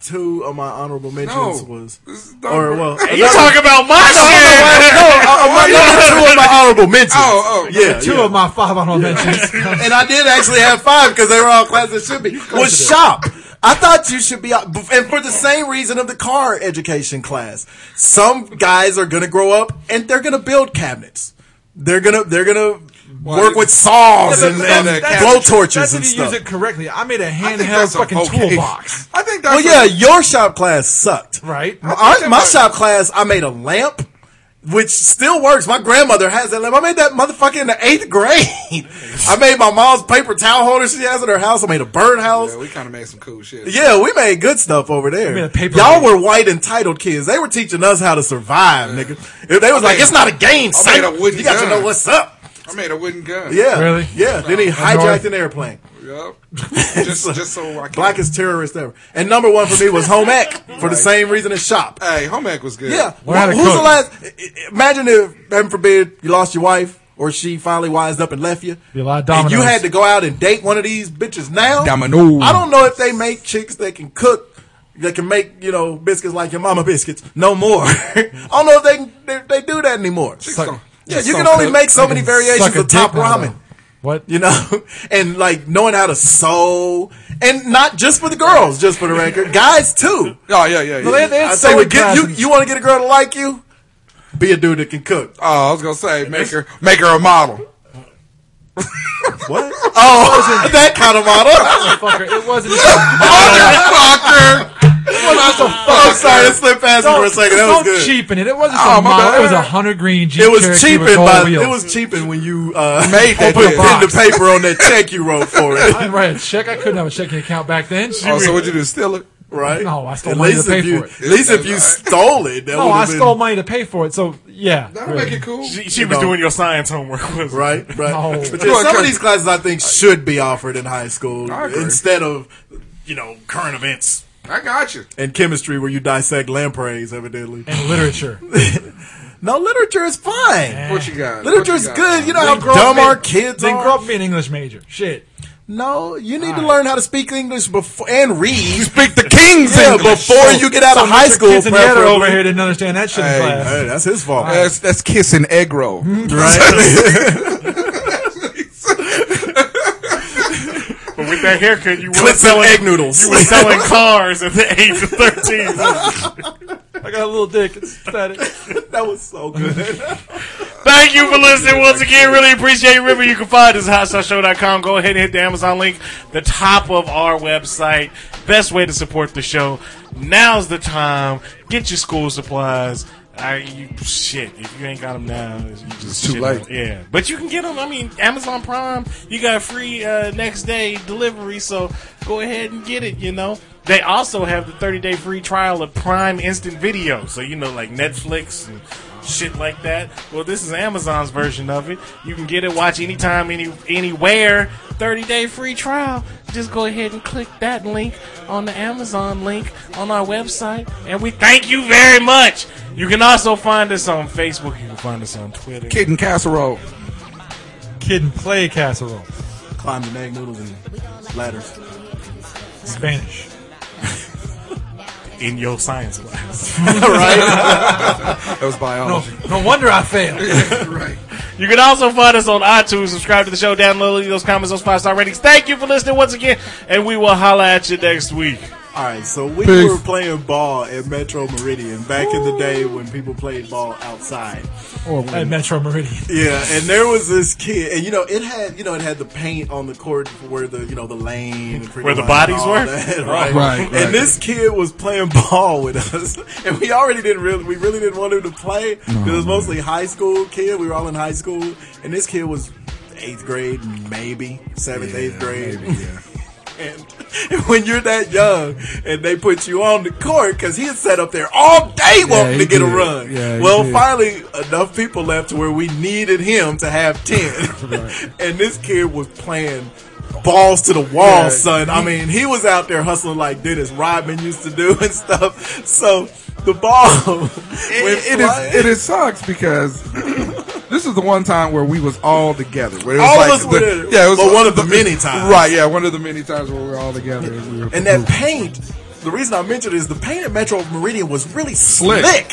two of my honorable mentions
No.
was,
This is
or
number-
well, uh,
You talking about my shit?
my number two of my honorable mentions.
Oh, oh,
yeah,
Two
yeah.
of my five honorable mentions.
and I did actually have five because they were all classes that should be. Was shop. I thought you should be, out- and for the same reason of the car education class. Some guys are gonna grow up and they're gonna build cabinets. They're gonna they're gonna work with saws and, and blow torches
That's if
and
you
stuff.
use it correctly. I made a
I think
handheld
that's a
fucking
okay.
toolbox.
I think
Well,
that's
yeah, your shop class sucked.
Right.
Our, my shop class, I made a lamp, which still works. My grandmother has that lamp. I made that motherfucker in the eighth grade. I made my mom's paper towel holder she has in her house. I made a birdhouse.
Yeah, we kind of made some cool shit.
Yeah, we made good stuff over there.
made a paper
Y'all
route.
were white entitled kids. They were teaching us how to survive, nigga. If they was like,
made-
it's not a game,
I made
son.
a wooden
You got to
gun.
know what's up.
I made a wooden gun.
Yeah,
Really?
Yeah. Then he
north?
hijacked an airplane.
Yup. just, just so I can.
Blackest terrorist ever. And number one for me was home ec for the same reason as shop.
Hey, home ec was good.
Yeah.
Learn how to
Who's
cook.
the last? i- i- Imagine if, heaven forbid, you lost your wife or she finally wised up and left you.
Be a lot of
And you
dominoes.
had to go out and date one of these bitches now.
Domino.
I don't know if they make chicks that can cook, that can make, you know, biscuits like your mama biscuits. No more. I don't know if they, can, they, they do that anymore.
Suck-
Yeah, you
suck
can only
up.
make so many variations
Suck a
of top
dick now,
ramen.
though. What?
You know, and like knowing how to sew, and not just for the girls, just for the record, guys too.
Oh yeah, yeah,
they-
yeah.
they-
I
It's
say,
so
well, get, you
depressing.
you want to get a girl to like you? Be a dude that can cook.
Oh, I was gonna say make her make her a model.
What? oh, that kind of model.
Fucker, it wasn't.
Motherfucker!
It wasn't just a
I'm
fuck.
sorry, it slipped past me for a second. That was
Don't
good.
cheapen it. It wasn't
Oh,
some
my
model.
bad.
It was a hundred green Jeep.
It was
Cherokee
cheaping,
with gold
by
wheels.
it was cheaping when you uh,
Made that
put
shit.
pen to paper on that check you wrote for
I
it,
didn't write a check. I couldn't have a checking account back then.
Oh, so what'd you do? Steal it?
right?
No, I stole
At
money
least
to pay
if you,
for it.
At least if you stole it, that
No,
would
I
have been
stole money to pay for it. So yeah,
That'll
really.
make it cool.
She, she was doing your science homework. Was
right, right.
No.
But yeah, some of these classes I think should be offered in high school
I agree.
instead of you know current events
I got you.
and chemistry where you dissect lampreys. Evidently,
and literature.
no literature is fine.
What you got?
Literature's
What you got?
good. You know how
Then grow up
dumb
being-
our kids
Then
are.
grow up being an English major. Shit.
No, you need to learn how to speak English before and read.
Speak the king's
Yeah,
English.
before you get out of high school.
Kids in the other
preferably.
over here didn't understand that shit in
Hey,
class.
Hey, that's his fault.
That's that's kissing egg roll.
Right?
But with that haircut, you were
Clips and
selling
egg noodles.
you were selling cars at the age of thirteen.
I got a little dick. It's pathetic.
that was so good.
Thank you for listening once again. Really appreciate it. Remember, you can find us at hotshotshow.com. Go ahead and hit the Amazon link, the top of our website. Best way to support the show. Now's the time. Get your school supplies. I, you, shit, if you ain't got them now, you just
too
shit.
late.
Yeah, but you can get them. I mean, Amazon Prime, you got free uh, next day delivery. So go ahead and get it. You know, they also have the 30 day free trial of Prime Instant Video. So you know, like Netflix and shit like that. Well, this is Amazon's version of it. You can get it, watch anytime, any anywhere. 30 day free trial. Just go ahead and click that link on the Amazon link on our website, and we thank you very much. You can also find us on Facebook. You can find us on Twitter.
Kid and casserole.
Kid and play casserole.
Climbing egg noodles and ladders.
Spanish.
in your science class.
That was
No,
biology.
no wonder I failed.
right.
You can also find us on iTunes, subscribe to the show, download leave those comments, those five star ratings. Thank you for listening once again, and we will holla at you next week.
All right, so we
Peace.
were playing ball at Metro Meridian back in the day when people played ball outside.
At Metro Meridian.
Yeah, and there was this kid, and you know it had you know it had the paint on the court where the you know the lane pretty
Where the
much
bodies
and all
were?
that,
Right,
right?
right.
And this kid was playing ball with us, and we already didn't really we really didn't want him to play because it was mostly high school kid. We were all in high school, and this kid was eighth grade, maybe seventh, eighth grade. And when you're that young and they put you on the court because he had sat up there all day wanting
he
to get a
did.
run.
Yeah, he
well,
did.
finally, enough people left to where we needed him to have 10. and this kid was playing balls to the wall,
Yeah.
son. I mean, he was out there hustling like Dennis Rodman used to do and stuff. So the ball, went
it, it
flying.
is it is sucks because this is the one time where we was all together. Where it was
All of
like
us were
the-
there.
Yeah, it was
But
like
one of the many times.
Right. Yeah, one of the many times where we were all together. And, we were
And that paint, the reason I mentioned it is the paint at Metro Meridian was really slick.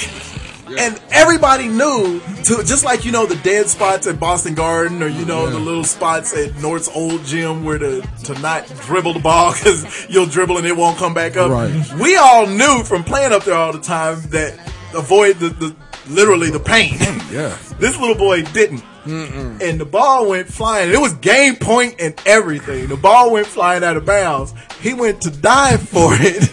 And everybody knew to just like you know the dead spots at Boston Garden or you know the little spots at North's old gym where to to not dribble the ball because you'll dribble and it won't come back up.
Right.
We all knew from playing up there all the time that avoid the, the literally the paint.
yeah.
This little boy didn't. And the ball went flying. It was game point and everything. The ball went flying out of bounds. He went to dive for it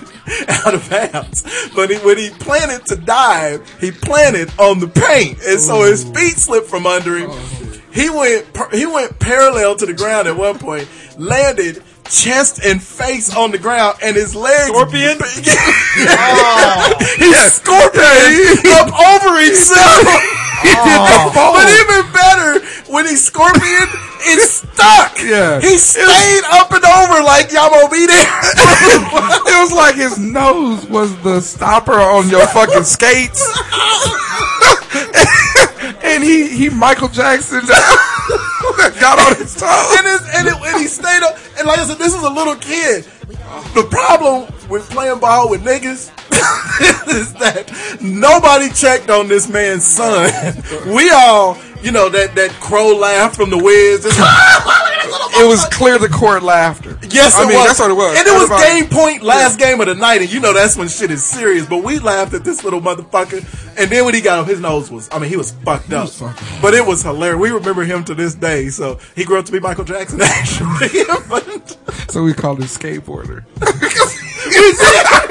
out of bounds. But he, when he planted to dive, he planted on the paint. And so his feet slipped from under him. He went par- he went parallel to the ground at one point, landed chest and face on the ground, and his legs
Scorpion?
he scorpioned up over himself. he did the Oh. But even better, when he scorpioned, it stuck.
Yeah.
He stayed up and over like y'all gonna be there.
it was like his nose was the stopper on your fucking skates. and he he Michael Jackson got on his toes.
and, it's, and, it, and he stayed up. And like I said, this is a little kid. The problem with playing ball with niggas is that nobody checked on this man's son. We all, you know, that, that crow laugh from the Wiz. It's like,
It was clear the court laughter.
Yes,
I
it
mean
was.
that's what it was.
And it was
Everybody-
game point last game of the night, and you know that's when shit is serious. But we laughed at this little motherfucker, and then when he got up, his nose was—I mean, he was fucked up. but it was hilarious. We remember him to this day. So he grew up to be Michael Jackson, actually. But-
So we called him skateboarder.
we did.